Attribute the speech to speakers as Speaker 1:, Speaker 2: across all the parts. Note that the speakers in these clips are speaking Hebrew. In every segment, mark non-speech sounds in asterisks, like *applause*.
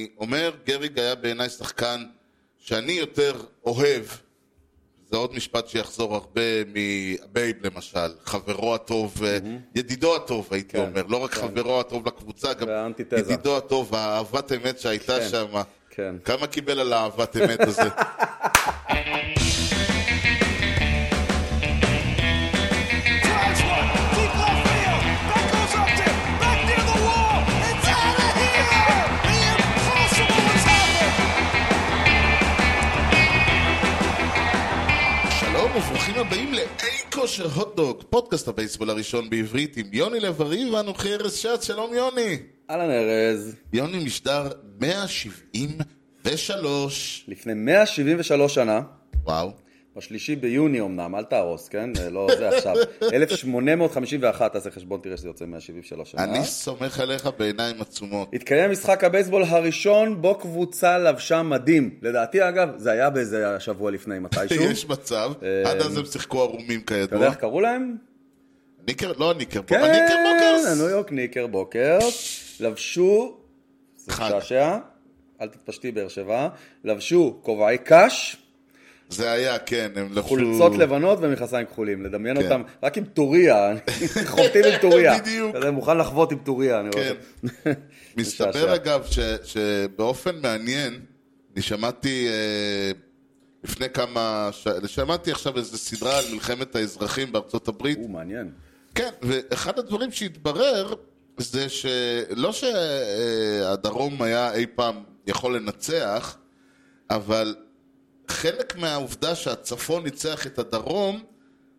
Speaker 1: אני אומר, גריג היה בעיניי שחקן שאני יותר אוהב, זה עוד משפט שיחזור הרבה מבייב למשל, חברו הטוב, אה, ידידו הטוב הייתי
Speaker 2: כן,
Speaker 1: אומר, לא רק חברו הטוב לקבוצה, גם
Speaker 2: והאנטיתזה.
Speaker 1: ידידו הטוב, האהבת אמת שהייתה
Speaker 2: כן,
Speaker 1: שם,
Speaker 2: כן.
Speaker 1: כמה קיבל על האהבת אמת
Speaker 2: *laughs*
Speaker 1: הזה?
Speaker 3: Drives one, deep left field. That goes up there, back near the wall. It's out of here! The impossible has happened.
Speaker 1: שלום וברוכים הבאים לאי כושר הוטדוג, פודקאסט הבייסבול הראשון בעברית עם יוני לב-ארי ואנוכי ארז שץ, שלום יוני.
Speaker 2: אהלן ארז,
Speaker 1: יוני משדר 173.
Speaker 2: לפני 173 שנה,
Speaker 1: וואו.
Speaker 2: בשלישי ביוני אמנם, אל תהרוס, כן? אה, לא זה
Speaker 1: *laughs*
Speaker 2: עכשיו. 1851, תעשה חשבון, תראה שזה יוצא 173 שנה.
Speaker 1: אני סומך עליך בעיניים עצומות.
Speaker 2: התקיים משחק הבייסבול הראשון בו קבוצה לבשה מדים. לדעתי אגב, זה היה באיזה השבוע לפני מתישהו.
Speaker 1: *laughs* יש מצב, עד אז הם שיחקו ערומים
Speaker 2: אה, אתה יודע
Speaker 1: כידוע.
Speaker 2: איך קראו להם?
Speaker 1: ניקר, לא ניקרבוקרס.
Speaker 2: כן, הניו
Speaker 1: ניקרבוקרס.
Speaker 2: יורק ניקר בוקרס. לבשו, זה
Speaker 1: חג.
Speaker 2: משעשע, אל תתפשטי באר שבע, לבשו כובעי קש.
Speaker 1: זה היה, כן, הם לבשו...
Speaker 2: חולצות לבנות ומכנסיים כחולים, לדמיין
Speaker 1: כן.
Speaker 2: אותם רק עם טוריה, *laughs* חובטים עם טוריה.
Speaker 1: בדיוק.
Speaker 2: אתה יודע, מוכן לחבוט עם טוריה, אני רואה.
Speaker 1: כן. מסתבר
Speaker 2: משעשע.
Speaker 1: אגב ש, שבאופן מעניין, אני שמעתי אה, לפני כמה... ש... שמעתי עכשיו איזו סדרה על מלחמת האזרחים בארצות הברית.
Speaker 2: הוא מעניין.
Speaker 1: כן, ואחד הדברים שהתברר זה שלא שהדרום היה אי פעם יכול לנצח, אבל חלק מהעובדה שהצפון ניצח את הדרום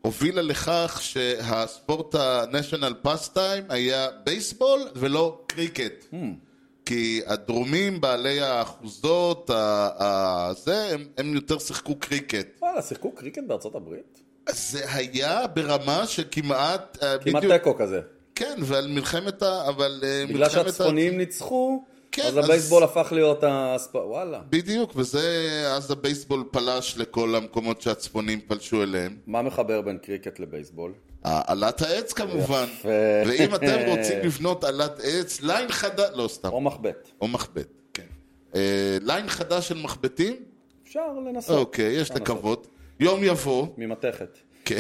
Speaker 1: הובילה לכך שהספורט ה-National Pastime היה בייסבול ולא קריקט. כי הדרומים, בעלי האחוזות, ה- ה- זה, הם, הם יותר שיחקו קריקט.
Speaker 2: וואלה, שיחקו קריקט בארצות הברית?
Speaker 1: זה היה ברמה שכמעט... אה,
Speaker 2: כמעט
Speaker 1: בדיוק-
Speaker 2: תיקו כזה.
Speaker 1: כן, ועל מלחמת ה... אבל אה,
Speaker 2: בגלל
Speaker 1: מלחמת
Speaker 2: שהצפונים ניצחו,
Speaker 1: כן,
Speaker 2: אז
Speaker 1: אז-
Speaker 2: הבייסבול הפך להיות הספ... וואלה.
Speaker 1: ה... בדיוק, וזה... אז הבייסבול פלש לכל המקומות שהצפונים פלשו אליהם.
Speaker 2: מה מחבר בין קריקט לבייסבול?
Speaker 1: אוקיי. עלת העץ כמובן.
Speaker 2: יפה.
Speaker 1: ואם
Speaker 2: *laughs*
Speaker 1: אתם רוצים לבנות עלת עץ, ליין חדש... לא, סתם.
Speaker 2: או מחבט.
Speaker 1: או מחבט, כן. אה, ליין חדש של מחבטים?
Speaker 2: אפשר לנסות.
Speaker 1: אוקיי, יש לקוות. יום יבוא.
Speaker 2: ממתכת.
Speaker 1: כן.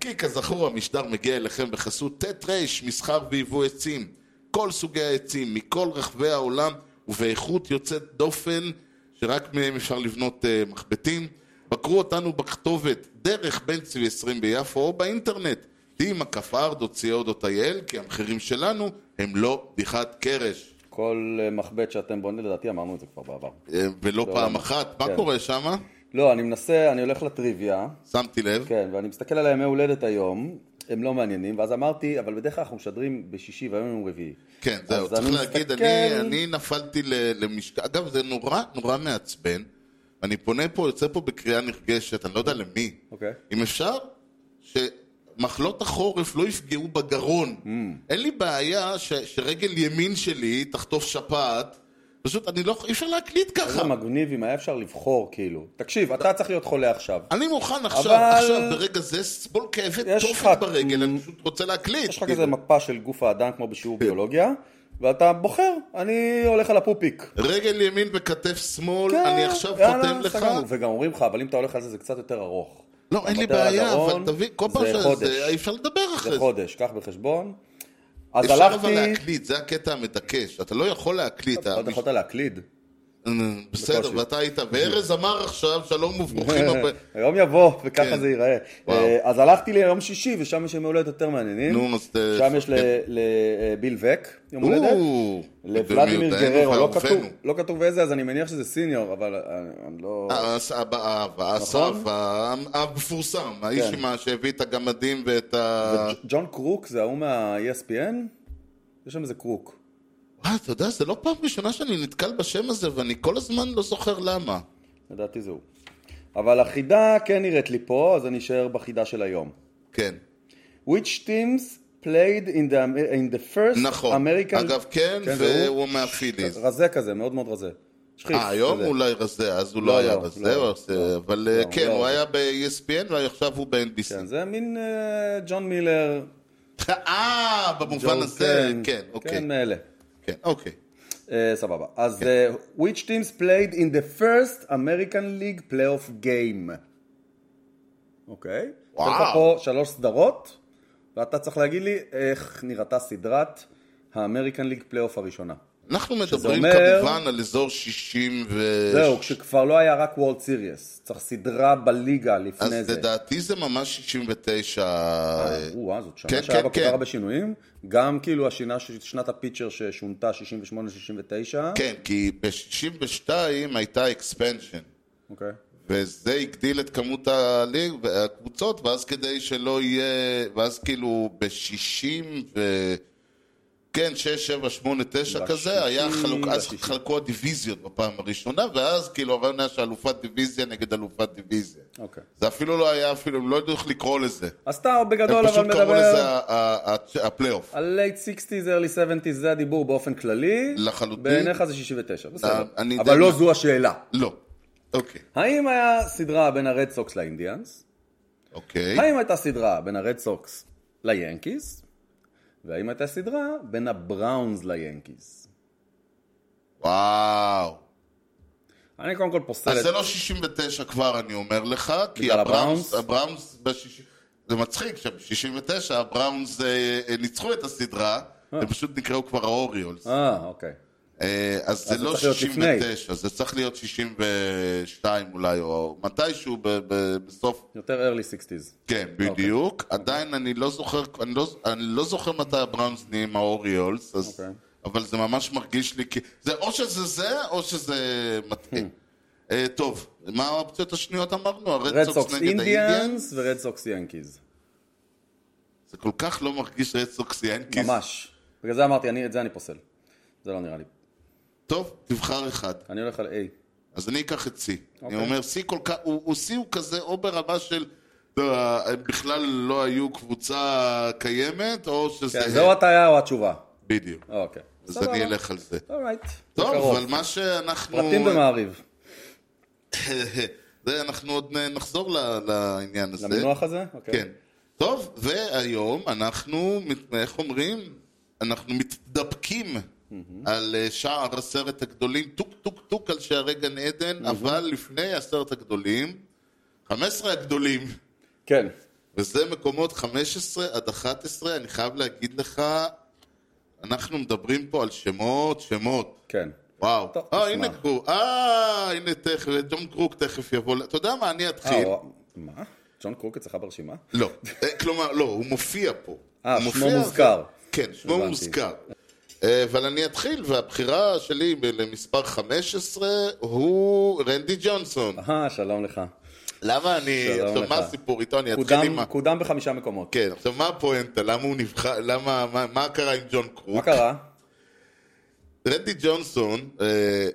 Speaker 1: כי כזכור המשדר מגיע אליכם בחסות ט' ר' מסחר ויבוא עצים. כל סוגי העצים, מכל רחבי העולם, ובאיכות יוצאת דופן, שרק מהם אפשר לבנות אה, מחבטים. בקרו אותנו בכתובת דרך בן צבי 20 ביפו או באינטרנט. דימה כפרד או ציוד או טייל, כי המחירים שלנו הם לא בדיחת קרש.
Speaker 2: כל אה, מחבט שאתם בונים, לדעתי אמרנו את זה כבר בעבר.
Speaker 1: אה, ולא פעם
Speaker 2: למה?
Speaker 1: אחת. מה
Speaker 2: כן.
Speaker 1: קורה שמה?
Speaker 2: לא, אני מנסה, אני הולך לטריוויה.
Speaker 1: שמתי לב.
Speaker 2: כן, ואני מסתכל על הימי הולדת היום, הם לא מעניינים, ואז אמרתי, אבל בדרך כלל אנחנו משדרים בשישי והיום הם רביעי.
Speaker 1: כן, זהו,
Speaker 2: אז
Speaker 1: צריך
Speaker 2: אני
Speaker 1: להגיד,
Speaker 2: מסתכל-
Speaker 1: אני, אני נפלתי ל- למשקל, אגב, זה נורא נורא מעצבן. אני פונה פה, יוצא פה בקריאה נרגשת, אני לא יודע למי.
Speaker 2: אוקיי.
Speaker 1: אם אפשר, שמחלות החורף לא יפגעו בגרון.
Speaker 2: Mm.
Speaker 1: אין לי בעיה ש, שרגל ימין שלי תחטוף שפעת, פשוט אני לא, אי אפשר להקליט ככה.
Speaker 2: איזה מגניב אם היה אפשר לבחור, כאילו. תקשיב, אתה צריך להיות חולה עכשיו.
Speaker 1: אני מוכן עכשיו,
Speaker 2: אבל-
Speaker 1: עכשיו, ברגע זה, סבול כאבי
Speaker 2: יש
Speaker 1: תופת
Speaker 2: לך-
Speaker 1: ברגל, אני פשוט רוצה להקליט.
Speaker 2: יש לך
Speaker 1: כאילו.
Speaker 2: כזה מפה של גוף האדם, כמו בשיעור
Speaker 1: כן.
Speaker 2: ביולוגיה, ואתה בוחר, אני הולך על הפופיק. אה,
Speaker 1: רגל ימין וכתף שמאל, אני עכשיו
Speaker 2: כן, יאללה,
Speaker 1: חותם לך.
Speaker 2: סגרנו. וגם אומרים לך, אבל אם אתה הולך על זה, זה קצת יותר ארוך.
Speaker 1: לא, אין לי
Speaker 2: מטר
Speaker 1: בעיה,
Speaker 2: הדרום,
Speaker 1: אבל תביא, כל פעם
Speaker 2: זה
Speaker 1: שזה,
Speaker 2: חודש.
Speaker 1: זה- אי אפשר לדבר
Speaker 2: זה
Speaker 1: אחרי זה.
Speaker 2: חודש, קח בחשבון. אז
Speaker 1: אפשר אבל
Speaker 2: הלכתי...
Speaker 1: להקליט, זה הקטע המתעקש. אתה לא יכול להקליט. המש-
Speaker 2: עוד
Speaker 1: אה,
Speaker 2: יכולת להקליד.
Speaker 1: בסדר,
Speaker 2: בקושי.
Speaker 1: ואתה היית, וארז אמר עכשיו, שלום
Speaker 2: *laughs*
Speaker 1: וברוכים הבאים.
Speaker 2: היום יבוא, וככה
Speaker 1: כן.
Speaker 2: זה ייראה.
Speaker 1: וואו.
Speaker 2: אה, אז הלכתי ליום שישי, ושם יש ימי הולדת יותר מעניינים.
Speaker 1: נו, אז ת-
Speaker 2: שם יש ל- לביל וק, יום הולדת.
Speaker 1: או, אוקיי,
Speaker 2: לוולדימיר
Speaker 1: ומיודענו
Speaker 2: גררו, לא
Speaker 1: ואהובינו.
Speaker 2: כתוב, לא כתוב איזה, אז אני מניח שזה סיניור, אבל אני- אני לא...
Speaker 1: אה, האב, האב, האסף, ה- המפורסם, האיש
Speaker 2: נכון. כן.
Speaker 1: עם ה- שהביא את הגמדים ואת ה...
Speaker 2: ג'- ג'ון קרוק זה ההוא מה-ESPN? יש שם איזה קרוק.
Speaker 1: וואי, אתה יודע, זה לא פעם ראשונה שאני נתקל בשם הזה, ואני כל הזמן לא זוכר למה.
Speaker 2: לדעתי זה הוא. אבל החידה כן נראית לי פה, אז אני אשאר בחידה של היום.
Speaker 1: כן.
Speaker 2: Which teams played in the, in the first
Speaker 1: נכון.
Speaker 2: American...
Speaker 1: אגב, כן,
Speaker 2: כן, זה הוא.
Speaker 1: והוא מהפיליז.
Speaker 2: רזה כזה, מאוד מאוד רזה. שחיף.
Speaker 1: אה, היום
Speaker 2: כזה.
Speaker 1: אולי רזה, אז הוא
Speaker 2: לא,
Speaker 1: לא היה
Speaker 2: לא,
Speaker 1: רזה,
Speaker 2: לא,
Speaker 1: הוא עושה- אבל אה,
Speaker 2: לא,
Speaker 1: כן,
Speaker 2: לא.
Speaker 1: הוא היה ב-ESPN ועכשיו הוא ב-NBC.
Speaker 2: כן, זה מין אה, ג'ון מילר.
Speaker 1: *laughs* אה, במובן
Speaker 2: ג'ו
Speaker 1: הזה,
Speaker 2: קן,
Speaker 1: כן, אוקיי.
Speaker 2: כן, מאלה.
Speaker 1: כן, אוקיי.
Speaker 2: אה, אה, סבבה. אז אה, which teams played in the first American League playoff game? אוקיי.
Speaker 1: וואו.
Speaker 2: יש לך פה שלוש סדרות, ואתה צריך להגיד לי איך נראתה סדרת האמריקן ליג פלייאוף הראשונה.
Speaker 1: אנחנו מדברים
Speaker 2: אומר-
Speaker 1: כמובן על אזור 60 ו...
Speaker 2: זהו, כשכבר לא היה רק וולד סיריוס, צריך סדרה בליגה
Speaker 1: אז
Speaker 2: לפני זה.
Speaker 1: לדעתי זה ממש 69... אה,
Speaker 2: או-אה, זאת שנה
Speaker 1: כן,
Speaker 2: שהיה
Speaker 1: כן,
Speaker 2: בה כל
Speaker 1: כן.
Speaker 2: כך הרבה שינויים, גם כאילו השינה, ש- שנת הפיצ'ר ששונתה 68-69,
Speaker 1: כן, כי ב-62 הייתה אקספנשן.
Speaker 2: אוקיי.
Speaker 1: וזה הגדיל את כמות הליג והקבוצות, ואז כדי שלא יהיה, ואז כאילו ב-60 ו... כן, 6, 7, 8, 9 כזה, היה
Speaker 2: בשישים,
Speaker 1: חלוק, אז
Speaker 2: בשישים.
Speaker 1: חלקו הדיוויזיות בפעם הראשונה, ואז כאילו הרעיון היה שאלופת דיוויזיה נגד אלופת דיוויזיה.
Speaker 2: אוקיי.
Speaker 1: זה אפילו לא היה, אפילו, הם לא ידעו איך לקרוא לזה.
Speaker 2: אז אתה
Speaker 1: הם
Speaker 2: בגדול לא, אבל
Speaker 1: פשוט קראו לזה
Speaker 2: מדבר
Speaker 1: ה- ה- ה- הפלייאוף.
Speaker 2: על late 60's, early 70's, זה הדיבור באופן כללי.
Speaker 1: לחלוטין.
Speaker 2: בעיניך זה 69, בסדר.
Speaker 1: אה, אני
Speaker 2: אבל
Speaker 1: די-
Speaker 2: לא זו השאלה.
Speaker 1: לא. אוקיי.
Speaker 2: האם היה סדרה בין הרד סוקס לאינדיאנס?
Speaker 1: אוקיי.
Speaker 2: האם הייתה סדרה בין הרד סוקס ליאנקיז? והאם הייתה סדרה בין הבראונס ליאנקיז?
Speaker 1: וואו.
Speaker 2: אני קודם כל פוסל
Speaker 1: אז
Speaker 2: את
Speaker 1: זה לא 69 כבר, אני אומר לך, כי
Speaker 2: בגלל
Speaker 1: הבראונס,
Speaker 2: הבראונס?
Speaker 1: הבראונס, בשיש- זה מצחיק שב-69 הבראונס אה, אה, ניצחו את הסדרה, הם פשוט נקראו כבר האוריולס.
Speaker 2: אה, אוקיי.
Speaker 1: אה, אז זה
Speaker 2: זה
Speaker 1: לא
Speaker 2: צריך להיות
Speaker 1: 69, זה צריך להיות 62 אולי, או מתישהו ב- ב- בסוף,
Speaker 2: יותר early 60's.
Speaker 1: כן,
Speaker 2: אוקיי.
Speaker 1: בדיוק. עדיין אני לא זוכר, אני לא- אני לא זוכר מתי הבראונס נהיים האוריולס, אז-
Speaker 2: אוקיי.
Speaker 1: אבל זה ממש מרגיש לי, כי- זה או שזה זה, או שזה מטעה. אה, טוב, מה האופציות השניות אמרנו?
Speaker 2: רד
Speaker 1: הרד
Speaker 2: סוקס
Speaker 1: סוקס נגד האינדיאנס?
Speaker 2: אינדיאנס ורד סוקס ינקיז.
Speaker 1: זה כל כך לא מרגיש רד סוקס ינקיס.
Speaker 2: ממש. בגלל זה אמרתי, אני- את זה אני פוסל. זה לא נראה לי.
Speaker 1: טוב, תבחר אחד.
Speaker 2: אני הולך על A.
Speaker 1: אז אני אקח את C. אני
Speaker 2: אוקיי.
Speaker 1: אומר, C כל כך, הוא הוא C הוא כזה או ברמה של... לא, הם בכלל לא היו קבוצה קיימת, או שזה...
Speaker 2: כן, זה או הטעיה או התשובה.
Speaker 1: בדיוק.
Speaker 2: אוקיי.
Speaker 1: אה. אז אני אלך על זה.
Speaker 2: אורייט.
Speaker 1: טוב, אבל מה שאנחנו...
Speaker 2: פרטים במעריב.
Speaker 1: *laughs* זה, אנחנו עוד נ- נחזור ל- לעניין הזה.
Speaker 2: למינוח הזה? אוקיי.
Speaker 1: כן. טוב, והיום אנחנו, מת- איך אומרים? אנחנו מתדפקים על אה, שער עשרת הגדולים, טוק טוק טוק על שערי גן עדן, אבל לפני עשרת הגדולים, 15 הגדולים,
Speaker 2: כן.
Speaker 1: וזה מקומות 15 עד 11, אני חייב להגיד לך, אנחנו מדברים פה על שמות, שמות.
Speaker 2: כן.
Speaker 1: וואו.
Speaker 2: טוב,
Speaker 1: אה,
Speaker 2: תשמע.
Speaker 1: הנה קרוק. אה, הנה תכף, ג'ון קרוק תכף יבוא. ל- אתה יודע מה, אני
Speaker 2: אה,
Speaker 1: אתחיל.
Speaker 2: הוא- מה? ג'ון קרוק אצלך ברשימה?
Speaker 1: לא. אה, כלומר, לא, הוא מופיע פה.
Speaker 2: אה,
Speaker 1: הוא
Speaker 2: שמו
Speaker 1: מופיע,
Speaker 2: מוזכר.
Speaker 1: ו- כן, שמו
Speaker 2: הבנתי.
Speaker 1: מוזכר. אה, אבל אני אתחיל, והבחירה שלי ב- למספר 15 הוא רנדי ג'ונסון.
Speaker 2: אהה, אה, שלום לך.
Speaker 1: למה אני...
Speaker 2: שלום
Speaker 1: עכשיו,
Speaker 2: לך.
Speaker 1: מה הסיפור איתו? אני אתחיל עם ה...
Speaker 2: קודם- קודם בחמישה מקומות.
Speaker 1: כן, עכשיו, מה הפואנטה? למה הוא נבחר? למה... מה- מה קרה עם ג'ון קרוק?
Speaker 2: מה קרה?
Speaker 1: רנדי ג'ונסון, אה,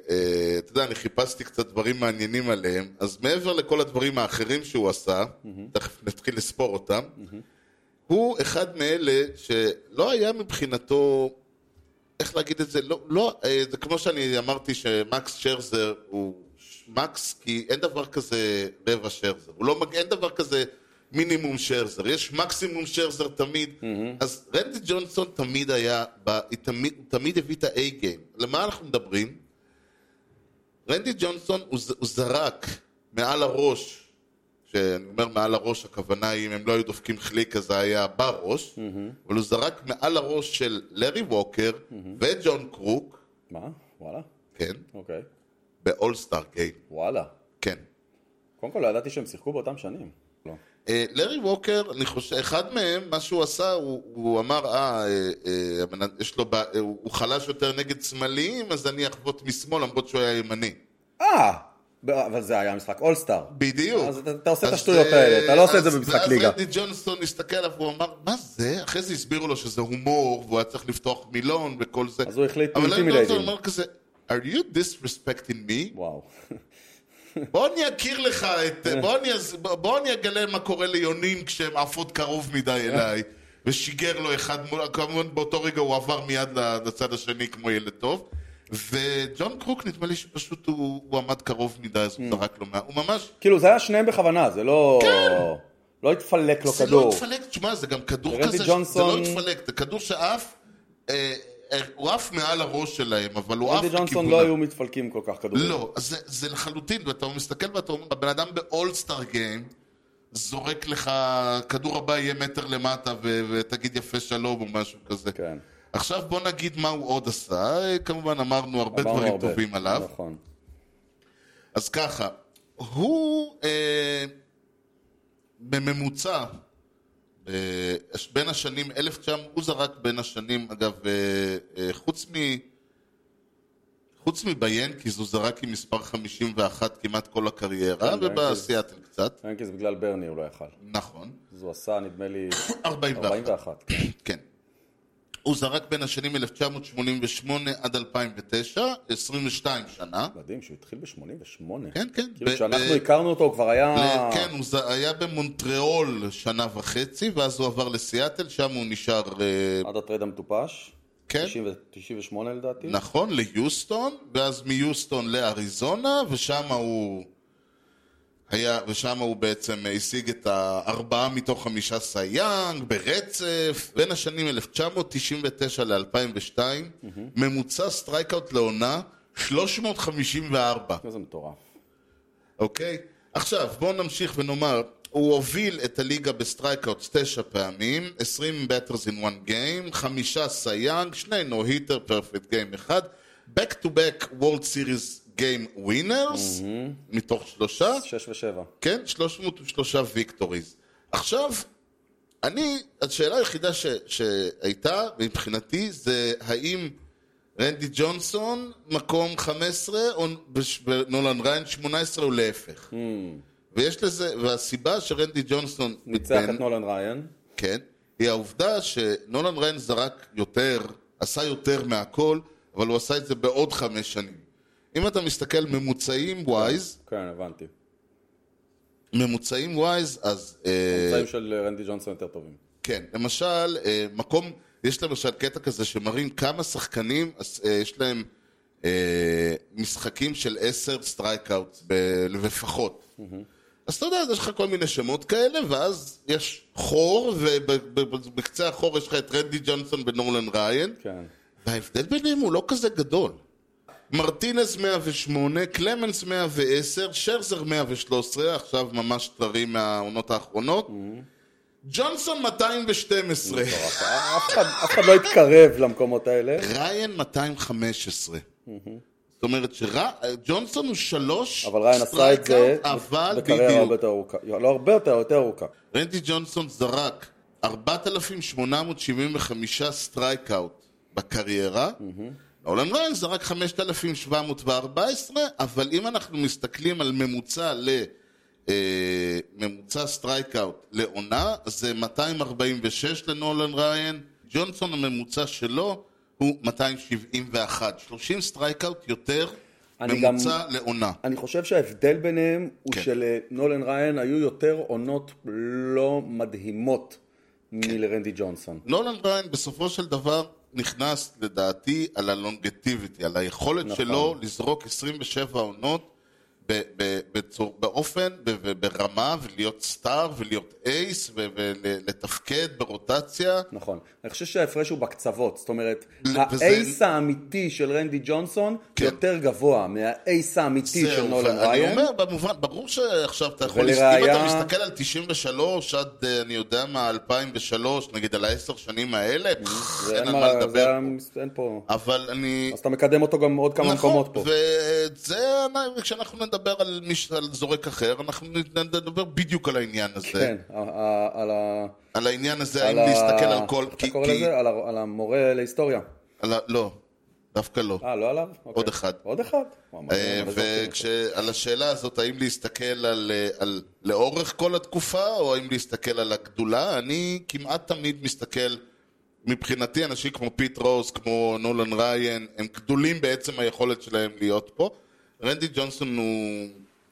Speaker 1: אה, אתה יודע, אני חיפשתי קצת דברים מעניינים עליהם, אז מעבר לכל הדברים האחרים שהוא עשה, תכף נתחיל לספור אותם, הוא אחד מאלה שלא היה מבחינתו, איך להגיד את זה, לא, לא, אה, זה כמו שאני אמרתי שמקס שרזר הוא ש- מקס, כי אין דבר כזה רבע שרזר, הוא לא, מג- אין דבר כזה מינימום שרזר, יש מקסימום שרזר תמיד, אז רנדי ג'ונסון תמיד היה, ב, תמיד, תמיד הביא את ה-A-game, למה אנחנו מדברים? רנדי ג'ונסון הוא, ז- הוא זרק מעל הראש, כשאני אומר מעל הראש הכוונה היא אם הם לא היו דופקים חליק אז זה היה בראש, אבל הוא זרק מעל הראש של לארי ווקר וג'ון קרוק,
Speaker 2: מה? וואלה?
Speaker 1: כן,
Speaker 2: אוקיי.
Speaker 1: באולסטאר גיים,
Speaker 2: וואלה.
Speaker 1: כן.
Speaker 2: קודם כל לא ידעתי שהם שיחקו באותם שנים. לא.
Speaker 1: אה, לארי ווקר, אני חושב, אחד מהם, מה שהוא עשה, הוא, הוא אמר, אה, אה, אה, הבן אדם- יש לו, בע- אה, הוא הוא חלש יותר נגד שמאליים, אז אני אחבוט משמאל למרות שהוא היה ימני.
Speaker 2: אה! ב- אבל זה היה משחק אולסטאר.
Speaker 1: בדיוק.
Speaker 2: אז אתה- אתה עושה את
Speaker 1: אז,
Speaker 2: השטויות
Speaker 1: אה,
Speaker 2: האלה, אתה לא עושה את זה
Speaker 1: אז-
Speaker 2: במשחק
Speaker 1: ואז
Speaker 2: ליגה.
Speaker 1: רנדי ג'ונסון הסתכל עליו והוא אמר, מה זה? אחרי זה הסבירו לו שזה הומור, והוא היה צריך לפתוח מילון וכל זה.
Speaker 2: אז הוא החליט
Speaker 1: אבל רנדי
Speaker 2: intimidating.
Speaker 1: ג'ונסון אמר כזה, are you disrespecting me?
Speaker 2: וואו.
Speaker 1: בוא אני אכיר לך
Speaker 2: *laughs*
Speaker 1: את... בוא אני, אז- בוא אני אגלה מה קורה ליונים כשהן עפות קרוב
Speaker 2: *laughs*
Speaker 1: מדי אליי. ושיגר לו אחד מול... כמובן באותו רגע הוא עבר מיד לצד השני כמו ילד טוב. וג'ון קרוק נדמה לי שפשוט הוא, הוא עמד קרוב מדי, אז
Speaker 2: Mm.
Speaker 1: הוא זרק לו מה... הוא ממש...
Speaker 2: כאילו זה היה שניהם בכוונה, זה לא... לא התפלק לו
Speaker 1: כן! זה
Speaker 2: כדור.
Speaker 1: לא התפלק, תשמע, זה גם כדור
Speaker 2: רנדי
Speaker 1: כזה, ש- זה לא
Speaker 2: ג'ונסון-
Speaker 1: התפלק, זה כדור שעף, אה, הוא עף מעל הראש שלהם, אבל הוא עף
Speaker 2: רודי ג'ונסון לא היו מתפלקים כל כך כדורים.
Speaker 1: לא, זה, זה לחלוטין, ואתה מסתכל ואתה אומר, הבן אדם באולסטאר גיים, זורק לך, כדור הבא יהיה מטר למטה ו- ותגיד יפה שלום או משהו כזה.
Speaker 2: כן.
Speaker 1: עכשיו בוא נגיד מה הוא עוד עשה, אה, כמובן אמרנו הרבה
Speaker 2: אמרנו
Speaker 1: דברים
Speaker 2: הרבה.
Speaker 1: טובים עליו.
Speaker 2: נכון.
Speaker 1: אז ככה, הוא אה, בממוצע, אה, בין השנים 1900, הוא זרק בין השנים, אגב, אה, אה, חוץ מ... חוץ מביאנקיז הוא זרק עם מספר 51 כמעט כל הקריירה,
Speaker 2: כן, ביאנקיז.
Speaker 1: ובסיאטל קצת,
Speaker 2: פרנקיס בגלל ברני הוא לא יכל.
Speaker 1: נכון,
Speaker 2: אז הוא עשה, נדמה
Speaker 1: *coughs*
Speaker 2: לי,
Speaker 1: 41.
Speaker 2: 41. כן.
Speaker 1: כן. הוא זרק בין השנים 1988 עד 2009, 22 שנה.
Speaker 2: מדהים שהוא התחיל ב-88.
Speaker 1: כן, כן.
Speaker 2: כאילו
Speaker 1: ב-
Speaker 2: כשאנחנו
Speaker 1: ב-
Speaker 2: הכרנו אותו הוא כבר היה...
Speaker 1: ל- כן, הוא ז- היה במונטריאול שנה וחצי, ואז הוא עבר לסיאטל, שם הוא נשאר, אה,
Speaker 2: עד הטרד המטופש.
Speaker 1: כן,
Speaker 2: 90 ו- 98 לדעתי.
Speaker 1: נכון, ליוסטון, ואז מיוסטון לאריזונה, ושם הוא... היה, ושם הוא בעצם השיג את הארבעה מתוך חמישה סייאנג ברצף בין השנים 1999 ל-2002 ממוצע סטרייקאוט לעונה 354
Speaker 2: כן, זה מטורף.
Speaker 1: אוקיי? עכשיו, בואו נמשיך ונאמר, הוא הוביל את הליגה בסטרייקאוטס תשע פעמים, 20 batters in one game, חמישה סייאנג, שני נו-היטר, פרפקט גיים אחד, back to back World Series Game Winners, מתוך שלושה,
Speaker 2: 6 ו-7.
Speaker 1: כן, 303 ויקטוריז. עכשיו, אני, השאלה היחידה ש, שהייתה מבחינתי זה האם רנדי ג'ונסון מקום 15 או בש- ונולן ריין 18 או להפך.
Speaker 2: Hmm.
Speaker 1: ויש לזה, והסיבה שרנדי ג'ונסון
Speaker 2: ניצח את נולן ריין.
Speaker 1: כן, היא העובדה שנולן ריין זרק יותר, עשה יותר מהכל, אבל הוא עשה את זה בעוד חמש שנים. אם אתה מסתכל ממוצעים ווייז,
Speaker 2: כן, הבנתי.
Speaker 1: אה- ממוצעים ווייז, אז... אה,
Speaker 2: המצאים של רנדי ג'ונסון יותר טובים.
Speaker 1: כן, למשל, אה, מקום, יש למשל קטע כזה שמראים כמה שחקנים, אז, אה, יש להם אה, משחקים של עשר סטרייקאוט לפחות. אז אתה יודע, אז יש לך כל מיני שמות כאלה, ואז יש חור, ובקצה החור יש לך את רנדי ג'ונסון ונורלן ריין,
Speaker 2: כן.
Speaker 1: וההבדל ביניהם הוא לא כזה גדול. מרטינס 108, קלמנס 110, שרזר 113, עכשיו ממש טרי מהעונות האחרונות.
Speaker 2: Mm-hmm.
Speaker 1: ג'ונסון 212,
Speaker 2: אף אף אחד- אף אחד לא התקרב למקומות האלה.
Speaker 1: ריין 215. זאת אומרת שג'ונסון הוא שלוש
Speaker 2: Mm-hmm. אבל ריין עשה את זה
Speaker 1: סטרייקאוט, אבל
Speaker 2: בקריירה הרבה
Speaker 1: בדיוק.
Speaker 2: יותר ארוכה. לא הרבה יותר, יותר ארוכה.
Speaker 1: רנדי ג'ונסון זרק 4,875 סטרייקאוט בקריירה. אולן ריין זרק 5,714, אבל אם אנחנו מסתכלים על ממוצע ל... אה, ממוצע סטרייקאוט לעונה, זה 246 לנולן ריין. ג'ונסון הממוצע שלו הוא 271. 30 סטרייקאוט יותר
Speaker 2: אני גם-
Speaker 1: ממוצע לעונה.
Speaker 2: אני חושב שההבדל ביניהם הוא
Speaker 1: כן.
Speaker 2: שלנולן ריין היו יותר עונות לא מדהימות
Speaker 1: כן.
Speaker 2: מלרנדי ג'ונסון.
Speaker 1: נולן ריין בסופו של דבר נכנס לדעתי על הלונגטיביטי, על היכולת
Speaker 2: נכון.
Speaker 1: שלו לזרוק 27 עונות ב- ב- בצור, באופן ב- ב- ברמה ולהיות סטאר ולהיות אייס ולתפקד ברוטציה.
Speaker 2: נכון. אני חושב שההפרש הוא בקצוות. זאת אומרת,
Speaker 1: וזה-
Speaker 2: האייס האמיתי של רנדי ג'ונסון
Speaker 1: כן.
Speaker 2: יותר גבוה מהאייס האמיתי של נולן
Speaker 1: ואני
Speaker 2: ריין.
Speaker 1: אומר, במובן, ברור שעכשיו אתה יכול,
Speaker 2: ולראיה-
Speaker 1: אם אתה מסתכל על 93 עד אה, אני יודע מה, 2003, נגיד על העשר שנים האלה, פח,
Speaker 2: זה
Speaker 1: אין
Speaker 2: אין
Speaker 1: כן, על
Speaker 2: מה-
Speaker 1: מה
Speaker 2: זה
Speaker 1: לדבר.
Speaker 2: המס- אין פה.
Speaker 1: אבל אני,
Speaker 2: אז אתה מקדם אותו גם עוד
Speaker 1: נכון,
Speaker 2: כמה מקומות פה.
Speaker 1: וזה, כשאנחנו נדבר על, מיש, על זורק אחר, אנחנו נדבר בדיוק על העניין הזה.
Speaker 2: כן, ה- ה- על ה...
Speaker 1: על העניין הזה, האם
Speaker 2: ה-
Speaker 1: להסתכל על כל...
Speaker 2: איך אתה קורא לזה? על ה- על המורה להיסטוריה.
Speaker 1: על ה... לא, דווקא לא.
Speaker 2: אה, לא עליו?
Speaker 1: עוד אחד.
Speaker 2: עוד אחד? וואו, מה זה, לא
Speaker 1: אה,
Speaker 2: אבל זה
Speaker 1: וכש... על השאלה הזאת, האם להסתכל על, אה, על לאורך כל התקופה, או האם להסתכל על הגדולה, אני כמעט תמיד מסתכל, מבחינתי אנשים כמו פיט רוס, כמו נולן ריין, הם גדולים בעצם היכולת שלהם להיות פה. רנדי ג'ונסון הוא,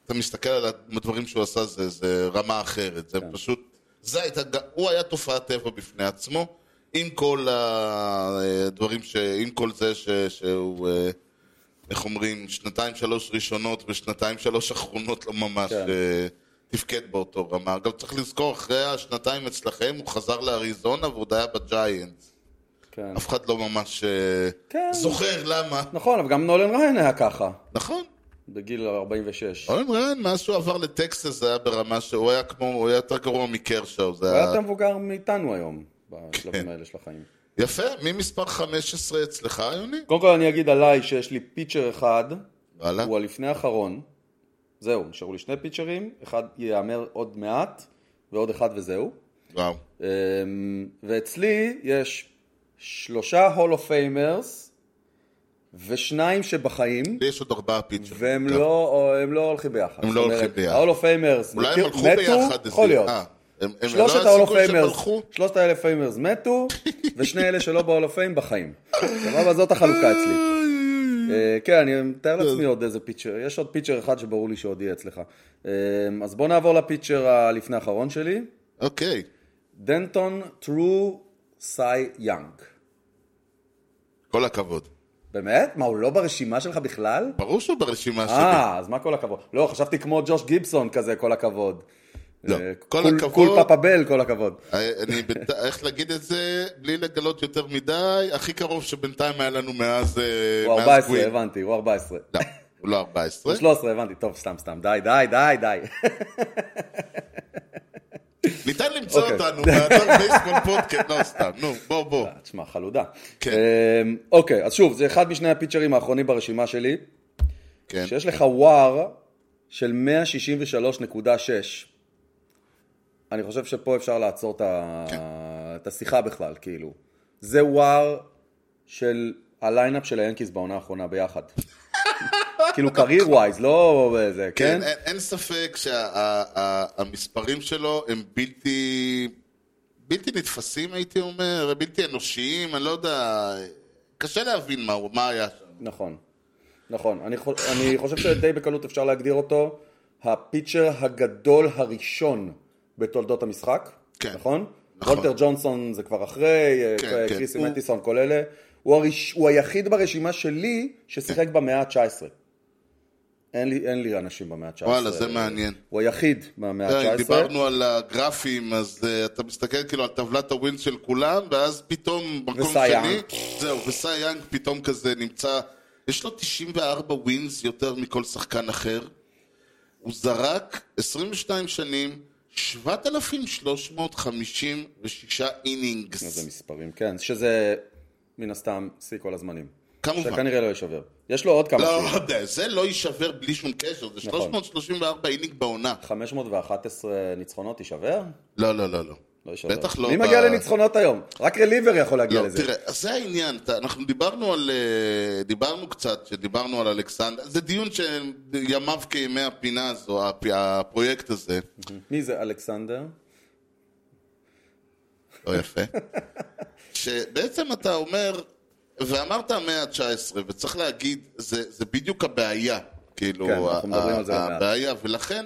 Speaker 1: אתה מסתכל על הדברים שהוא עשה, זה, זה רמה אחרת, זה פשוט, זה הייתה, ג- הוא היה תופעת טבע בפני עצמו. עם כל הדברים, ש... עם כל זה ש... שהוא אה, איך אומרים, שנתיים שלוש ראשונות ושנתיים שלוש אחרונות לא ממש
Speaker 2: כן.
Speaker 1: אה, תפקד באותו רמה. אגב, צריך לזכור, אחרי השנתיים אצלכם הוא חזר לאריזונה ועוד היה בג'יינטס.
Speaker 2: כן.
Speaker 1: אף אחד לא ממש אה,
Speaker 2: כן.
Speaker 1: זוכר למה.
Speaker 2: נכון, אבל גם נולן ריין היה ככה,
Speaker 1: נכון.
Speaker 2: בגיל 46. הוא
Speaker 1: אולן ריין, מאז שהוא עבר לטקסס, זה היה ברמה שהוא היה כמו, הוא היה יותר גרוע מקרשאו. זה
Speaker 2: היה
Speaker 1: היה...
Speaker 2: יותר מבוגר מאיתנו היום,
Speaker 1: כן.
Speaker 2: בשלבים האלה של החיים.
Speaker 1: יפה, מי מספר 15 אצלך, יוני?
Speaker 2: קודם כל אני אגיד עליי שיש לי פיצ'ר אחד,
Speaker 1: וואלה.
Speaker 2: הוא הלפני האחרון. זהו, נשארו לי שני פיצ'רים, אחד ייאמר עוד מעט, ועוד אחד וזהו.
Speaker 1: וואו.
Speaker 2: אמ, ואצלי יש שלושה הולו פיימרס, ושניים שבחיים.
Speaker 1: לי יש עוד ארבעה פיצ'רים.
Speaker 2: והם
Speaker 1: גם.
Speaker 2: לא, הם לא הולכים ביחד.
Speaker 1: כן. הם לא
Speaker 2: זאת
Speaker 1: הולכים
Speaker 2: אומרת,
Speaker 1: ביחד.
Speaker 2: ה-Hall of Famers
Speaker 1: אולי הם
Speaker 2: מתו-
Speaker 1: הלכו
Speaker 2: מתו,
Speaker 1: ביחד. איזה-
Speaker 2: יכול להיות.
Speaker 1: אה, הם- הם-
Speaker 2: שלושת
Speaker 1: לא היה
Speaker 2: ה-Hall of
Speaker 1: סיכוי שהם
Speaker 2: Famers,
Speaker 1: הלכו?
Speaker 2: שלושת ה-Hall of Famers
Speaker 1: *laughs*
Speaker 2: מתו, ושני אלה שלא ב-Hall of Fame בחיים. סבבה, זאת החלוקה אצלי. אה, כן, אני מתאר לעצמי עוד איזה פיצ'ר, יש עוד פיצ'ר אחד שברור לי שעוד יהיה אצלך. אה, אז בוא נעבור לפיצ'ר הלפני האחרון שלי,
Speaker 1: אוקיי.
Speaker 2: דנטון טרו סי יאנג.
Speaker 1: כל הכבוד.
Speaker 2: באמת? מה, הוא לא ברשימה שלך בכלל?
Speaker 1: ברור שהוא ברשימה שלי.
Speaker 2: אה, אז מה כל הכבוד? לא, חשבתי כמו ג'וש גיבסון כזה, כל הכבוד.
Speaker 1: לא,
Speaker 2: אה,
Speaker 1: כל
Speaker 2: קול-
Speaker 1: הכבוד.
Speaker 2: קול פאפה בל, כל הכבוד.
Speaker 1: אה, אני, בינתי- איך להגיד את זה, בלי לגלות יותר מדי, הכי קרוב שבינתיים היה לנו מאז אה,
Speaker 2: הוא
Speaker 1: מאז
Speaker 2: 14,
Speaker 1: קווין.
Speaker 2: הבנתי, הוא 14.
Speaker 1: לא, הוא לא 14.
Speaker 2: הוא 13, הבנתי, טוב, סתם, סתם, די, די, די, די. *laughs*
Speaker 1: ניתן למצוא
Speaker 2: אוקיי. אה,
Speaker 1: אותנו באתר בייסבול פודקאסט, לא סתם, נו, בוא בוא.
Speaker 2: תשמע, חלודה.
Speaker 1: כן.
Speaker 2: אמ, אוקיי, אז שוב, זה אחד משני הפיצ'רים האחרונים ברשימה שלי,
Speaker 1: כן.
Speaker 2: שיש לך וואר של 163.6. אני חושב שפה אפשר לעצור את ה- את השיחה בכלל, כאילו. זה וואר של הליינאפ של היאנקיז בעונה האחרונה ביחד. כאילו קרייר ווייז, לא זה, כן?
Speaker 1: כן, אין- אין ספק שהמספרים שלו הם בלתי בלתי נתפסים הייתי אומר, בלתי אנושיים, אני לא יודע, קשה להבין מה הוא- מה היה שם.
Speaker 2: נכון, נכון. אני, חו- אני חושב שדי בקלות אפשר להגדיר אותו הפיצ'ר הגדול הראשון בתולדות המשחק,
Speaker 1: כן.
Speaker 2: נכון?
Speaker 1: נכון.
Speaker 2: וולטר ג'ונסון זה כבר אחרי,
Speaker 1: כן,
Speaker 2: כן,
Speaker 1: כן.
Speaker 2: קריסי
Speaker 1: הוא-
Speaker 2: מטיסון, כל אלה. הוא, הראש, הוא היחיד ברשימה שלי ששיחק
Speaker 1: כן.
Speaker 2: במאה ה-19. אין לי, אין לי אנשים במאה ה-19.
Speaker 1: וואלה, זה מעניין.
Speaker 2: הוא היחיד מהמאה
Speaker 1: אה,
Speaker 2: ה-19.
Speaker 1: דיברנו על הגרפים, אז אה, אתה מסתכל כאילו על טבלת הווינס של כולם, ואז פתאום מקום
Speaker 2: וסי
Speaker 1: שני,
Speaker 2: יאנג.
Speaker 1: זהו, וסי יאנג פתאום כזה נמצא, יש לו 94 ווינס יותר מכל שחקן אחר. הוא זרק 22 שנים, 7,356
Speaker 2: זה
Speaker 1: אינינגס.
Speaker 2: מספרים, כן. שזה מן הסתם שיא כל הזמנים.
Speaker 1: כמובן.
Speaker 2: שכנראה לא ישובר. יש לו עוד כמה
Speaker 1: לא,
Speaker 2: שיאים.
Speaker 1: יודע, זה לא יישבר בלי שום קשר,
Speaker 2: נכון.
Speaker 1: זה 334 אינינג בעונה.
Speaker 2: 511 ניצחונות יישבר?
Speaker 1: לא, לא, לא, לא.
Speaker 2: לא יישבר.
Speaker 1: בטח לא
Speaker 2: מי
Speaker 1: ב-
Speaker 2: מגיע לניצחונות היום? רק רליבר יכול להגיע
Speaker 1: לא,
Speaker 2: לזה.
Speaker 1: תראה, זה העניין, אתה- אנחנו דיברנו על, אה, דיברנו קצת, שדיברנו על אלכסנדר, זה דיון שימיו כימי הפינה הזו, הפ- הפרויקט הזה,
Speaker 2: מי זה אלכסנדר?
Speaker 1: לא
Speaker 2: *laughs*
Speaker 1: יפה, שבעצם אתה אומר, ואמרת המאה ה-19, וצריך להגיד, זה, זה בדיוק הבעיה, כאילו,
Speaker 2: כן, אנחנו
Speaker 1: ה-
Speaker 2: מדברים
Speaker 1: ה-
Speaker 2: על זה עוד מעט.
Speaker 1: הבעיה, ולכן,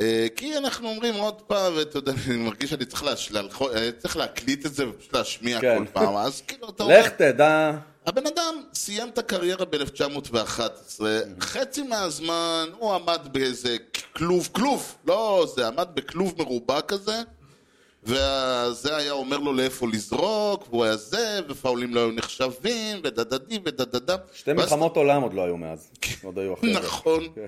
Speaker 1: אה, כי אנחנו אומרים עוד פעם, ואתה יודע, אני מרגיש שאני צריך, להש... להלכו- אה, צריך להקליט את זה ופשוט להשמיע
Speaker 2: כן.
Speaker 1: כל פעם, אז כאילו אתה אומר...
Speaker 2: לך תדע.
Speaker 1: הבן אדם סיים את הקריירה ב-1911,
Speaker 2: Mm-hmm.
Speaker 1: חצי מהזמן הוא עמד באיזה כלוב, כלוב, לא זה, עמד בכלוב מרובע כזה, וזה היה אומר לו לאיפה לזרוק, והוא היה זה, ופאולים לא היו נחשבים, ודדדי ודדדה.
Speaker 2: שתי
Speaker 1: ואז-
Speaker 2: מלחמות עולם עוד לא היו
Speaker 1: *laughs*
Speaker 2: מאז. עוד היו אחרי זה.
Speaker 1: נכון.
Speaker 2: כן.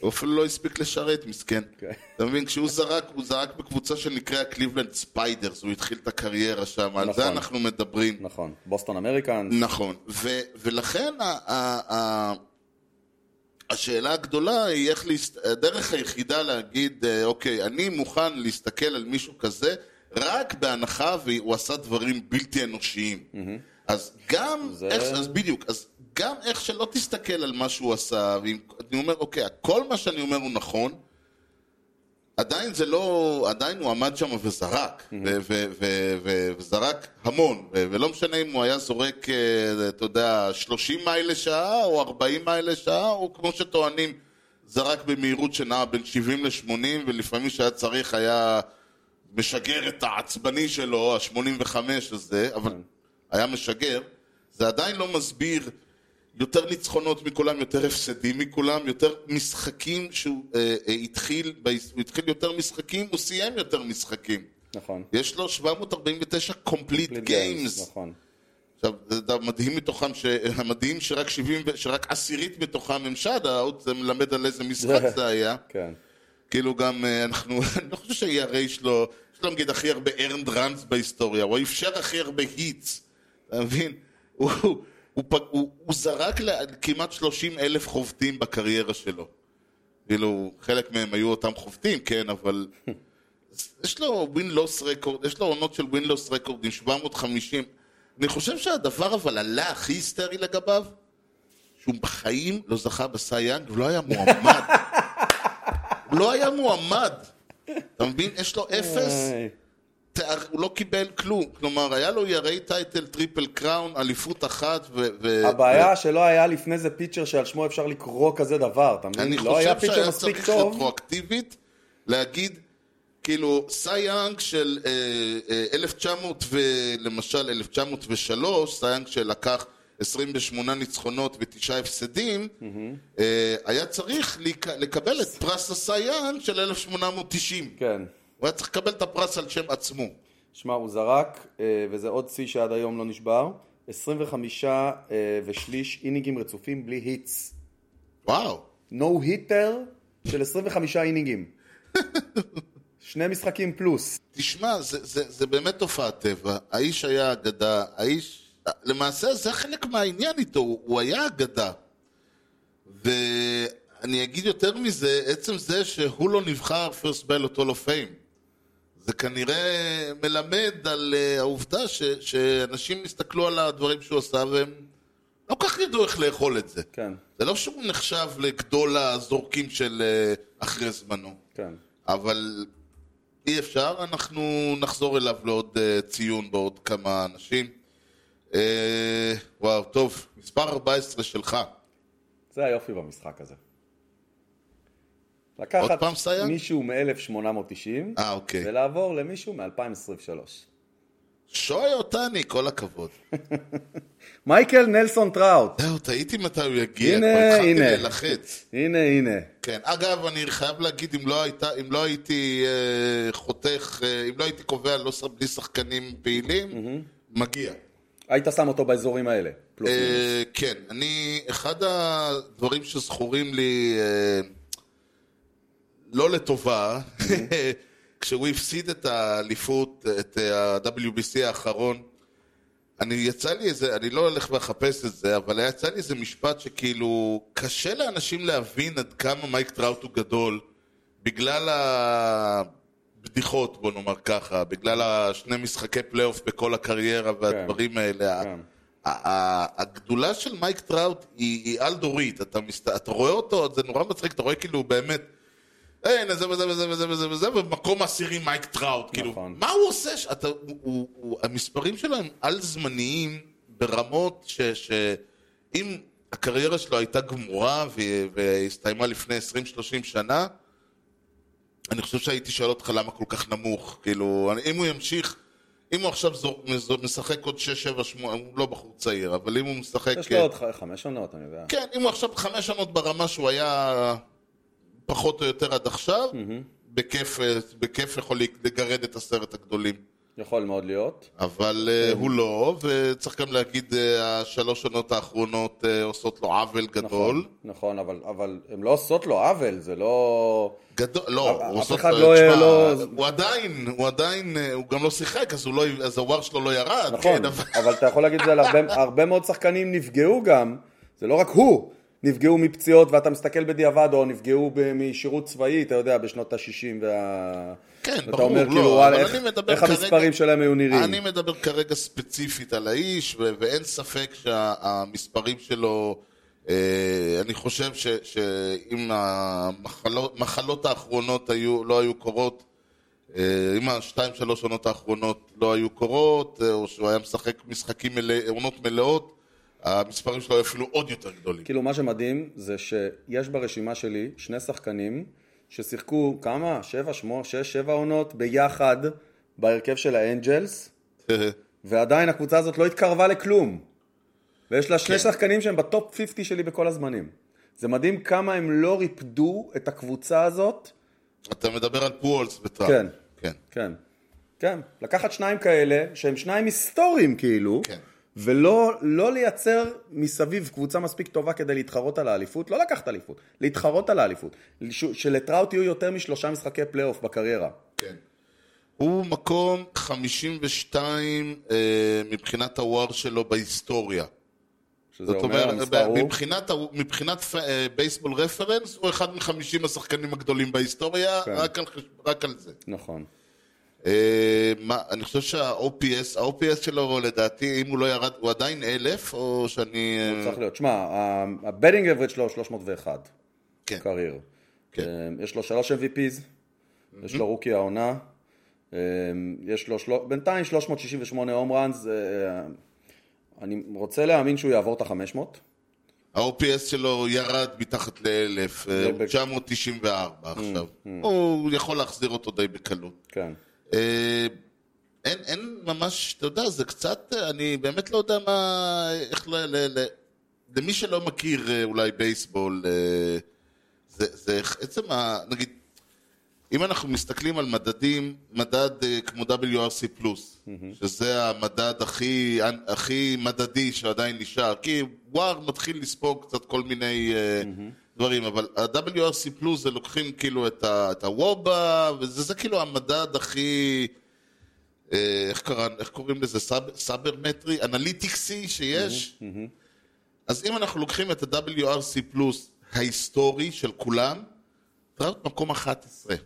Speaker 1: הוא אפילו לא הספיק לשרת, מסכן.
Speaker 2: כן.
Speaker 1: אתה מבין, כשהוא זרק, הוא זרק בקבוצה שנקראה קליבלנד ספיידרס, הוא התחיל את הקריירה שם, על זה
Speaker 2: נכון.
Speaker 1: אנחנו מדברים.
Speaker 2: נכון. בוסטון אמריקאנס.
Speaker 1: נכון, ו- ולכן ה- ה- ה- השאלה הגדולה היא איך להסת... הדרך היחידה להגיד, אה, אוקיי, אני מוכן להסתכל על מישהו כזה רק בהנחה והוא עשה דברים בלתי אנושיים. אז גם,
Speaker 2: זה-
Speaker 1: זה... איך, אז בדיוק, אז גם איך שלא תסתכל על מה שהוא עשה, ואם, אני אומר, אוקיי, כל מה שאני אומר הוא נכון, עדיין זה לא, עדיין הוא עמד שם וזרק, ו- ו- ו- ו- וזרק המון, ו- ולא משנה אם הוא היה זורק, אה, אתה יודע, 30 מייל לשעה או 40 מייל לשעה, או כמו שטוענים, זרק במהירות שנעה בין 70 ל-80, ולפעמים שהיה צריך היה משגר את העצבני שלו, ה-85 הזה, אבל היה משגר, זה עדיין לא מסביר יותר ניצחונות מכולם, יותר הפסדים מכולם, יותר משחקים שהוא אה, אה, התחיל, ב- הוא התחיל יותר משחקים, הוא סיים יותר משחקים.
Speaker 2: נכון.
Speaker 1: יש לו 749 complete
Speaker 2: פליט
Speaker 1: games,
Speaker 2: נכון.
Speaker 1: אתה, אתה מדהים מתוכם, ש... המדהים שרק, 70, ו- שרק עשירית מתוכם הם שאט-אאוט, זה מלמד על איזה *laughs* משחק זה היה.
Speaker 2: כן.
Speaker 1: כאילו גם אה, אנחנו, *laughs* אני לא חושב שה-ERA שלו, יש לו נגיד הכי הרבה earned runs בהיסטוריה, הוא אפשר הכי הרבה היטס, אתה מבין? הוא, הוא, הוא, פג- הוא, הוא זרק לכמעט 30 אלף חובטים בקריירה שלו. כאילו, חלק מהם היו אותם חובטים, כן, אבל... יש לו win-loss רקורד, יש לו עונות של win-loss רקורד עם 750. אני חושב שהדבר אבל עלה הכי היסטרי לגביו, שהוא בחיים לא זכה בסייאנג, הוא לא היה מועמד. הוא לא היה מועמד. אתה מבין? יש לו אפס,
Speaker 2: איי.
Speaker 1: תאר- הוא לא קיבל כלום. כלומר, היה לו ירי טייטל, טריפל קראון, אליפות אחת ו... ו-
Speaker 2: הבעיה שלא היה לפני זה פיצ'ר שעל שמו אפשר לקרוא כזה דבר, אתה מבין?
Speaker 1: אני
Speaker 2: לא היה
Speaker 1: חושב
Speaker 2: פיצ'ר
Speaker 1: שהיה
Speaker 2: מספיק
Speaker 1: צריך
Speaker 2: טוב.
Speaker 1: רטרואקטיבית להגיד, כאילו, סייאנג של אה, אה, 1900 ו... למשל 1903, סייאנג שלקח 28 ניצחונות ותשעה הפסדים, אה, היה צריך לק- לקבל את פרס הסייאנג של 1890.
Speaker 2: כן.
Speaker 1: הוא היה צריך לקבל את הפרס על שם עצמו.
Speaker 2: שמע, הוא זרק, אה, וזה עוד שיא שעד היום לא נשבר, 25 אה, ושליש אינינגים רצופים בלי היטס.
Speaker 1: וואו.
Speaker 2: נו היטר של 25 אינינגים.
Speaker 1: *laughs*
Speaker 2: שני משחקים פלוס.
Speaker 1: תשמע, זה, זה, זה באמת תופעת טבע. האיש היה אגדה, האיש... למעשה זה חלק מהעניין איתו, הוא הוא היה אגדה. ואני אגיד יותר מזה, עצם זה שהוא לא נבחר first ballot hall of fame. זה כנראה מלמד על אה, העובדה ש, שאנשים הסתכלו על הדברים שהוא עשה והם לא כך ידעו איך לאכול את זה.
Speaker 2: כן,
Speaker 1: זה לא שהוא נחשב לגדול הזורקים של אה, אחרי זמנו.
Speaker 2: כן.
Speaker 1: אבל אי אפשר, אנחנו נחזור אליו לעוד אה, ציון בעוד כמה אנשים. אה, וואו, טוב, מספר 14 שלך.
Speaker 2: זה היופי במשחק הזה. לקחת
Speaker 1: עוד פעם סייג?
Speaker 2: מישהו מ-1890
Speaker 1: אה, אוקיי.
Speaker 2: ולעבור למישהו מ-2023.
Speaker 1: שוי אותני, כל הכבוד.
Speaker 2: מייקל נלסון טראוט.
Speaker 1: זהו, תהיתי מתי הוא יגיע,
Speaker 2: הנה,
Speaker 1: כבר התחלתי
Speaker 2: הנה.
Speaker 1: להילחץ.
Speaker 2: הנה, הנה.
Speaker 1: כן, אגב, אני חייב להגיד, אם לא, הייתה, אם לא הייתי אה, חותך, אה, אם לא הייתי קובע לא, ש- בלי שחקנים פעילים, מגיע.
Speaker 2: היית שם אותו באזורים האלה. פלוס מינוס.
Speaker 1: אה, כן, אני, אחד הדברים שזכורים לי אה, לא לטובה, *laughs* כשהוא הפסיד את האליפות, את אה, ה-WBC האחרון, אני יצא לי איזה, אני לא הולך ואחפש את זה, אבל היה יצא לי איזה משפט שכאילו, קשה לאנשים להבין עד כמה מייק טראוט הוא גדול, בגלל הבדיחות, בוא נאמר ככה, בגלל השני משחקי פלייאוף בכל הקריירה והדברים האלה.
Speaker 2: כן.
Speaker 1: ה- ה- הגדולה של מייק טראוט היא, היא על-דורית, אתה, מסת... אתה רואה אותו, זה נורא מצחיק, אתה רואה כאילו באמת, אין, זה וזה וזה וזה וזה וזה, ובמקום העשירי מייק טראוט, כאילו,
Speaker 2: נכון.
Speaker 1: מה הוא עושה? ש- אתה, הוא, הוא, הוא, המספרים שלו הם על-זמניים ברמות ש... ש... אם הקריירה שלו הייתה גמורה ו... והסתיימה לפני 20-30 שנה, אני חושב שהייתי שואל אותך למה כל כך נמוך, כאילו, אני- אם הוא ימשיך, אם הוא עכשיו זור, מזור, משחק עוד 6-7-8, הוא לא בחור צעיר, אבל אם הוא משחק...
Speaker 2: יש לו עוד ח- חמש עונות, אני יודע.
Speaker 1: כן, אם הוא עכשיו חמש שנות ברמה שהוא היה פחות או יותר עד עכשיו, בכיף, אה, בכיף יכול לגרד את עשרת הגדולים.
Speaker 2: יכול מאוד להיות.
Speaker 1: אבל אה,
Speaker 2: כן.
Speaker 1: הוא לא, וצריך גם להגיד, אה, השלוש שנות האחרונות אה, עושות לו עוול גדול.
Speaker 2: נכון, נכון, אבל- אבל הן לא עושות לו עוול, זה לא...
Speaker 1: גדול, לא,
Speaker 2: אף
Speaker 1: הוא עושה...
Speaker 2: אחד לא-
Speaker 1: תשמע,
Speaker 2: לא-
Speaker 1: הוא עדיין, הוא עדיין, אה, הוא גם לא שיחק, אז הוא לא, אז הוואר שלו לא ירד.
Speaker 2: נכון,
Speaker 1: כן, אבל...
Speaker 2: אבל אתה יכול להגיד את זה
Speaker 1: *laughs*
Speaker 2: על הרבה, הרבה מאוד שחקנים נפגעו גם, זה לא רק הוא, נפגעו מפציעות ואתה מסתכל בדיעבד, או נפגעו ב- משירות צבאי, אתה יודע, בשנות ה-60 וה...
Speaker 1: כן,
Speaker 2: ואתה
Speaker 1: ברור,
Speaker 2: אומר,
Speaker 1: לא,
Speaker 2: כאילו,
Speaker 1: אבל
Speaker 2: וואלה,
Speaker 1: אני
Speaker 2: איך,
Speaker 1: מדבר
Speaker 2: איך
Speaker 1: כרגע-
Speaker 2: המספרים שלהם היו נראים.
Speaker 1: אני מדבר כרגע ספציפית על האיש, ו- ואין ספק שהמספרים שלו, אה, אני חושב ש- שאם המחלות מחלות האחרונות היו, לא היו קורות, אה, אם השתיים שלוש עונות האחרונות לא היו קורות, אה, או שהוא היה משחק משחקים מלא, עונות מלאות, המספרים שלו היו אפילו עוד יותר גדולים.
Speaker 2: כאילו, מה שמדהים זה שיש ברשימה שלי שני שחקנים ששיחקו כמה? שבע, שמונה, שש, שבע עונות ביחד בהרכב של האנג'לס, כן. ועדיין הקבוצה הזאת לא התקרבה לכלום. ויש לה שני כן. שחקנים שהם בטופ 50 שלי בכל הזמנים. זה מדהים כמה הם לא ריפדו את הקבוצה הזאת.
Speaker 1: אתה מדבר על פולס וטראמפ.
Speaker 2: כן.
Speaker 1: כן.
Speaker 2: כן. כן. לקחת שניים כאלה, שהם שניים היסטוריים כאילו,
Speaker 1: כן.
Speaker 2: ולא לא לייצר מסביב קבוצה מספיק טובה כדי להתחרות על האליפות, לא לקחת אליפות, להתחרות על האליפות. ש- שלטראוט יהיו יותר משלושה משחקי פלייאוף בקריירה.
Speaker 1: כן. הוא מקום 52 אה, מבחינת הוואר שלו בהיסטוריה.
Speaker 2: שזה
Speaker 1: זאת
Speaker 2: אומר,
Speaker 1: אומרת,
Speaker 2: המספר הוא...
Speaker 1: מבחינת, ה- מבחינת פ- אה, בייסבול רפרנס, הוא אחד מחמישים השחקנים הגדולים בהיסטוריה,
Speaker 2: כן.
Speaker 1: רק, על, חש- רק על זה.
Speaker 2: נכון.
Speaker 1: אה, מה, אני חושב שה-OPS, ה-OPS שלו לדעתי, אם הוא לא ירד, הוא עדיין אלף, או שאני... אה,
Speaker 2: צריך להיות. שמע, הבטינג אברד שלו הוא 301
Speaker 1: כן.
Speaker 2: קרייר.
Speaker 1: כן.
Speaker 2: אה, יש לו שלוש MVPs, יש לו רוקי העונה, אה, יש לו של... בינתיים 368 הום ראנס, אה, אמ, אני רוצה להאמין שהוא יעבור את ה-500.
Speaker 1: ה-OPS שלו ירד מתחת ל-1000,
Speaker 2: זה
Speaker 1: אה,
Speaker 2: ב-
Speaker 1: 994 עכשיו. הוא יכול להחזיר אותו די בקלות.
Speaker 2: כן.
Speaker 1: אה, אין, אין ממש, אתה יודע, זה קצת, אה, אני באמת לא יודע מה, איך ל... ל, ל למי שלא מכיר אה, אולי בייסבול, אה, זה, זה איך- עצם ה... נגיד, אם אנחנו מסתכלים על מדדים, מדד אה, כמו WRC פלוס, שזה המדד הכי, הכי מדדי שעדיין נשאר, כי וואר מתחיל לספוג קצת כל מיני אה, דברים, אבל ה-WRC פלוס זה לוקחים כאילו את ה- את הוובה, וזה זה כאילו המדד הכי... אה, איך, קרא, איך קוראים לזה? סאב, סאברמטרי? אנליטיקסי שיש? אז אם אנחנו לוקחים את ה-WRC פלוס ההיסטורי של כולם, טראוט מקום 11.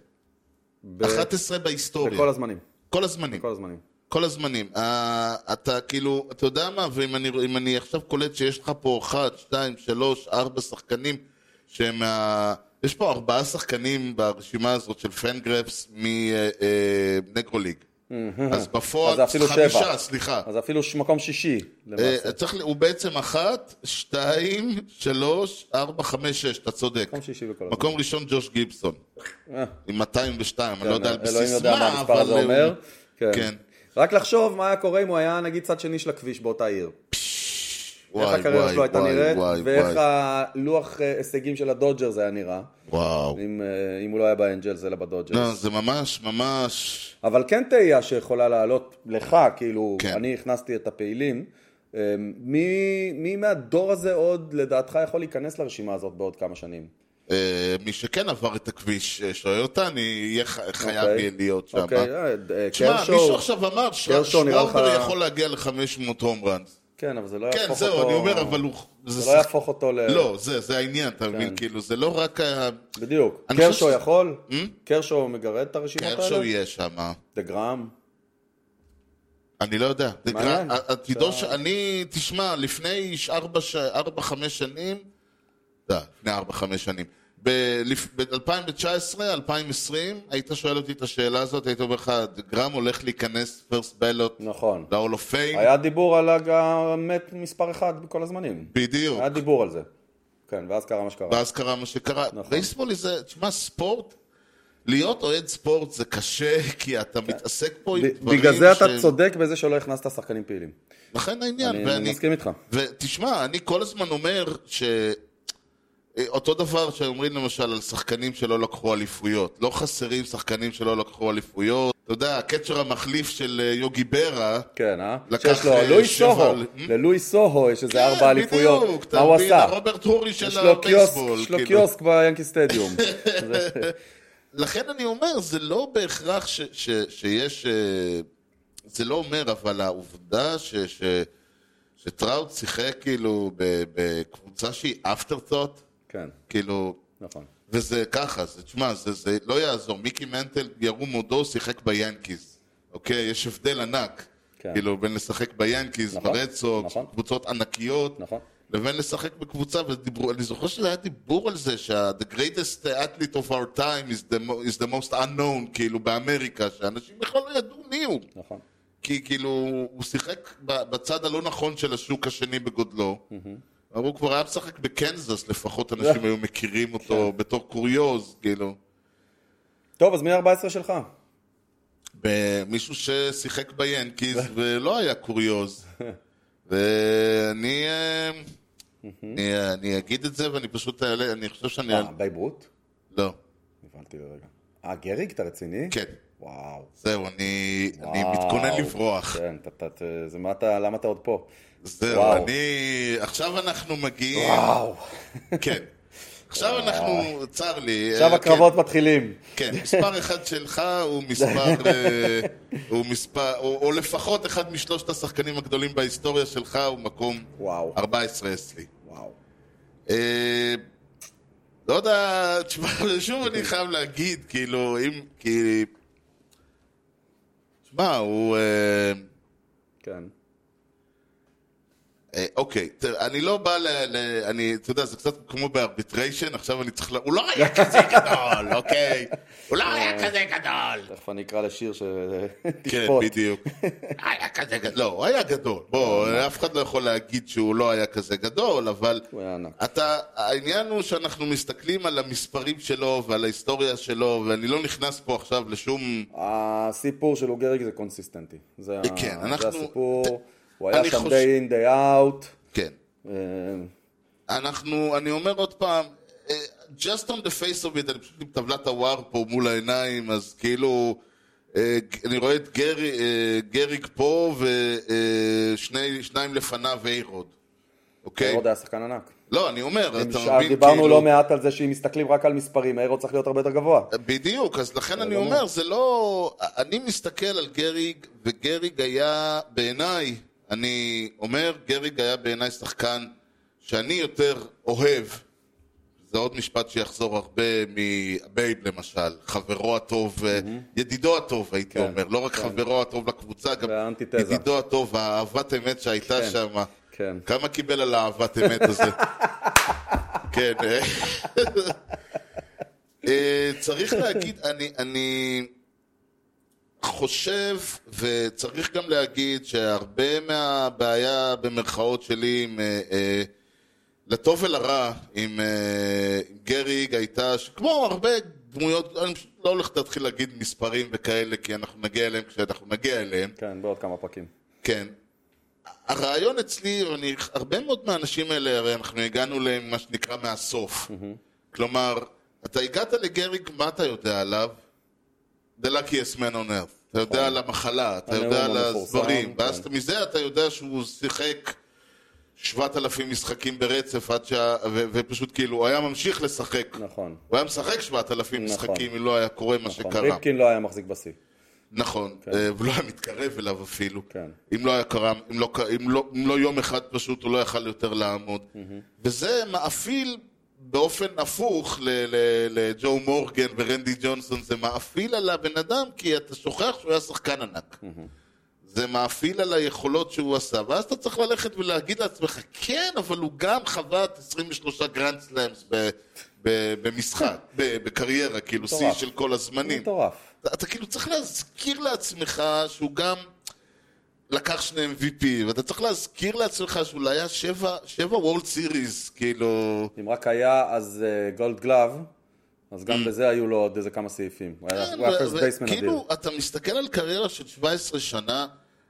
Speaker 2: ב-
Speaker 1: 11 בהיסטוריה.
Speaker 2: בכל הזמנים.
Speaker 1: כל הזמנים.
Speaker 2: כל הזמנים.
Speaker 1: כל הזמנים. אה, אתה כאילו, אתה יודע מה, ואם אני, אם אני עכשיו קולט שיש לך פה 1, 2, 3, 4 שחקנים שהם מה... יש פה ארבעה שחקנים ברשימה הזאת של פנגרפס אה, מנגרוליג. אז בפועל,
Speaker 2: אז זה אפילו
Speaker 1: חמישה,
Speaker 2: שבע.
Speaker 1: סליחה.
Speaker 2: אז אפילו ש- מקום שישי, למעשה.
Speaker 1: אה, צריך, ל- הוא בעצם אחת, שתיים, שלוש, ארבע, חמש, שש, אתה צודק.
Speaker 2: מקום שישי בכל הזמנים.
Speaker 1: מקום ראשון ג'וש גיבסון,
Speaker 2: אה, כן,
Speaker 1: עם 202, אני לא יודע על
Speaker 2: אלוהים
Speaker 1: בסיס
Speaker 2: יודע מה
Speaker 1: מה,
Speaker 2: המספר הזה
Speaker 1: אבל...
Speaker 2: אומר.
Speaker 1: הוא-
Speaker 2: כן.
Speaker 1: כן.
Speaker 2: רק לחשוב מה היה קורה אם הוא היה נגיד צד שני של הכביש באותה עיר. איך
Speaker 1: וואי,
Speaker 2: הקריירה
Speaker 1: וואי,
Speaker 2: שלו הייתה
Speaker 1: וואי,
Speaker 2: נראית,
Speaker 1: וואי,
Speaker 2: ואיך
Speaker 1: וואי.
Speaker 2: הלוח אה, הישגים של הדודג'רס היה נראה,
Speaker 1: וואו.
Speaker 2: אם, אה, אם הוא לא היה באנג'לס אלא בדודג'רס.
Speaker 1: לא, זה ממש, ממש...
Speaker 2: אבל כן תהייה שיכולה לעלות לך, כאילו,
Speaker 1: כן.
Speaker 2: אני הכנסתי את הפעילים. אה, מי, מי מהדור הזה עוד לדעתך יכול להיכנס לרשימה הזאת בעוד כמה שנים?
Speaker 1: אה, מי שכן עבר את הכביש אה, שואל אותה, אני אהיה ח- חייב
Speaker 2: אוקיי.
Speaker 1: להיות שם.
Speaker 2: אוקיי, אה, אה,
Speaker 1: תשמע,
Speaker 2: קרשו,
Speaker 1: מישהו עכשיו אמר ש-
Speaker 2: קרשו נראה לך-
Speaker 1: שווארדר יכול להגיע ל-500 הום ראנס.
Speaker 2: כן, אבל זה לא
Speaker 1: כן,
Speaker 2: יהפוך אותו...
Speaker 1: זהו, אני אומר, אבל הוא...
Speaker 2: זה לא יהפוך כן. אותו ל...
Speaker 1: לא, זה זה העניין, אתה מבין? כאילו, זה לא רק ה...
Speaker 2: בדיוק.
Speaker 1: אני חושב Hmm?
Speaker 2: קרשו
Speaker 1: שזה-
Speaker 2: יכול? קרשו מגרד את הרשימות האלה?
Speaker 1: קרשו יהיה שם.
Speaker 2: דה גראם?
Speaker 1: אני לא יודע. זה
Speaker 2: מעניין.
Speaker 1: גרם- עתידו ש... אני, תשמע, לפני ש- ארבע, ש- ארבע, חמש שנים, לא, לפני ארבע, חמש שנים, ב-2019, 2020, היית שואל אותי את השאלה הזאת, הייתי אומר לך, גרם הולך להיכנס פרסט בלוט
Speaker 2: נכון.
Speaker 1: ל-all of fame,
Speaker 2: היה דיבור על הג- המת מספר אחד בכל הזמנים.
Speaker 1: בדיוק.
Speaker 2: היה דיבור על זה. כן, ואז קרה מה שקרה.
Speaker 1: ואז קרה מה שקרה.
Speaker 2: נכון.
Speaker 1: בייסבול זה, תשמע, ספורט, להיות אוהד ספורט זה קשה, *laughs* כי אתה מתעסק פה עם
Speaker 2: כן. ב-
Speaker 1: דברים
Speaker 2: בגלל זה אתה
Speaker 1: ש-
Speaker 2: צודק בזה שלא הכנסת שחקנים פעילים.
Speaker 1: לכן העניין,
Speaker 2: אני-
Speaker 1: ואני...
Speaker 2: אני מסכים איתך.
Speaker 1: ותשמע, אני כל הזמן אומר ש... אה, אותו דבר שאומרים למשל על שחקנים שלא לקחו אליפויות. לא חסרים שחקנים שלא לקחו אליפויות. אתה יודע, הקצ'ר המחליף של אה, יוגי ברה,
Speaker 2: כן, אה?
Speaker 1: לקח,
Speaker 2: שיש לו
Speaker 1: אה,
Speaker 2: לואי
Speaker 1: שבע
Speaker 2: סוהו.
Speaker 1: ל- Hmm?
Speaker 2: ללואי סוהו יש איזה
Speaker 1: כן,
Speaker 2: ארבע אליפויות.
Speaker 1: בדיוק,
Speaker 2: מה
Speaker 1: אתה
Speaker 2: הוא
Speaker 1: מבין?
Speaker 2: עשה?
Speaker 1: הרוברט הורי של
Speaker 2: יש לו קיוסק,
Speaker 1: הבייסבול.
Speaker 2: יש לו
Speaker 1: כאילו.
Speaker 2: קיוסק ביאנקי
Speaker 1: *laughs*
Speaker 2: סטדיום.
Speaker 1: לכן אני אומר, זה לא בהכרח ש, ש, שיש... אה, זה לא אומר, אבל העובדה ש, ש, שטראוט שיחק כאילו ב- בקבוצה שהיא אפטרטוט,
Speaker 2: כן,
Speaker 1: כאילו...
Speaker 2: נכון.
Speaker 1: וזה ככה, זה, תשמע, זה, זה לא יעזור. מיקי מנטל, ירום הודו, שיחק ביאנקיז. אוקיי? יש הבדל ענק.
Speaker 2: כן.
Speaker 1: כן. כאילו, בין לשחק ביאנקיז,
Speaker 2: נכון,
Speaker 1: נכון, ברד סוקס,
Speaker 2: נכון.
Speaker 1: נכון. קבוצות ענקיות,
Speaker 2: נכון.
Speaker 1: לבין לשחק בקבוצה, ודיברו, אני זוכר שזה היה דיבור על זה, שה-the greatest athlete of our time is the, mo- is the most unknown, כאילו, באמריקה, שאנשים בכלל לא ידעו מי הוא.
Speaker 2: נכון.
Speaker 1: כי כאילו, הוא שיחק ב- בצד הלא נכון של השוק השני בגודלו. אבל הוא כבר היה משחק בקנזס, לפחות אנשים היו מכירים
Speaker 2: כן.
Speaker 1: אותו בתור קוריוז, כאילו.
Speaker 2: טוב, אז מי 14 שלך?
Speaker 1: מישהו ששיחק
Speaker 2: *laughs*
Speaker 1: ביאנקיז ולא היה קוריוז. ואני אה, אני, אה, אני אגיד את זה ואני פשוט אעלה, אני חושב שאני...
Speaker 2: אה, בייב רות?
Speaker 1: לא,
Speaker 2: הבנתי לרגע. אה, גריג, אתה רציני?
Speaker 1: כן.
Speaker 2: וואו.
Speaker 1: זהו, אני, אני
Speaker 2: וואו.
Speaker 1: מתכונן לברוח.
Speaker 2: כן, אתה- אתה- זה מה אתה, למה אתה עוד פה?
Speaker 1: זהו,
Speaker 2: וואו.
Speaker 1: אני... עכשיו אנחנו מגיעים...
Speaker 2: וואו.
Speaker 1: כן. עכשיו אנחנו, צר לי.
Speaker 2: עכשיו
Speaker 1: אה,
Speaker 2: הקרבות מתחילים.
Speaker 1: כן, כן, מספר אחד שלך הוא מספר... אה, הוא מספר... או או לפחות אחד משלושת השחקנים הגדולים בהיסטוריה שלך הוא מקום
Speaker 2: וואו.
Speaker 1: 14 אצלי.
Speaker 2: וואו.
Speaker 1: אה, לא יודע, תשמע, שוב אני חייב להגיד, כאילו, אם, כי... תשמע, הוא... אה,
Speaker 2: כן.
Speaker 1: אה, אוקיי, תראה, אני לא בא ל... ל- אני, אתה יודע, זה קצת כמו בארביטריישן, עכשיו אני צריך ל... הוא לא היה כזה
Speaker 2: *laughs*
Speaker 1: גדול, אוקיי? הוא לא היה כזה גדול!
Speaker 2: תכף אני אקרא לשיר ש...
Speaker 1: *laughs* כן,
Speaker 2: תשפוט.
Speaker 1: בדיוק. היה כזה גדול. לא, הוא היה גדול. בוא, אף אחד לא יכול להגיד שהוא לא היה כזה גדול, אבל...
Speaker 2: הוא היה ענק.
Speaker 1: אתה, העניין הוא שאנחנו מסתכלים על המספרים שלו ועל ההיסטוריה שלו, ואני לא נכנס פה עכשיו לשום...
Speaker 2: הסיפור של אוגריק זה קונסיסטנטי. זה ה-
Speaker 1: כן,
Speaker 2: זה
Speaker 1: אנחנו-
Speaker 2: הסיפור.
Speaker 1: ת-
Speaker 2: הוא היה
Speaker 1: אני
Speaker 2: שם
Speaker 1: חושב-
Speaker 2: day in, day out.
Speaker 1: כן.
Speaker 2: אה,
Speaker 1: אנחנו, אני אומר עוד פעם, אה, just on the face of it, אני פשוט עם טבלת הוואר פה מול העיניים, אז כאילו, אה, ג- אני רואה את גרי, אה, גריק פה ושניים לפניו איירוד, אוקיי?
Speaker 2: איירוד היה שחקן ענק.
Speaker 1: לא, אני אומר, אתה
Speaker 2: עכשיו
Speaker 1: מבין,
Speaker 2: דיברנו
Speaker 1: כאילו-
Speaker 2: לא מעט על זה שאם מסתכלים רק על מספרים, האירו צריך להיות הרבה יותר גבוה.
Speaker 1: בדיוק, אז לכן אני
Speaker 2: גמור.
Speaker 1: אומר, זה לא... אני מסתכל על גריג, וגריג היה בעיניי, אני אומר, גריג היה בעיניי שחקן שאני יותר אוהב. זה עוד משפט שיחזור הרבה מבייב למשל, חברו הטוב, אה, ידידו הטוב הייתי
Speaker 2: כן,
Speaker 1: אומר, לא רק חברו הטוב לקבוצה, גם
Speaker 2: והאנטיתזה.
Speaker 1: ידידו הטוב, האהבת אמת שהייתה
Speaker 2: כן,
Speaker 1: שם.
Speaker 2: כן.
Speaker 1: כמה קיבל על האהבת אמת
Speaker 2: *laughs*
Speaker 1: הזה? כן. אה. אה, צריך להגיד, אני, אני חושב, וצריך גם להגיד שהרבה מהבעיה במרכאות שלי עם... אה, אה, לטוב ולרע עם, אה, עם גריג הייתה, ש- כמו הרבה דמויות, אני פשוט לא הולך להתחיל להגיד מספרים וכאלה, כי אנחנו נגיע אליהם כשאנחנו נגיע אליהם.
Speaker 2: כן, בעוד כמה פרקים.
Speaker 1: כן. הרעיון אצלי, אני, הרבה מאוד מהאנשים האלה, הרי אנחנו הגענו למה שנקרא מהסוף. כלומר, אתה הגעת לגריג, מה אתה יודע עליו? The luckiest man on earth. אתה יודע על המחלה, אתה
Speaker 2: נכון. הנאום
Speaker 1: יודע על
Speaker 2: המפורסם,
Speaker 1: הדברים, ואז
Speaker 2: כן.
Speaker 1: אתה- מזה אתה יודע שהוא שיחק 7,000 משחקים ברצף עד שה... ו- ופשוט כאילו, הוא היה ממשיך לשחק.
Speaker 2: נכון.
Speaker 1: הוא היה משחק 7,000
Speaker 2: נכון.
Speaker 1: משחקים אם לא היה קורה מה
Speaker 2: נכון.
Speaker 1: שקרה.
Speaker 2: ריפקין לא היה מחזיק בשיא.
Speaker 1: נכון, אה, הוא לא היה מתקרב אליו אפילו.
Speaker 2: כן.
Speaker 1: אם לא היה קרם, אם לא, ק- אם לא, אם לא יום אחד פשוט הוא לא יכל יותר לעמוד. וזה מאפיל באופן הפוך ל- ל- לג'ו מורגן ורנדי ג'ונסון, זה מאפיל על הבן אדם כי אתה שוכח שהוא היה שחקן ענק. זה מאפיל על היכולות שהוא עשה, ואז אתה צריך ללכת ולהגיד לעצמך, כן, אבל הוא גם חבט 23 גרנד סלאמס ב- ב- במשחק, ב- בקריירה, כאילו שיא
Speaker 2: מטורף.
Speaker 1: של כל הזמנים.
Speaker 2: מטורף.
Speaker 1: אתה- אתה כאילו צריך להזכיר לעצמך שהוא גם לקח שני MVP, ואתה צריך להזכיר לעצמך שאולי היה שבע, שבע וולד סיריס, כאילו...
Speaker 2: אם רק היה אז אה, גולד גלאב, אז גם בזה היו לו עוד איזה כמה סעיפים. הוא היה- הוא היה
Speaker 1: Mm. כן, ו-
Speaker 2: פרסט
Speaker 1: ו-
Speaker 2: בייסמן אדיר.
Speaker 1: כאילו, אתה מסתכל על קריירה של 17 שנה,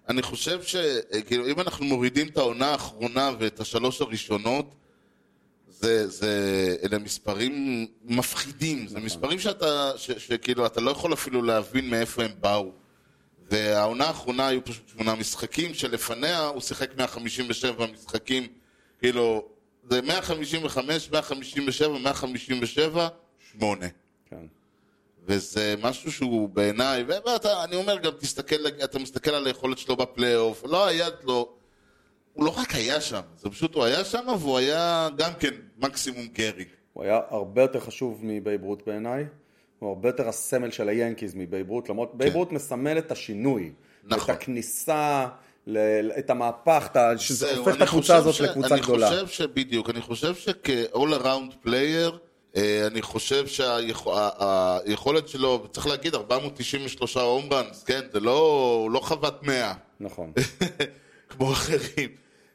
Speaker 1: אני חושב שכאילו, אם אנחנו מורידים את העונה האחרונה ואת השלוש הראשונות, זה, זה, אלה מספרים מפחידים, זה מספרים שאתה, ש, שכאילו, אתה לא יכול אפילו להבין מאיפה הם באו. והעונה האחרונה היו פשוט שמונה משחקים, שלפניה הוא שיחק 157 משחקים, כאילו, זה 155, 157, 157, שמונה.
Speaker 2: כן.
Speaker 1: וזה משהו שהוא בעיניי, ו- ואתה, אני אומר גם, תסתכל, אתה מסתכל על היכולת שלו בפלייאוף, לא היה לו, הוא לא רק היה שם, זה פשוט הוא היה שם והוא היה גם כן מקסימום גרי.
Speaker 2: הוא היה הרבה יותר חשוב מבייב רות בעיניי. הוא הרבה יותר הסמל של היאנקיז מבייב רות, למרות בייב רות מסמל את השינוי.
Speaker 1: כן. נכון.
Speaker 2: את הכניסה, ל- את המהפך, את ה- שזה
Speaker 1: זהו,
Speaker 2: הופך את
Speaker 1: אני
Speaker 2: הקבוצה
Speaker 1: חושב
Speaker 2: הזאת
Speaker 1: ש-
Speaker 2: לקבוצה גדולה.
Speaker 1: אני חושב שבדיוק, אני חושב שכ-all around player, אה, אני חושב שהיכולת שלו, צריך להגיד 493 home runs, כן, זה לא, הוא לא חוות 100.
Speaker 2: נכון.
Speaker 1: כמו אחרים.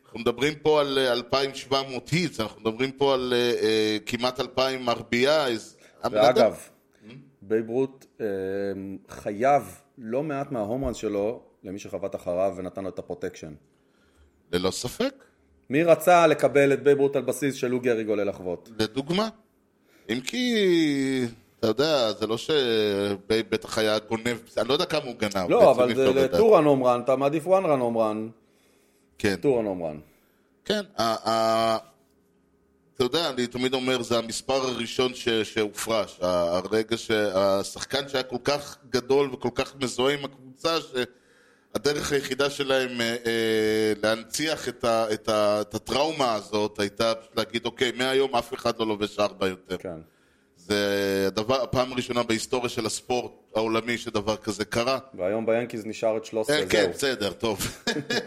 Speaker 1: אנחנו מדברים פה על אה, 2,700 היטס, אנחנו מדברים פה על אה, אה, כמעט 2,000 RBIs. הבן אדם-
Speaker 2: ואגב,
Speaker 1: Mm.
Speaker 2: בייב רות אה, חייב לא מעט מההומרנס שלו למי שחבט אחריו ונתן לו את הפרוטקשן.
Speaker 1: ללא ספק,
Speaker 2: מי רצה לקבל את בייב רות על בסיס שלו גריג עולה לחוות?
Speaker 1: לדוגמה. אם כי, אתה יודע, זה לא שבייב בטח היה גונב, אני לא יודע כמה הוא גנב.
Speaker 2: לא,
Speaker 1: בעצם
Speaker 2: אבל
Speaker 1: אי אפשר
Speaker 2: זה
Speaker 1: לדעת.
Speaker 2: לטורן הומרן, אתה מעדיף וואן רן הומרן.
Speaker 1: כן.
Speaker 2: טורן עומרן.
Speaker 1: כן, ה- ה- אתה יודע, אני תמיד אומר, זה המספר הראשון ש- שהופרש. ה- הרגע שהשחקן שהיה כל כך גדול וכל כך מזוהה עם הקבוצה, שהדרך היחידה שלהם אה, אה, להנציח את, ה- את, ה- את הטראומה הזאת הייתה להגיד, אוקיי, מהיום אף אחד לא לובש ארבע יותר.
Speaker 2: כן.
Speaker 1: זה הדבר, הפעם הראשונה בהיסטוריה של הספורט העולמי שדבר כזה קרה.
Speaker 2: והיום ביאנקיז נשאר את 13,
Speaker 1: אה, כן,
Speaker 2: זהו.
Speaker 1: בסדר, טוב.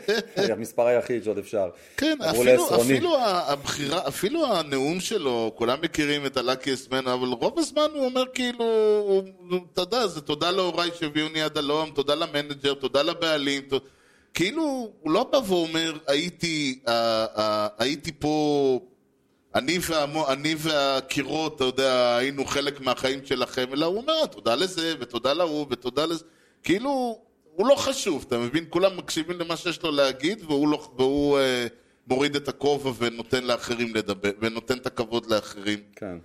Speaker 2: *laughs* המספר היחיד שעוד אפשר.
Speaker 1: כן,
Speaker 2: עברו
Speaker 1: אפילו,
Speaker 2: לעשרוני.
Speaker 1: אפילו ה- הבחירה, אפילו הנאום שלו, כולם מכירים את ה-Luckiest Man, אבל רוב הזמן הוא אומר כאילו, הוא- הוא- אתה יודע, זה תודה להוריי שהביאוני עד הלום, תודה למנג'ר, תודה לבעלים, ת... כאילו, הוא לא בא ואומר, הייתי, אה, אה, הייתי פה, אני, והמו, אני והקירות, אתה יודע, היינו חלק מהחיים שלכם, אלא הוא אומר, תודה לזה, ותודה להוא, ותודה לזה, כאילו, הוא לא חשוב, אתה מבין? כולם מקשיבים למה שיש לו להגיד, והוא, לא, והוא אה, מוריד את הכובע ונותן לאחרים לדבר, ונותן את הכבוד לאחרים.
Speaker 2: כן.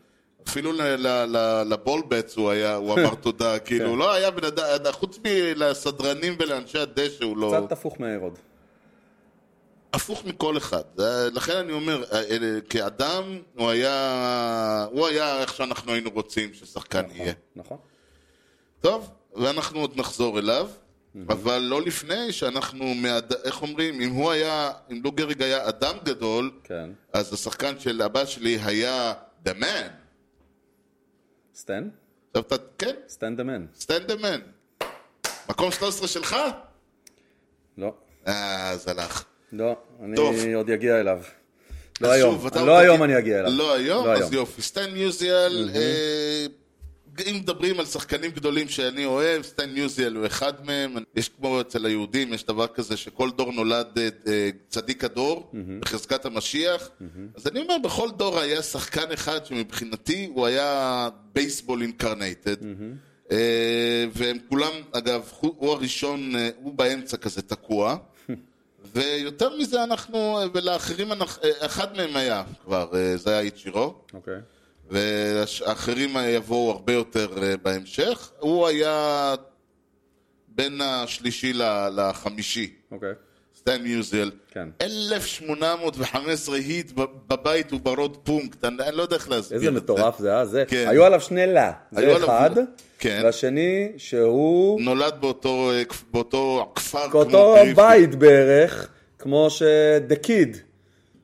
Speaker 1: אפילו ל- ל- ל- לבולבץ הוא היה, הוא אמר תודה, כאילו, הוא לא היה בן אדם, חוץ מלסדרנים ולאנשי הדשא, הוא לא...
Speaker 2: קצת הפוך מהרוד.
Speaker 1: הפוך מכל אחד. זה- לכן אני אומר, אה, אה, כאדם, הוא היה, הוא היה איך שאנחנו היינו רוצים ששחקן יהיה.
Speaker 2: נכון?
Speaker 1: טוב, ואנחנו עוד נחזור אליו, אבל לא לפני שאנחנו, מאד... איך אומרים, אם הוא היה, אם לוגריג היה אדם גדול,
Speaker 2: כן.
Speaker 1: אז השחקן של הבא שלי היה The Man.
Speaker 2: סטן?
Speaker 1: עכשיו אתה, כן,
Speaker 2: סטן דה מן.
Speaker 1: stand the man. מקום 13 שלך?
Speaker 2: לא.
Speaker 1: אה, אז הלך.
Speaker 2: לא.
Speaker 1: טוב.
Speaker 2: אני עוד אגיע אליו. לא
Speaker 1: אז
Speaker 2: היום.
Speaker 1: שוב, אתה
Speaker 2: לא
Speaker 1: עוד
Speaker 2: היום
Speaker 1: תגיד-
Speaker 2: אני אגיע אליו.
Speaker 1: לא היום?
Speaker 2: לא
Speaker 1: אז
Speaker 2: היום.
Speaker 1: יופי. סטן מיוזיאל, אה, אם מדברים על שחקנים גדולים שאני אוהב, סטן מיוזיאל הוא אחד מהם. יש כמו אצל היהודים, יש דבר כזה שכל דור נולד אה, אה, צדיק הדור, בחזקת המשיח. אז אני אומר, בכל דור היה שחקן אחד שמבחינתי הוא היה בייסבול אינקרנייטד. אה, והם כולם, אגב, הוא הוא הראשון, אה, הוא באמצע כזה תקוע. ויותר מזה אנחנו, ולאחרים, אנחנו- אחד מהם היה כבר, אה, זה היה איצ'ירו,
Speaker 2: אוקיי.
Speaker 1: והאחרים יבואו הרבה יותר אה, בהמשך. הוא היה בין השלישי ל- לחמישי,
Speaker 2: אוקיי.
Speaker 1: סטן מיוזיאל.
Speaker 2: כן.
Speaker 1: 1815 היט ב- בבית וברוד פונקט, אני אני לא יודע איך להסביר.
Speaker 2: איזה
Speaker 1: את זה.
Speaker 2: מטורף זה היה. זה.
Speaker 1: כן.
Speaker 2: היו עליו שני לה.
Speaker 1: היו
Speaker 2: זה
Speaker 1: עליו-
Speaker 2: אחד.
Speaker 1: כן.
Speaker 2: והשני, שהוא...
Speaker 1: נולד באותו, אה, כפ- באותו כפר כמו
Speaker 2: באותו
Speaker 1: גריפין.
Speaker 2: בית בערך, כמו שדה קיד.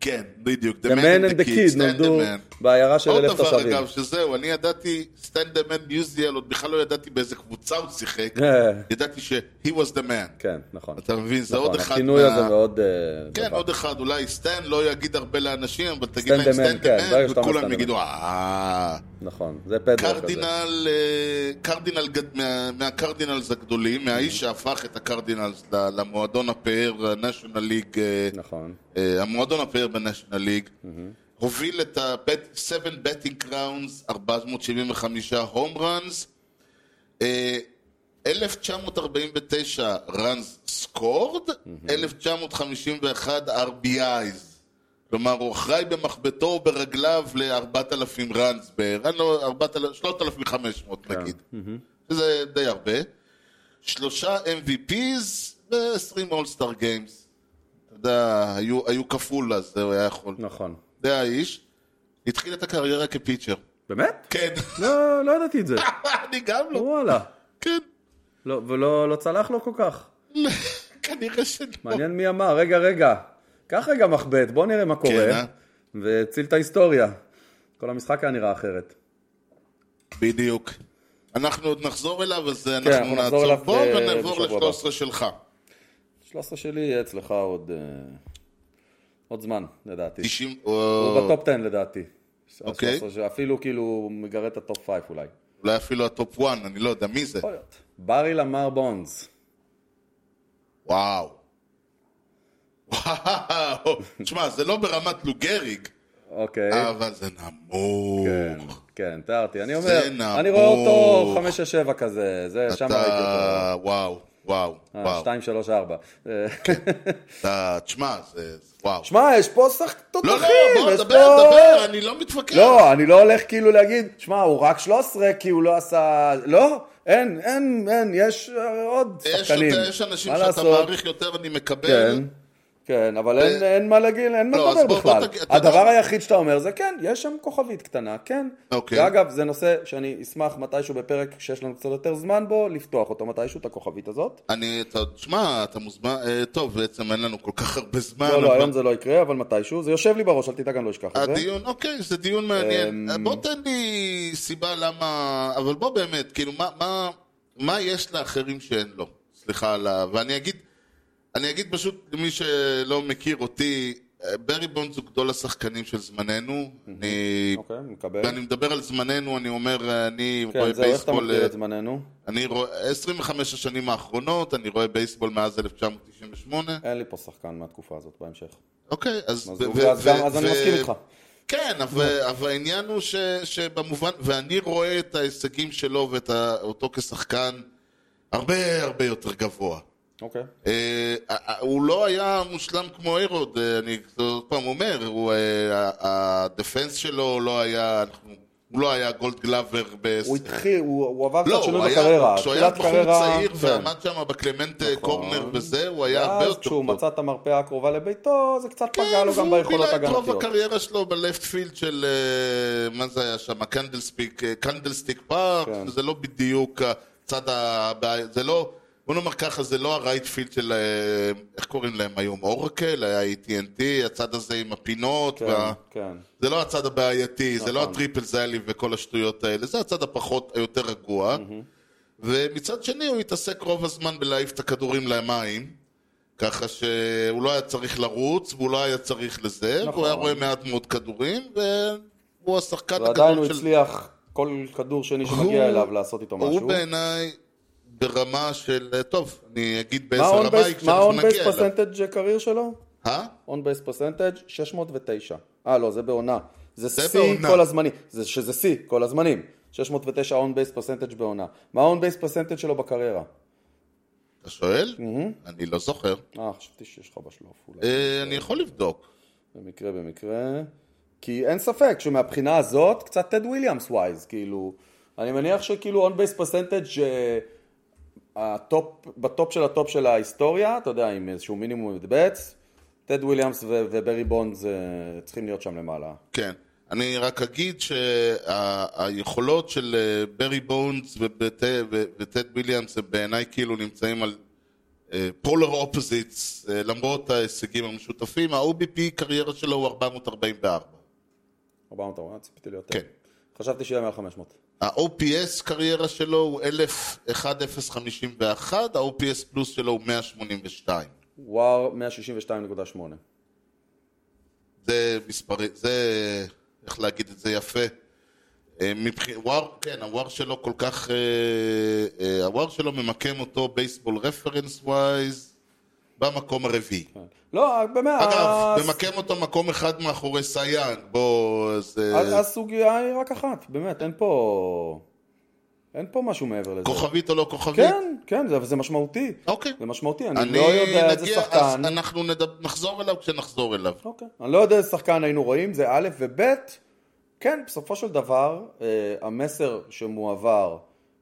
Speaker 1: כן, בדיוק.
Speaker 2: The Man and the Kid
Speaker 1: Stand the
Speaker 2: נולדו
Speaker 1: Man.
Speaker 2: בעיירה של
Speaker 1: עוד
Speaker 2: אלף
Speaker 1: דבר
Speaker 2: תושבים.
Speaker 1: אגב, שזהו, אני ידעתי סטנדמן מיוזיאל, עוד בכלל לא ידעתי באיזה קבוצה הוא שיחק,
Speaker 2: אה.
Speaker 1: ידעתי ש-he was the man.
Speaker 2: כן, נכון.
Speaker 1: אתה מבין, זה
Speaker 2: נכון,
Speaker 1: עוד אחד
Speaker 2: הכינוי הזה
Speaker 1: מה...
Speaker 2: מאוד... אה,
Speaker 1: כן,
Speaker 2: דבר.
Speaker 1: עוד אחד, אולי סטן לא יגיד הרבה לאנשים, אבל תגיד
Speaker 2: Stand
Speaker 1: להם
Speaker 2: the Man,
Speaker 1: סטנדמן,
Speaker 2: כן, ברגע שאתה אומר Stand
Speaker 1: וכולם
Speaker 2: the
Speaker 1: יגידו, אה...
Speaker 2: נכון, זה פדרו כזה.
Speaker 1: קרדינל, אה, קרדינל, גד- מה- מהקרדינלס
Speaker 2: Mm-hmm.
Speaker 1: הגדולים, מהאיש שהפך את הקרדינלס ל- למועדון הפאר, ה-National League, אה,
Speaker 2: נכון.
Speaker 1: אה, המועדון הפאר בניישנל ליג, הוביל את ה-7 betting crowns, 475 הום ראנס, אה, 1949 ראנס סקורד, 1951 RBIs. כלומר, הוא אחראי במחבטו וברגליו ל-4,000 ראנס בערך, אני לא, 4,000, 3,500
Speaker 2: כן.
Speaker 1: נגיד, שזה די הרבה. שלושה MVPs ו-20 אולסטאר גיימס. אתה יודע, היו, היו כפול אז, זה הוא היה יכול.
Speaker 2: נכון.
Speaker 1: זה האיש. התחיל את הקריירה כפיצ'ר.
Speaker 2: באמת?
Speaker 1: כן,
Speaker 2: לא, לא ידעתי את זה.
Speaker 1: *laughs* אני גם אה, לא.
Speaker 2: וואלה.
Speaker 1: כן,
Speaker 2: לא, ולא לא צלח לו כל כך.
Speaker 1: *laughs* לא. כנראה שלא.
Speaker 2: מעניין מי אמר, רגע, רגע. קח רגע מחבט, בוא נראה מה
Speaker 1: אה?
Speaker 2: קורה. והציל את ההיסטוריה. כל המשחק היה נראה אחרת.
Speaker 1: בדיוק. אנחנו עוד נחזור אליו, אז
Speaker 2: כן, אנחנו
Speaker 1: אנחנו
Speaker 2: נחזור
Speaker 1: נעצור
Speaker 2: אליו
Speaker 1: פה
Speaker 2: ב-
Speaker 1: ונעבור
Speaker 2: בשבוע
Speaker 1: ל-13 שלך.
Speaker 2: 13 שלי יהיה אצלך עוד... אה, עוד זמן, לדעתי.
Speaker 1: 90...
Speaker 2: הוא
Speaker 1: או-
Speaker 2: בטופ 10 לדעתי.
Speaker 1: אוקיי.
Speaker 2: 13 שאפילו כאילו הוא מגרד את הטופ 5 אולי.
Speaker 1: אולי אפילו הטופ 1, אני לא יודע מי זה.
Speaker 2: יכול להיות. ברי למר בונדס.
Speaker 1: וואו. *laughs* וואו. תשמע, זה לא ברמת לוגריג,
Speaker 2: אוקיי.
Speaker 1: אבל זה
Speaker 2: כן,
Speaker 1: נמוך.
Speaker 2: כן, תיארתי. אני
Speaker 1: אה, זה
Speaker 2: אומר,
Speaker 1: נמוך.
Speaker 2: אני רואה אותו 5-6-7 כזה, זה אה, שם ראיתי אותו.
Speaker 1: אתה... וואו, וואו, וואו. כן.
Speaker 2: 2, 3, 4.
Speaker 1: אתה... תשמע, זה... זה- וואו.
Speaker 2: *laughs* שמע, יש פה שחק תותחים,
Speaker 1: לא, לא, בוא,
Speaker 2: יש
Speaker 1: דבר,
Speaker 2: פה-
Speaker 1: דבר, אני לא מתווכח.
Speaker 2: לא, אני לא הולך כאילו להגיד, שמע, הוא רק 13 כי הוא לא עשה... לא, אין, אין, אין, יש אה, עוד
Speaker 1: יש
Speaker 2: שחקנים.
Speaker 1: יותר- יש אנשים
Speaker 2: מה
Speaker 1: שאתה
Speaker 2: לעשות?
Speaker 1: מעריך יותר, אני מקבל.
Speaker 2: כן. כן, אבל אין, אין מה להגיד, אין מה
Speaker 1: אה, לא, אז
Speaker 2: לדבר
Speaker 1: בוא- בוא
Speaker 2: בכלל.
Speaker 1: תגיד, אתה יודע-
Speaker 2: הדבר היחיד שאתה אומר זה כן, יש שם כוכבית קטנה, כן.
Speaker 1: אוקיי.
Speaker 2: ואגב, זה נושא שאני אשמח מתישהו בפרק שיש לנו קצת יותר זמן בו, לפתוח אותו מתישהו, את הכוכבית הזאת.
Speaker 1: אני, אתה, תשמע, אתה מוזמן, אה, טוב, בעצם אין לנו כל כך הרבה זמן.
Speaker 2: לא, לא,
Speaker 1: אבל-
Speaker 2: היום זה לא יקרה, אבל מתישהו. זה יושב לי בראש, אל תדאג, אני לא אשכח את זה.
Speaker 1: נכון. הדיון, אוקיי, זה דיון מעניין.
Speaker 2: אמ,
Speaker 1: אה, בוא תן לי סיבה למה... אבל בוא באמת, כאילו, מה, מה, מה יש לאחרים שאין לו? סליחה על ה... ואני אגיד, אני אגיד פשוט למי שלא מכיר אותי, אה, ברי בונדס הוא גדול השחקנים של זמננו. אני...
Speaker 2: אוקיי, מקבל.
Speaker 1: ואני מדבר על זמננו, אני אומר, אני רואה
Speaker 2: כן, זהו, איך אתה
Speaker 1: בייסבול...
Speaker 2: מגדיר
Speaker 1: אה,
Speaker 2: את זמננו?
Speaker 1: אני רואה... 25 השנים האחרונות, אני רואה בייסבול מאז 1998.
Speaker 2: אין לי פה שחקן מהתקופה הזאת בהמשך.
Speaker 1: אוקיי, אז...
Speaker 2: אז
Speaker 1: ו-
Speaker 2: אוקיי, אז
Speaker 1: ו-
Speaker 2: גם- אז
Speaker 1: ו-
Speaker 2: אני מסכים איתך.
Speaker 1: כן, אבל, אבל העניין הוא ש, שבמובן, ואני רואה את ההישגים שלו ואת ה, אותו כשחקן הרבה הרבה יותר גבוה.
Speaker 2: אוקיי.
Speaker 1: אה, אה, אה, הוא לא היה מושלם כמו איירוד, אה, אני עוד פעם אומר, הוא, אה, ה- הדפנס שלו לא היה, אנחנו, הוא לא היה גולד גלאבר ב...
Speaker 2: הוא התחיל, הוא הוא עבר קצת
Speaker 1: לא, הוא
Speaker 2: שינוי
Speaker 1: היה,
Speaker 2: בקריירה.
Speaker 1: כשהוא היה
Speaker 2: תחילת
Speaker 1: בחור
Speaker 2: קריירה-
Speaker 1: צעיר
Speaker 2: כן.
Speaker 1: ועמד שם בקלמנט אה,
Speaker 2: נכון.
Speaker 1: קורנר וזה, הוא היה הרבה
Speaker 2: ואז
Speaker 1: יותר
Speaker 2: כשהוא
Speaker 1: טוב.
Speaker 2: מצא את המרפאה הקרובה לביתו, זה קצת פגע
Speaker 1: כן,
Speaker 2: לו גם
Speaker 1: והוא
Speaker 2: ביכולות
Speaker 1: בילה את רוב
Speaker 2: הגנתיות.
Speaker 1: הקריירה שלו בלפט פילד של, אה, מה זה היה שם, הקנדלספיק, אה, קנדלסטיק פארק,
Speaker 2: כן.
Speaker 1: זה לא בדיוק הצד ה... זה לא, בוא נאמר ככה, זה לא הרייט פילד של, אה, איך קוראים להם היום, אורקל, היה AT&T, הצד הזה עם הפינות, וה...
Speaker 2: כן, כן.
Speaker 1: זה לא הצד הבעייתי, זה לא
Speaker 2: נכון.
Speaker 1: הטריפל זלי וכל השטויות האלה, זה הצד הפחות, היותר רגוע.
Speaker 2: Mm-hmm.
Speaker 1: ומצד שני הוא התעסק רוב הזמן בלהעיף את הכדורים למים, ככה שהוא לא היה צריך לרוץ, והוא לא היה צריך לזה,
Speaker 2: נכון.
Speaker 1: והוא היה רואה מעט מאוד כדורים, והוא השחקן
Speaker 2: ועדיין
Speaker 1: הגדול
Speaker 2: הוא
Speaker 1: של...
Speaker 2: הצליח כל כדור שני
Speaker 1: הוא-
Speaker 2: שמגיע אליו לעשות איתו משהו.
Speaker 1: הוא בעיניי ברמה של, טוב, אני אגיד
Speaker 2: מה
Speaker 1: באיזה
Speaker 2: ה-on
Speaker 1: רמה
Speaker 2: base-
Speaker 1: היא
Speaker 2: מה
Speaker 1: כשאנחנו
Speaker 2: ה-on base
Speaker 1: נגיע אליו.
Speaker 2: percentage קרייר שלו?
Speaker 1: אה?
Speaker 2: און בייס פרסנטג' 609. אה, לא, זה בעונה. זה שיא
Speaker 1: בעונה.
Speaker 2: כל הזמנים. זה שזה שיא כל הזמנים. 609 און בייס פרסנטג' בעונה. מה האון בייס פרסנטג' שלו בקריירה?
Speaker 1: אתה שואל?
Speaker 2: Mm-hmm.
Speaker 1: אני לא זוכר.
Speaker 2: אה, חשבתי שיש לך בשלוף אולי.
Speaker 1: אה, אני יכול לבדוק.
Speaker 2: במקרה, במקרה. כי אין ספק שמהבחינה הזאת, קצת טד וויליאמס ווייז, כאילו. אני מניח שכאילו און בייס פרסנטג' אה, הטופ, בטופ של הטופ של ההיסטוריה, אתה יודע, עם איזשהו מינימום מדבץ, טד וויליאמס ו- וברי בונדס אה, צריכים להיות שם למעלה.
Speaker 1: כן. אני רק אגיד שהיכולות של אה, ברי בונדס ובת- ו- וטד ויליאמס הם בעיניי כאילו נמצאים על אה, פולר אופוזיטס, אה, למרות ההישגים המשותפים. ה-OBP קריירה שלו הוא 444.
Speaker 2: 400, אה, ציפיתי ליותר.
Speaker 1: כן.
Speaker 2: חשבתי שיהיה מעל 500.
Speaker 1: ה-OPS קריירה שלו הוא 1,051, ה-OPS פלוס שלו הוא 182.
Speaker 2: וואר 162.8.
Speaker 1: זה מספרי, זה, איך להגיד את זה יפה. אה, מבח... וואר, כן, הוואר שלו כל כך, אה, אה, הוואר שלו ממקם אותו בייסבול רפרנס ווייז במקום הרביעי.
Speaker 2: לא, באמת,
Speaker 1: אגב,
Speaker 2: הס-
Speaker 1: ממקם אותו מקום אחד מאחורי סייאנג, בוא, אה,
Speaker 2: הס-
Speaker 1: זה...
Speaker 2: הסוגיה היא רק אחת, באמת, אין פה... אין פה משהו מעבר לזה.
Speaker 1: כוכבית או לא כוכבית?
Speaker 2: כן, כן, זה- זה משמעותי.
Speaker 1: אוקיי.
Speaker 2: זה משמעותי, אני
Speaker 1: אני
Speaker 2: לא יודע איזה
Speaker 1: נגיע, אז
Speaker 2: שחקן...
Speaker 1: אנחנו נדב- נחזור אליו כשנחזור אליו.
Speaker 2: אוקיי. אני לא יודע איזה שחקן היינו רואים, זה א' וב', כן, בסופו של דבר, אה, המסר שמועבר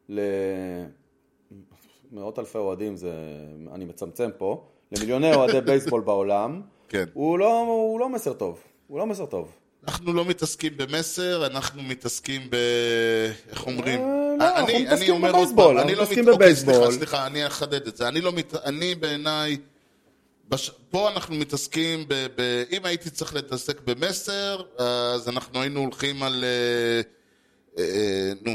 Speaker 2: למאות אלפי אוהדים, זה, אני מצמצם פה, למיליוני
Speaker 1: *laughs*
Speaker 2: אוהדי בייסבול בעולם,
Speaker 1: כן.
Speaker 2: הוא, לא, הוא לא מסר טוב, הוא לא מסר טוב.
Speaker 1: אנחנו לא מתעסקים במסר, אנחנו מתעסקים ב... איך אומרים?
Speaker 2: אה, לא, אנחנו
Speaker 1: אני-
Speaker 2: מתעסקים
Speaker 1: אני אומר עוד
Speaker 2: בבייסבול,
Speaker 1: פעם,
Speaker 2: אנחנו
Speaker 1: אני לא
Speaker 2: מתעסקים
Speaker 1: מת- אוקיי,
Speaker 2: בבייסבול.
Speaker 1: סליחה, סליחה, אני אחדד את זה. אני לא מת... אני בעיניי... בש... פה אנחנו מתעסקים ב... ב... אם הייתי צריך להתעסק במסר, אז אנחנו היינו הולכים על... אה, אה, נו.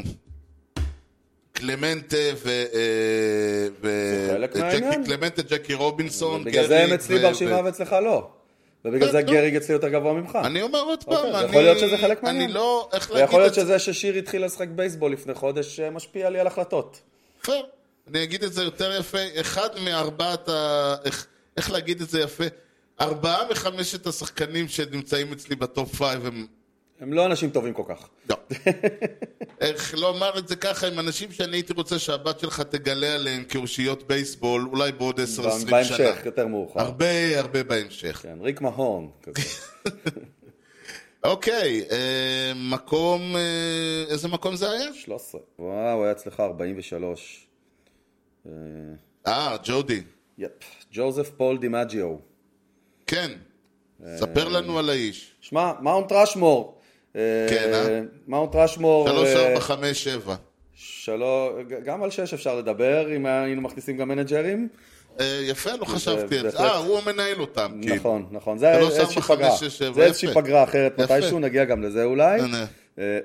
Speaker 1: קלמנטה ו... אה, ו...
Speaker 2: זה חלק
Speaker 1: ג'קי-
Speaker 2: מהעניין.
Speaker 1: קלמנטה, ג'קי רובינסון,
Speaker 2: בגלל זה
Speaker 1: גריג
Speaker 2: הם אצלי
Speaker 1: ו-
Speaker 2: ברשימה
Speaker 1: ו-
Speaker 2: ואצלך לא. ובגלל זה
Speaker 1: לא.
Speaker 2: גריג אצלי יותר גבוה ממך.
Speaker 1: אני אומר עוד פעם,
Speaker 2: אוקיי, זה
Speaker 1: אני...
Speaker 2: יכול להיות שזה חלק מהעניין.
Speaker 1: אני לא... איך להגיד את
Speaker 2: ויכול להיות
Speaker 1: זה?
Speaker 2: שזה ששיר התחיל לשחק בייסבול לפני חודש אה, משפיע לי על החלטות.
Speaker 1: פייר. אני אגיד את זה יותר יפה, אחד מארבעת ה... איך, איך להגיד את זה יפה? ארבעה מחמשת השחקנים שנמצאים אצלי בטופ פייב הם...
Speaker 2: הם לא אנשים טובים כל כך. *laughs*
Speaker 1: לא. איך לומר את זה ככה, הם אנשים שאני הייתי רוצה שהבת שלך תגלה עליהם כאושיות בייסבול, אולי בעוד עשר, עשרים שנה.
Speaker 2: בהמשך, יותר מאוחר.
Speaker 1: הרבה הרבה בהמשך.
Speaker 2: כן, ריק מהון.
Speaker 1: *laughs*
Speaker 2: כזה.
Speaker 1: אוקיי, אה, מקום... אה, איזה מקום זה היה?
Speaker 2: 13. וואו, היה אצלך 43.
Speaker 1: אה, ג'ודי.
Speaker 2: יפ. ג'וזף פול דימג'יו.
Speaker 1: כן,
Speaker 2: אה,
Speaker 1: ספר לנו על האיש.
Speaker 2: שמע, מאונט רשמור. אה,
Speaker 1: כן, אה?
Speaker 2: מאונט רשמור...
Speaker 1: 3,
Speaker 2: אה,
Speaker 1: 4, 5, 7.
Speaker 2: שלא, ג- גם על שש אפשר לדבר, אם היינו מכניסים גם מנג'רים.
Speaker 1: יפה, לא חשבתי על זה.
Speaker 2: בהחלט.
Speaker 1: אה, הוא מנהל אותם, כאילו.
Speaker 2: נכון, נכון. זה
Speaker 1: שלוש,
Speaker 2: איזושהי
Speaker 1: ארבע,
Speaker 2: פגרה.
Speaker 1: חמש, שש, שבע,
Speaker 2: זה איזושהי
Speaker 1: יפה.
Speaker 2: פגרה אחרת
Speaker 1: יפה.
Speaker 2: מתישהו, נגיע גם לזה אולי.
Speaker 1: הנה.
Speaker 2: אה,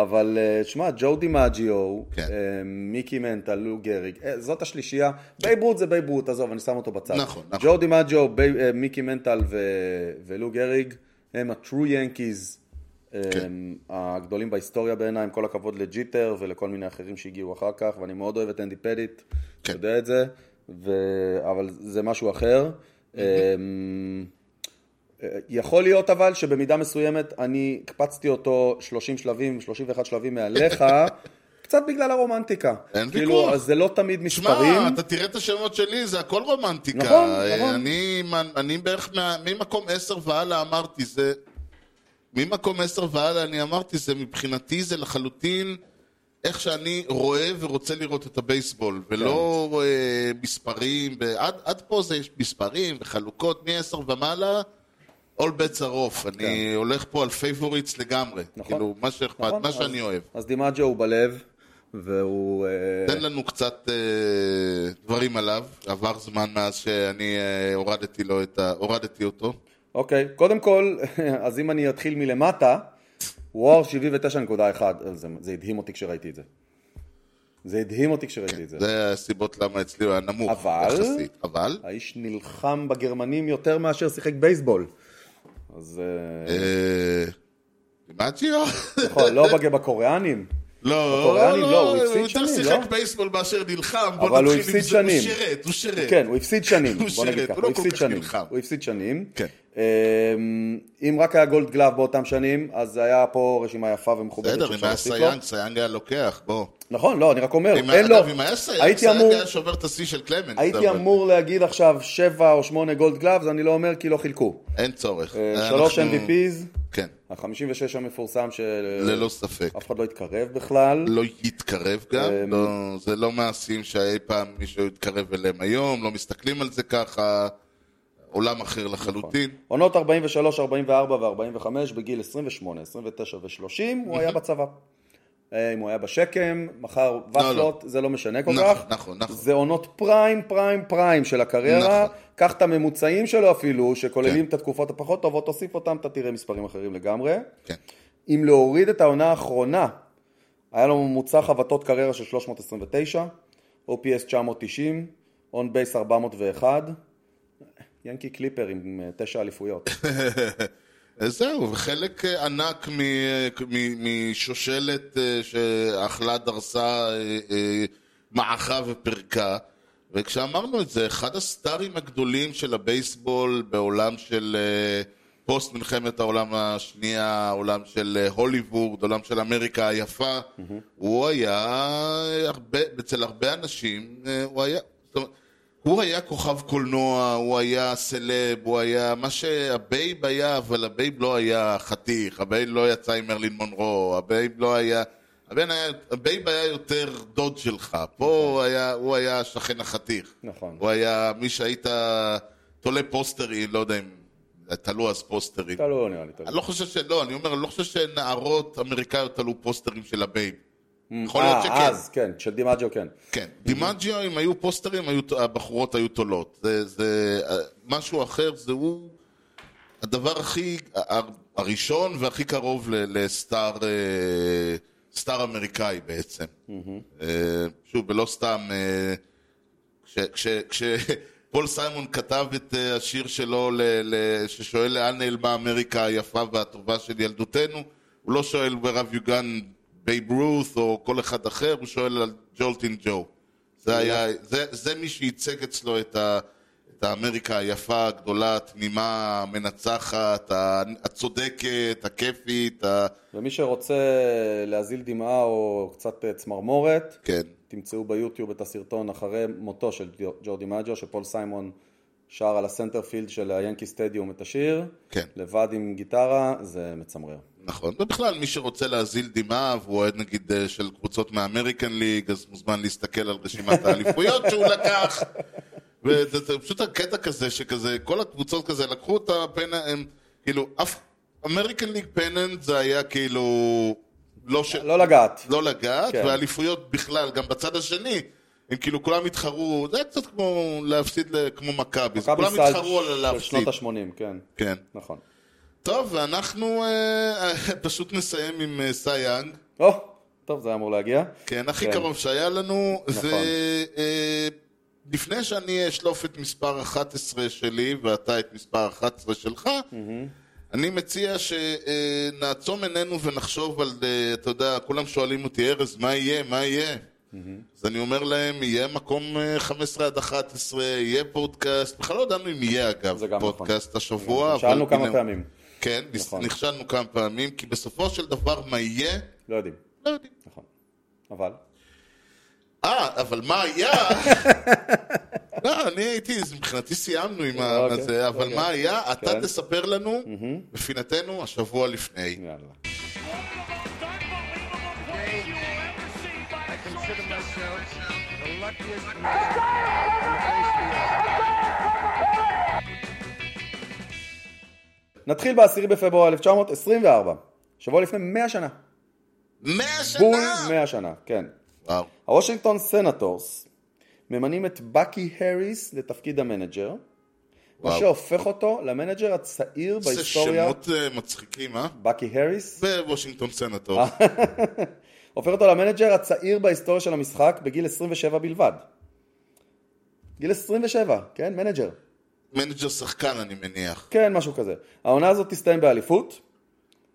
Speaker 2: *laughs* אבל אה, שמע, ג'ו דימג'יו,
Speaker 1: כן.
Speaker 2: אה, מיקי מנטה, לו גריג, אה, זאת השלישייה. בייב רות זה בייב רות, עזוב, אני שם אותו בצד.
Speaker 1: נכון, נכון.
Speaker 2: ג'ו דימג'יו, בי- אה, מיקי מנטל ו- ולו גריג, הם הטרו ינקיז.
Speaker 1: כן.
Speaker 2: הגדולים בהיסטוריה בעיניי, עם כל הכבוד לג'יטר ולכל מיני אחרים שהגיעו אחר כך, ואני מאוד אוהב את אנדי פדיט, אתה
Speaker 1: כן.
Speaker 2: יודע את זה, ו... אבל זה משהו אחר. אמ, יכול להיות אבל שבמידה מסוימת אני הקפצתי אותו 30 שלבים, 31
Speaker 1: *laughs*
Speaker 2: שלבים מעליך, קצת בגלל הרומנטיקה.
Speaker 1: אין
Speaker 2: כאילו,
Speaker 1: ויכוח.
Speaker 2: אז זה לא תמיד מספרים.
Speaker 1: שמע, אתה תראה את השמות שלי, זה הכל רומנטיקה.
Speaker 2: נכון,
Speaker 1: אה,
Speaker 2: נכון.
Speaker 1: אני, אני בערך מה- ממקום עשר והלאה אמרתי, זה... ממקום עשר והלאה אני אמרתי, זה מבחינתי זה לחלוטין איך שאני רואה ורוצה לראות את הבייסבול, ולא
Speaker 2: כן.
Speaker 1: אה, מספרים, ועד, עד פה זה יש מספרים וחלוקות, מעשר ומעלה, all bets are off. אני הולך פה על פייבוריטס לגמרי.
Speaker 2: כן. נכון.
Speaker 1: כאילו, מה שאכפת,
Speaker 2: נכון,
Speaker 1: מה
Speaker 2: אז-
Speaker 1: שאני אוהב.
Speaker 2: אז דימג'ו הוא בלב, והוא... אה,
Speaker 1: תן לנו קצת אה, דברים עליו, עבר זמן מאז שאני אה, הורדתי, לו את ה... הורדתי אותו.
Speaker 2: אוקיי, קודם כל, *laughs* אז אם אני אתחיל מלמטה, וואר 79.1, אה, זה, זה הדהים אותי כשראיתי את זה. זה הדהים אותי כשראיתי את זה.
Speaker 1: כן, זה הסיבות למה אצלי הוא היה נמוך
Speaker 2: כן. אבל-
Speaker 1: יחסית. אבל
Speaker 2: האיש נלחם בגרמנים יותר מאשר שיחק בייסבול. אז
Speaker 1: *laughs*
Speaker 2: אה,
Speaker 1: אה, דימג'יו?
Speaker 2: נכון, לא בג- בקוריאנים.
Speaker 1: לא,
Speaker 2: הקוריאנים לא, הוא הפסיד
Speaker 1: יותר
Speaker 2: שנים,
Speaker 1: שיחק
Speaker 2: לא?
Speaker 1: בייסבול מאשר נלחם,
Speaker 2: אבל
Speaker 1: בוא
Speaker 2: הוא
Speaker 1: נתחיל
Speaker 2: הפסיד
Speaker 1: עם זה, הוא
Speaker 2: שנים.
Speaker 1: שירת, הוא שירת.
Speaker 2: כן, הוא הפסיד
Speaker 1: *laughs*
Speaker 2: שנים,
Speaker 1: הוא
Speaker 2: בוא נגיד
Speaker 1: שירת,
Speaker 2: ככה,
Speaker 1: הוא
Speaker 2: הוא
Speaker 1: לא כל
Speaker 2: הפסיד
Speaker 1: כך
Speaker 2: שנים.
Speaker 1: נלחם.
Speaker 2: הוא הפסיד שנים.
Speaker 1: כן.
Speaker 2: אמ, אם רק היה גולד גלאב באותם שנים, אז היה פה רשימה יפה ומכובדת.
Speaker 1: בסדר, אם
Speaker 2: שאפשר
Speaker 1: היה
Speaker 2: להוסיף לו.
Speaker 1: סייאנג, סייאנג היה לוקח, בוא.
Speaker 2: נכון, לא, אני רק אומר,
Speaker 1: אם-
Speaker 2: אין לו.
Speaker 1: אגב, אם היה סייאנג,
Speaker 2: הייתי
Speaker 1: סייאנג
Speaker 2: אמור-
Speaker 1: היה שובר את השיא של קלמנס.
Speaker 2: הייתי
Speaker 1: אבל
Speaker 2: אמור להגיד עכשיו שבע או שמונה גולד גלאבס, אני לא אומר כי לא חילקו.
Speaker 1: אין צורך.
Speaker 2: אה,
Speaker 1: אנחנו-
Speaker 2: שלוש MVPs,
Speaker 1: כן,
Speaker 2: ה-56 המפורסם
Speaker 1: ללא ספק.
Speaker 2: שאף אחד לא התקרב בכלל.
Speaker 1: לא יתקרב גם, לא, זה לא מעשים שאי פעם מישהו יתקרב אליהם היום, לא מסתכלים על זה ככה, עולם אחר לחלוטין.
Speaker 2: עונות 43, 44 ו-45 בגיל 28, 29 ו-30, הוא היה בצבא. אה, אם הוא היה בשקם, מחר וחלות, זה לא משנה כל
Speaker 1: נכון,
Speaker 2: כך.
Speaker 1: נכון, נכון.
Speaker 2: זה עונות פריים, פריים, פריים של הקריירה.
Speaker 1: נכון.
Speaker 2: קח את הממוצעים שלו אפילו, שכוללים
Speaker 1: כן.
Speaker 2: את התקופות הפחות טובות, תוסיף אותם, אתה תראה מספרים אחרים לגמרי.
Speaker 1: כן.
Speaker 2: אם להוריד את העונה האחרונה, היה לו ממוצע חבטות קריירה של 329, OPS 990, on base 401, ינקי קליפר עם אה, תשע אליפויות.
Speaker 1: אז אה, זהו, חלק אה, ענק מ, מ, משושלת אה, שאכלה, דרסה, אה, אה, מעכה ופרקה. וכשאמרנו את זה, אחד הסטארים הגדולים של הבייסבול בעולם של אה, פוסט מלחמת העולם השנייה, עולם של אה, הוליווד, עולם של אמריקה היפה, הוא היה, אה, הרבה, אצל הרבה אנשים, אה, הוא היה, זאת אומרת, הוא היה כוכב קולנוע, הוא היה סלב, הוא היה מה שהבייב היה, אבל הבייב לא היה חתיך, הבייב לא יצא עם מרלין מונרו, הבייב לא היה... הבן היה... הבייב היה יותר דוד שלך, פה הוא היה, הוא היה השכן החתיך.
Speaker 2: נכון.
Speaker 1: הוא היה מי שהיית תולה פוסטרים, לא יודע אם... תלו אז פוסטרים.
Speaker 2: אתה לא נראה לי טוב.
Speaker 1: אני לא חושב ש... לא, אני אומר, אני לא חושב שנערות אמריקאיות תלו פוסטרים של הבייב. יכול
Speaker 2: אה,
Speaker 1: להיות שכן.
Speaker 2: אז, כן, של דימג'ו כן.
Speaker 1: כן, דימג'יו, אם היו פוסטרים, היו, הבחורות היו תולות. זה, זה אה, משהו אחר, זה הוא הדבר הכי, ה- ה- הראשון והכי קרוב ל- לסטאר אה, סטאר אמריקאי בעצם. אה, שוב, ולא סתם, אה, כש- כש- כשפול סיימון כתב את אה, השיר שלו, ל- ל- ששואל לאן נעלמה אמריקה היפה והטובה של ילדותנו, הוא לא שואל where have you gone בייב רות' או כל אחד אחר, הוא שואל על ג'ולטין ג'ו. זה היה, זה, זה מי שייצג אצלו את, ה, את האמריקה היפה, הגדולה, התמימה, המנצחת, ה- הצודקת, הכיפית, ה...
Speaker 2: ומי שרוצה להזיל דמעה או קצת אה, צמרמורת,
Speaker 1: כן.
Speaker 2: תמצאו ביוטיוב את הסרטון אחרי מותו של ג'ו- ג'ו דימג'ו, שפול סיימון שר על הסנטרפילד של היאנקי סטדיום את השיר,
Speaker 1: כן.
Speaker 2: לבד עם גיטרה, זה מצמרר.
Speaker 1: נכון, ובכלל מי שרוצה להזיל דמעה והוא אוהד נגיד אה,
Speaker 2: *laughs*
Speaker 1: של קבוצות מהאמריקן ליג אז מוזמן להסתכל על רשימת האליפויות שהוא לקח וזה זה פשוט הקטע כזה, שכזה, כל הקבוצות כזה לקחו את הפנה, הם, כאילו, אף... אמריקן ליג פננט זה היה כאילו... לא ש...
Speaker 2: לא לגעת.
Speaker 1: לא לגעת,
Speaker 2: כן.
Speaker 1: והאליפויות בכלל, גם בצד השני, הם כאילו כולם התחרו, זה היה קצת כמו להפסיד ל- כמו מכבי, זה
Speaker 2: מכבי
Speaker 1: כולם
Speaker 2: סל
Speaker 1: התחרו על
Speaker 2: של שנות
Speaker 1: להפסיד.
Speaker 2: ה-80, כן.
Speaker 1: כן.
Speaker 2: נכון.
Speaker 1: טוב, ואנחנו אה, *laughs* פשוט נסיים עם אה, סי יאנג,
Speaker 2: או, טוב, זה היה אמור להגיע.
Speaker 1: כן, הכי
Speaker 2: כן.
Speaker 1: קרוב שהיה לנו,
Speaker 2: נכון.
Speaker 1: זה... אה, לפני שאני אשלוף את מספר 11 שלי ואתה את מספר 11 שלך, אני מציע שנעצום עינינו ונחשוב על, אה, אתה יודע, כולם שואלים אותי, ארז, מה יהיה, מה יהיה? אז אני אומר להם, יהיה מקום אה, 15 עד 11, יהיה פודקאסט, בכלל לא ידענו אם יהיה אגב
Speaker 2: זה גם נכון.
Speaker 1: פודקאסט השבוע.
Speaker 2: שאלנו
Speaker 1: אבל
Speaker 2: כמה
Speaker 1: הנה-
Speaker 2: פעמים.
Speaker 1: כן,
Speaker 2: נכון.
Speaker 1: נכשלנו כמה פעמים, כי בסופו של דבר מה יהיה,
Speaker 2: לא יודעים,
Speaker 1: לא יודעים.
Speaker 2: נכון. אבל,
Speaker 1: אה, אבל מה
Speaker 2: *laughs*
Speaker 1: היה? לא, אני הייתי, אז מבחינתי סיימנו עם
Speaker 2: אוקיי,
Speaker 1: הזה, אבל
Speaker 2: אוקיי.
Speaker 1: מה היה? אתה
Speaker 2: כן.
Speaker 1: תספר לנו, בפינתנו, השבוע לפני.
Speaker 2: יאללה.
Speaker 4: I consider myself the luckiest man.
Speaker 2: נתחיל ב-10 בפברואר 1924, שבוע לפני 100 שנה.
Speaker 1: מאה שנה!
Speaker 2: בול 100 שנה, כן.
Speaker 1: וואו.
Speaker 2: הוושינגטון סנטורס ממנים את בקי הריס לתפקיד המנג'ר, מה
Speaker 1: וואו.
Speaker 2: שהופך אותו למנג'ר הצעיר
Speaker 1: איזה
Speaker 2: בהיסטוריה,
Speaker 1: שמות אה, מצחיקים, אה?
Speaker 2: בקי הריס,
Speaker 1: בוושינגטון סנטור.
Speaker 2: אה. הופך אותו למנג'ר הצעיר בהיסטוריה של המשחק בגיל 27 בלבד. גיל 27, כן? מנג'ר.
Speaker 1: מנג'ר שחקן, אני מניח.
Speaker 2: כן, משהו כזה. העונה הזאת תסתיים באליפות.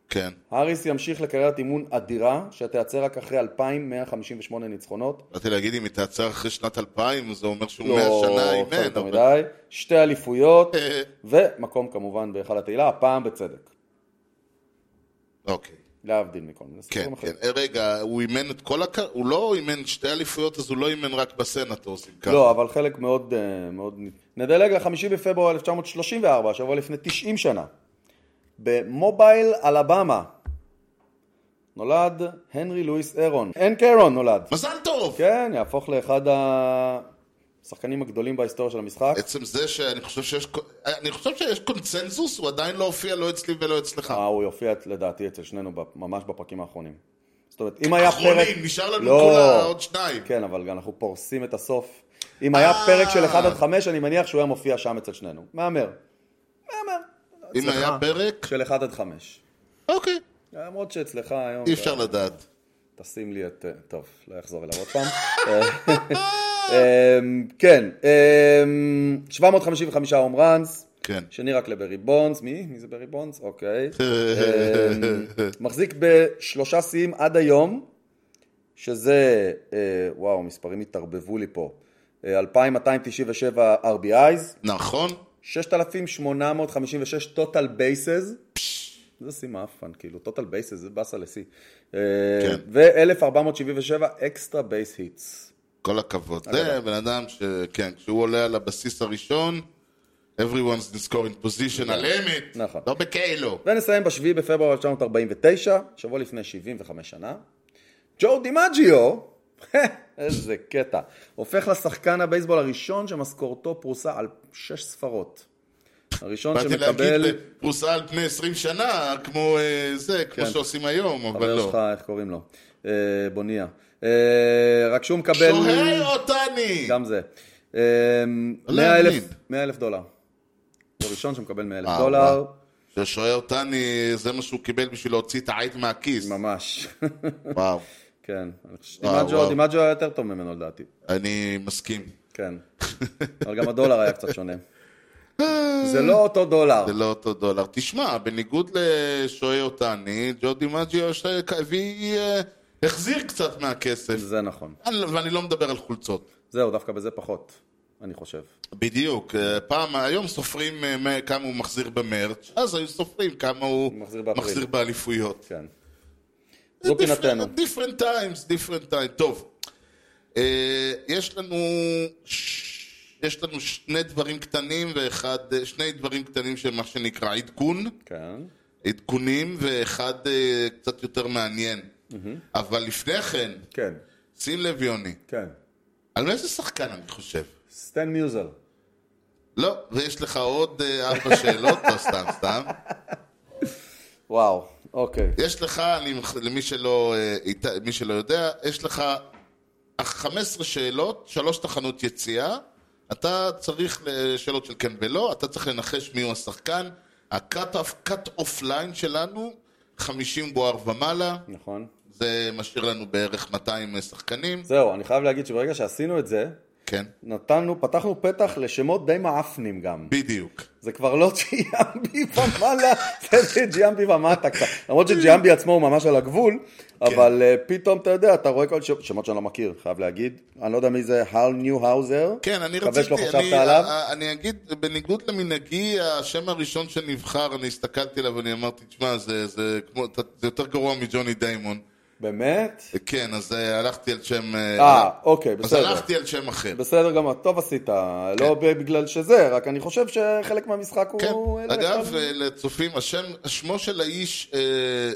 Speaker 1: כן.
Speaker 2: האריס ימשיך לקריירת אימון אדירה, שתיעצר רק אחרי 2,158 ניצחונות.
Speaker 1: באתי להגיד, אם היא תעצר אחרי שנת 2000, זה אומר שהוא
Speaker 2: לא,
Speaker 1: מאה שנה
Speaker 2: קצת
Speaker 1: אימן.
Speaker 2: יותר
Speaker 1: אבל-
Speaker 2: מדי. שתי אליפויות,
Speaker 1: אה,
Speaker 2: ומקום כמובן בהיכל התהילה, הפעם בצדק.
Speaker 1: אוקיי.
Speaker 2: להבדיל מכל מיני
Speaker 1: כן,
Speaker 2: סיפורים
Speaker 1: כן.
Speaker 2: אחרים.
Speaker 1: אה, רגע, הוא אימן את כל הקר... הוא לא אימן שתי אליפויות, אז הוא לא אימן רק בסנטורס, אם ככה.
Speaker 2: לא, אבל חלק מאוד... אה, מאוד... נדלג לחמישי בפברואר 1934, שבוע לפני 90 שנה. במובייל, אלבמה, נולד הנרי לואיס אירון. אין קיירון נולד.
Speaker 1: מזל טוב!
Speaker 2: כן, יהפוך לאחד השחקנים הגדולים בהיסטוריה של המשחק.
Speaker 1: עצם זה שאני חושב שיש... אה, אני חושב שיש קונצנזוס, הוא עדיין לא הופיע לא אצלי ולא אצלך.
Speaker 2: אה, הוא יופיע לדעתי אצל שנינו בפ- ממש בפרקים האחרונים. זאת אומרת, אם היה
Speaker 1: אחרונים,
Speaker 2: פרק...
Speaker 1: נשאר לנו
Speaker 2: לא.
Speaker 1: כולה עוד שניים.
Speaker 2: כן, אבל גם אנחנו פורסים את הסוף. אם היה פרק של 1 עד 5, אני מניח שהוא היה מופיע שם אצל שנינו. מהמר.
Speaker 1: אם היה פרק...
Speaker 2: של 1 עד 5.
Speaker 1: אוקיי,
Speaker 2: למרות שאצלך היום...
Speaker 1: אי אפשר לדעת.
Speaker 2: תשים לי את... טוב, לא אחזור אליו עוד פעם. אה, *laughs* אמ, כן, אמ, 755 הום ראנס.
Speaker 1: כן.
Speaker 2: שני רק לברי בונדס, מי? מי זה ברי בונדס? אוקיי.
Speaker 1: אה,
Speaker 2: אמ, מחזיק בשלושה שיאים עד היום, שזה, אה, וואו, המספרים התערבבו לי פה. אה, 2,297 RBIs,
Speaker 1: נכון?
Speaker 2: 6,856 total bases, זה שיא מאפן, כאילו, total bases זה באסה לשיא. אה,
Speaker 1: כן.
Speaker 2: ו-1,477 extra base hits.
Speaker 1: כל הכבוד.
Speaker 2: אה,
Speaker 1: זה בן אדם ש... כן, כשהוא עולה על הבסיס הראשון, everyone's in scoring position על אמת.
Speaker 2: נכון.
Speaker 1: לא בכאילו.
Speaker 2: ונסיים ב-7 בפברואר 1949, שבוע לפני 75 שנה. ג'ו דימג'יו, *laughs* איזה קטע, הופך לשחקן הבייסבול הראשון שמשכורתו פרוסה על שש ספרות. הראשון
Speaker 1: באתי להגיד
Speaker 2: שמקבל,
Speaker 1: פרוסה על פני 20 שנה, כמו אה, זה, כמו
Speaker 2: כן.
Speaker 1: שעושים היום, אבל
Speaker 2: חבר
Speaker 1: לא.
Speaker 2: שלך, איך קוראים לו? אה, בוניה. אה, רק שהוא מקבל,
Speaker 1: שוהי אותני!
Speaker 2: גם זה.
Speaker 1: לא
Speaker 2: 100 אלף,
Speaker 1: להאמין.
Speaker 2: 100 אלף דולר. הוא הראשון שמקבל 100 אלף
Speaker 1: אה,
Speaker 2: דולר,
Speaker 1: ששוהי אותני, זה מה שהוא קיבל בשביל להוציא את העית מהכיס.
Speaker 2: ממש. *laughs*
Speaker 1: וואו.
Speaker 2: כן, אני חושב
Speaker 1: וואו, אה, וואו.
Speaker 2: שדימג'ו דימג'ו היה יותר טוב ממנו לדעתי.
Speaker 1: אני מסכים.
Speaker 2: כן. אבל גם הדולר היה קצת שונה. זה לא אותו דולר.
Speaker 1: זה לא אותו דולר. תשמע, בניגוד לשוהי אותני, ג'ודי מג'יו ש- הביא... אה, החזיר קצת מהכסף.
Speaker 2: זה נכון.
Speaker 1: אני- ואני לא מדבר על חולצות.
Speaker 2: זהו, דווקא בזה פחות, אני חושב.
Speaker 1: בדיוק. אה, פעם, היום סופרים אה, מ- כמה הוא מחזיר במרץ, אז היו סופרים כמה הוא
Speaker 2: מחזיר באפריל.
Speaker 1: מחזיר באליפויות.
Speaker 2: כן. זו פינתנו.
Speaker 1: דיפרנט טיימס, דיפרנט טיימס. טוב, אה, יש לנו... ש- יש לנו שני דברים קטנים ואחד, אה, שני דברים קטנים של מה שנקרא עדכון,
Speaker 2: כן.
Speaker 1: עדכונים ואחד אה, קצת יותר מעניין. אבל לפני כן,
Speaker 2: כן.
Speaker 1: שים לב יוני,
Speaker 2: כן.
Speaker 1: על איזה שחקן אני חושב?
Speaker 2: סטן מיוזל.
Speaker 1: לא, ויש לך עוד אה, ארבע שאלות, לא סתם, סתם.
Speaker 2: וואו, אוקיי.
Speaker 1: יש לך, אני, מח- למי שלא, אה, אית- מי שלא יודע, יש לך 15 שאלות, שלוש תחנות יציאה. אתה צריך ל- שאלות של כן ולא, אתה צריך לנחש מיהו השחקן. הקאט אוף ליין שלנו, 50 בוער ומעלה,
Speaker 2: נכון.
Speaker 1: זה משאיר לנו בערך 200 שחקנים.
Speaker 2: זהו, אני חייב להגיד שברגע שעשינו את זה,
Speaker 1: כן,
Speaker 2: נתנו, פתחנו פתח לשמות די מעפנים גם.
Speaker 1: בדיוק.
Speaker 2: זה כבר לא ג'יאמבי ומעלה, זה ג'יאמבי ומטה קצת. למרות שג'יאמבי עצמו הוא ממש על הגבול,
Speaker 1: כן.
Speaker 2: אבל אה, פתאום אתה יודע, אתה רואה כל ש- שמות שאני לא מכיר, חייב להגיד. אני לא יודע מי זה, הרל ניוהאוזר.
Speaker 1: כן, אני
Speaker 2: מקווה
Speaker 1: רציתי,
Speaker 2: שלא חשבת
Speaker 1: אני, אה,
Speaker 2: עליו.
Speaker 1: א- א- אני אגיד, בניגוד למנהגי, השם הראשון שנבחר, אני הסתכלתי עליו ואני אמרתי, תשמע, זה, זה, כמו, אתה- זה יותר גרוע מג'וני דיימון.
Speaker 2: באמת?
Speaker 1: כן, אז אה, הלכתי על שם...
Speaker 2: אה, אוקיי,
Speaker 1: אז
Speaker 2: בסדר.
Speaker 1: הלכתי כן. על שם אחר.
Speaker 2: בסדר גמור, טוב עשית, לא בגלל שזה, רק אני חושב שחלק מהמשחק
Speaker 1: כן,
Speaker 2: הוא...
Speaker 1: אגב, אה, לצופים, השם, שמו של האיש אה,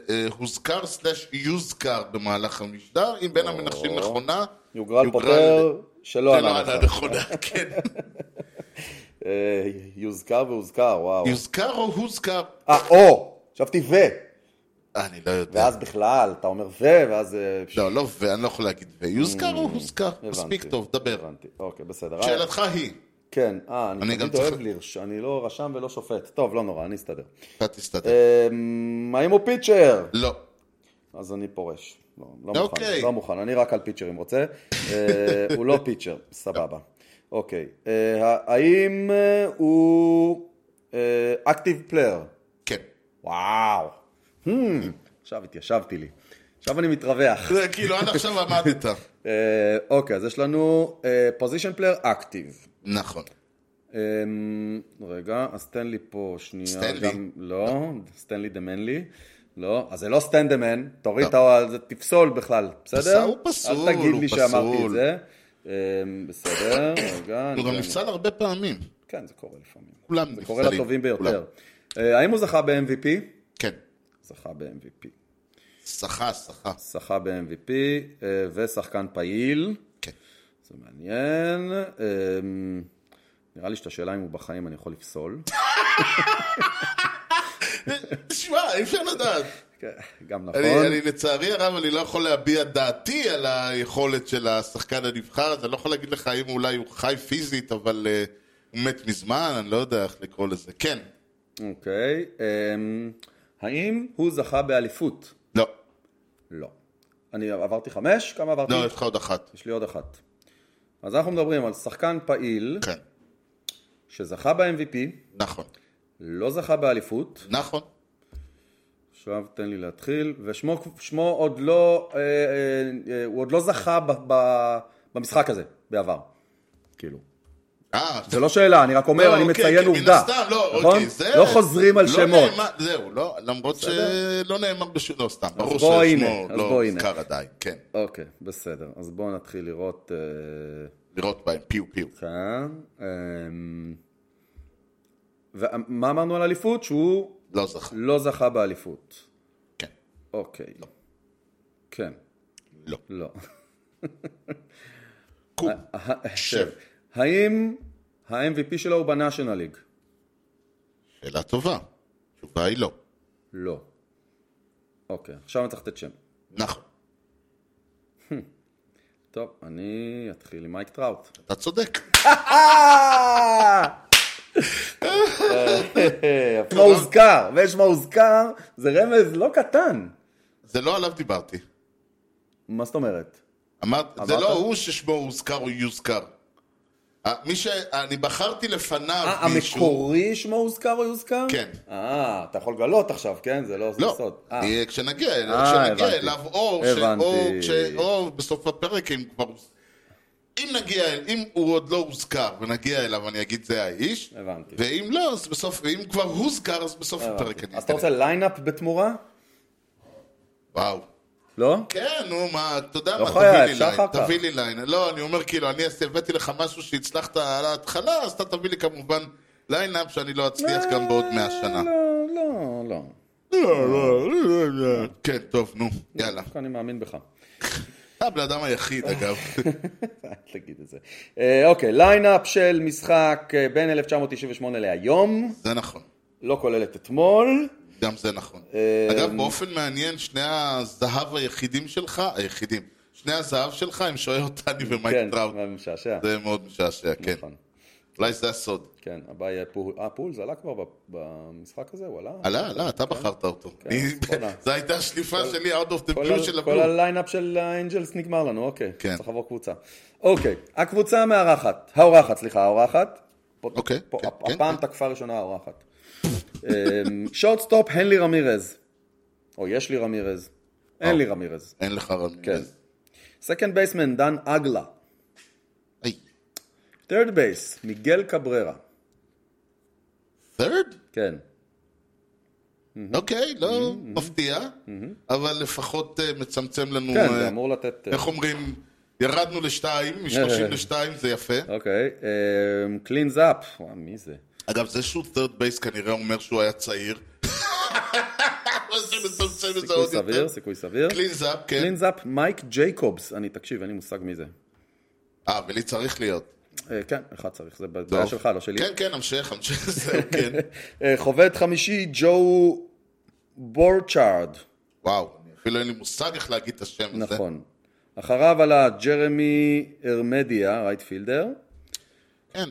Speaker 1: אה, הוזכר סלאש יוזכר במהלך המשדר, אם בין המנחשים נכונה,
Speaker 2: יוגרל פוטר, שלא
Speaker 1: זה לא
Speaker 2: ענה
Speaker 1: ענה
Speaker 2: לך.
Speaker 1: נכונה,
Speaker 2: *laughs*
Speaker 1: כן.
Speaker 2: אה, יוזכר והוזכר, וואו.
Speaker 1: יוזכר או הוזכר?
Speaker 2: אה, או! חשבתי ו,
Speaker 1: אה, אני לא יודע.
Speaker 2: ואז בכלל, אתה אומר ו, ואז... אה,
Speaker 1: לא, לא, ואני לא יכול להגיד ו. יוזכר או הוזכר?
Speaker 2: Hmm, הבנתי.
Speaker 1: מספיק טוב, דבר.
Speaker 2: הבנתי, אוקיי, בסדר. אה,
Speaker 1: שאלתך היא,
Speaker 2: כן, אה, אני
Speaker 1: אני גם
Speaker 2: תמיד
Speaker 1: צריך-
Speaker 2: אוהב לרש... אני לא רשם ולא שופט. טוב, לא נורא, אני אסתדר.
Speaker 1: אתה
Speaker 2: אה,
Speaker 1: תסתדר.
Speaker 2: אמ, האם הוא פיצ'ר?
Speaker 1: לא.
Speaker 2: אז אני פורש. לא, לא מוכן,
Speaker 1: אוקיי.
Speaker 2: לא מוכן, אני רק על פיצ'רים רוצה. אה, *laughs* הוא לא פיצ'ר, סבבה. אוקיי, אה, האם אה, הוא אקטיב פלייר?
Speaker 1: כן.
Speaker 2: וואו. Hmm, עכשיו התיישבתי לי. עכשיו אני מתרווח.
Speaker 1: זה כאילו עד עכשיו
Speaker 2: *laughs*
Speaker 1: עמדת.
Speaker 2: אה, אוקיי, אז יש לנו אה, פוזיישן פלייר אקטיב.
Speaker 1: נכון.
Speaker 2: אה, רגע, אז תן לי פה שנייה.
Speaker 1: סטנלי.
Speaker 2: גם- לא, סטנלי דמנלי. לא, אז זה לא סטנדמן, תוריד
Speaker 1: לא.
Speaker 2: את ה... זה תפסול בכלל, בסדר?
Speaker 1: הוא פסול,
Speaker 2: אל תגיד
Speaker 1: הוא
Speaker 2: לי שאמרתי
Speaker 1: פסול.
Speaker 2: את זה. אמ, בסדר, רגע.
Speaker 1: *coughs* הוא
Speaker 2: אני-
Speaker 1: גם נפסל הרבה פעמים.
Speaker 2: כן, זה קורה לפעמים.
Speaker 1: כולם
Speaker 2: זה
Speaker 1: נפסלים.
Speaker 2: קורה
Speaker 1: כולם.
Speaker 2: לטובים ביותר. אה, האם הוא זכה ב-MVP?
Speaker 1: כן.
Speaker 2: זכה ב-MVP.
Speaker 1: סחה, סחה.
Speaker 2: זכה ב-MVP אה, ושחקן פעיל.
Speaker 1: כן.
Speaker 2: זה מעניין. אמ, נראה לי שאת השאלה אם הוא בחיים אני יכול
Speaker 1: *laughs*
Speaker 2: לפסול.
Speaker 1: תשמע, אי אפשר לדעת.
Speaker 2: כן, גם נכון.
Speaker 1: אני, אני לצערי הרב, אני לא יכול להביע דעתי על היכולת של השחקן הנבחר, אז אני לא יכול להגיד לך אם אולי הוא חי פיזית, אבל אה, הוא מת מזמן, אני לא יודע איך לקרוא לזה. כן.
Speaker 2: אוקיי. אמ, האם הוא זכה באליפות?
Speaker 1: לא.
Speaker 2: לא. אני עברתי חמש? כמה עברתי?
Speaker 1: לא, יש לך עוד אחת.
Speaker 2: יש לי עוד אחת. אז אנחנו מדברים על שחקן פעיל
Speaker 1: כן.
Speaker 2: שזכה ב-MVP,
Speaker 1: נכון.
Speaker 2: לא זכה באליפות,
Speaker 1: נכון.
Speaker 2: עכשיו תן לי להתחיל, ושמו שמו עוד לא, אה, אה, אה, הוא עוד לא זכה ב, ב, במשחק הזה בעבר. כאילו.
Speaker 1: אה,
Speaker 2: זה לא שאלה, אני רק אומר,
Speaker 1: לא,
Speaker 2: אני
Speaker 1: אוקיי,
Speaker 2: מציין
Speaker 1: כי מן
Speaker 2: עובדה.
Speaker 1: הסתם, לא,
Speaker 2: נכון?
Speaker 1: אוקיי, זה...
Speaker 2: לא חוזרים על
Speaker 1: לא
Speaker 2: שמות.
Speaker 1: נאמר, זהו, לא, למרות שלא נאמר בשום... לא, סתם, ברור
Speaker 2: בוא,
Speaker 1: ששמו
Speaker 2: הנה, אז
Speaker 1: לא
Speaker 2: בוא, הנה.
Speaker 1: הוזכר עדיין, כן.
Speaker 2: אוקיי, בסדר. אז בואו נתחיל לראות... אה,
Speaker 1: לראות בהם, פיו פיו.
Speaker 2: כן. אמ, ומה אמרנו על אליפות? שהוא
Speaker 1: לא זכר,
Speaker 2: לא זכה באליפות.
Speaker 1: כן.
Speaker 2: אוקיי.
Speaker 1: לא.
Speaker 2: כן,
Speaker 1: לא.
Speaker 2: לא.
Speaker 1: קום,
Speaker 2: אה, שב.
Speaker 1: שב.
Speaker 2: האם ה-MVP שלו הוא בנאשונל ליג?
Speaker 1: שאלה טובה. התשובה היא לא.
Speaker 2: לא. אוקיי, עכשיו אני צריך לתת שם.
Speaker 1: נכון.
Speaker 2: טוב, אני אתחיל עם מייק טראוט.
Speaker 1: אתה צודק.
Speaker 2: מה הוזכר, ויש מה הוזכר, זה רמז לא קטן.
Speaker 1: זה לא עליו דיברתי.
Speaker 2: מה זאת אומרת?
Speaker 1: אמרת, זה
Speaker 2: אמרת?
Speaker 1: לא הוא ששמו הוזכר או יוזכר. אה, מי ש... אני בחרתי לפניו
Speaker 2: אה,
Speaker 1: מישהו...
Speaker 2: המקורי שמו הוזכר או יוזכר?
Speaker 1: כן.
Speaker 2: אה, אתה יכול לגלות עכשיו, כן? זה לא זה סוד.
Speaker 1: לא,
Speaker 2: אה,
Speaker 1: אני- כשנגיע אליו,
Speaker 2: אה,
Speaker 1: כשנגיע
Speaker 2: הבנתי.
Speaker 1: אליו, או ש-
Speaker 2: הבנתי.
Speaker 1: או כש- או בסוף הפרק, אם כבר... אם נגיע, אל- אם הוא עוד לא הוזכר ונגיע אליו, אני אגיד זה האיש,
Speaker 2: הבנתי.
Speaker 1: ואם לא, אז בסוף, ואם כבר הוזכר, אז בסוף הפרק אני
Speaker 2: אוקיי. אז אתה
Speaker 1: אתן.
Speaker 2: רוצה ליינאפ בתמורה?
Speaker 1: וואו.
Speaker 2: לא?
Speaker 1: כן, נו, מה, אתה יודע
Speaker 2: לא
Speaker 1: מה,
Speaker 2: חיה,
Speaker 1: תביא לי
Speaker 2: אפשר
Speaker 1: ליין,
Speaker 2: אחר כך.
Speaker 1: תביא לי ליין. לא, אני אומר כאילו, אני הבאתי לך משהו שהצלחת על ההתחלה, אז אתה תביא לי כמובן ליינאפ שאני לא אצליח גם בעוד מאה שנה.
Speaker 2: לא, לא, לא.
Speaker 1: לא, לא, לא, לא, לא. כן, טוב, נו, יאללה.
Speaker 2: דווקא אני מאמין בך.
Speaker 1: הבן אדם היחיד, אגב.
Speaker 2: *laughs* אל תגיד את זה. אה, אוקיי, ליינאפ של משחק אה, בין 1998 להיום,
Speaker 1: זה נכון.
Speaker 2: לא כולל את אתמול.
Speaker 1: גם זה נכון.
Speaker 2: אה,
Speaker 1: אגב, באופן מעניין, שני הזהב היחידים שלך, היחידים, שני הזהב שלך הם שוער טני
Speaker 2: כן,
Speaker 1: ומייק טראוט.
Speaker 2: זה משעשע.
Speaker 1: זה מאוד משעשע, כן.
Speaker 2: נכון.
Speaker 1: אולי זה הסוד.
Speaker 2: כן, הבעיה יהיה פול. אה, פול זה עלה כבר ב- במשחק הזה? הוא עלה?
Speaker 1: עלה, עלה, אתה
Speaker 2: כן.
Speaker 1: בחרת אותו. אני-
Speaker 2: בואנה.
Speaker 1: *laughs* זו הייתה השליפה שלי, out of the
Speaker 2: כל
Speaker 1: blue
Speaker 2: ה-
Speaker 1: של
Speaker 2: כל
Speaker 1: הבלו.
Speaker 2: הליינאפ של האנג'לס נגמר לנו, אוקיי.
Speaker 1: כן.
Speaker 2: צריך לעבור קבוצה. אוקיי, הקבוצה המארחת, האורחת, סליחה, האורחת. פה-
Speaker 1: אוקיי,
Speaker 2: פה-
Speaker 1: כן,
Speaker 2: הפ-
Speaker 1: כן,
Speaker 2: הפעם
Speaker 1: כן.
Speaker 2: תקפה ראשונה האורחת. אמ, שורטסטופ, הנלי רמירז. או יש לי רמירז. אין
Speaker 1: אה.
Speaker 2: לי רמירז.
Speaker 1: אין לך רמי.
Speaker 2: כן. סקנד בייסמן, דן אגלה.
Speaker 1: היי,
Speaker 2: טרד בייס, מיגל קבררה.
Speaker 1: third?
Speaker 2: כן.
Speaker 1: אוקיי, לא מפתיע, אבל לפחות אה, מצמצם לנו...
Speaker 2: כן,
Speaker 1: אה,
Speaker 2: זה אמור לתת... אה,
Speaker 1: איך אומרים? ירדנו
Speaker 2: *laughs*
Speaker 1: לשתיים, משלושים לשתיים זה יפה.
Speaker 2: אוקיי, קלינס אפ, מי זה?
Speaker 1: אגב, זה שהוא third base כנראה אומר שהוא היה צעיר. *laughs* מה שמצמצם את זה
Speaker 2: סיכוי
Speaker 1: עוד יותר.
Speaker 2: סביר, סיכוי סביר.
Speaker 1: קלינס אפ, כן.
Speaker 2: קלינס אפ, מייק ג'ייקובס, אני, תקשיב, אין לי מושג מי זה.
Speaker 1: אה, ולי צריך להיות.
Speaker 2: אה, כן, אחד צריך, זה בעיה
Speaker 1: טוב.
Speaker 2: שלך, לא שלי.
Speaker 1: כן, כן, המשך, המשך, זהו,
Speaker 2: *laughs*
Speaker 1: כן.
Speaker 2: אה, חובד חמישי, ג'ו בורצ'ארד,
Speaker 1: וואו, אפילו אין לי מושג איך להגיד את השם הזה.
Speaker 2: נכון. אחריו עלה ג'רמי ארמדיה, רייטפילדר.
Speaker 1: כן.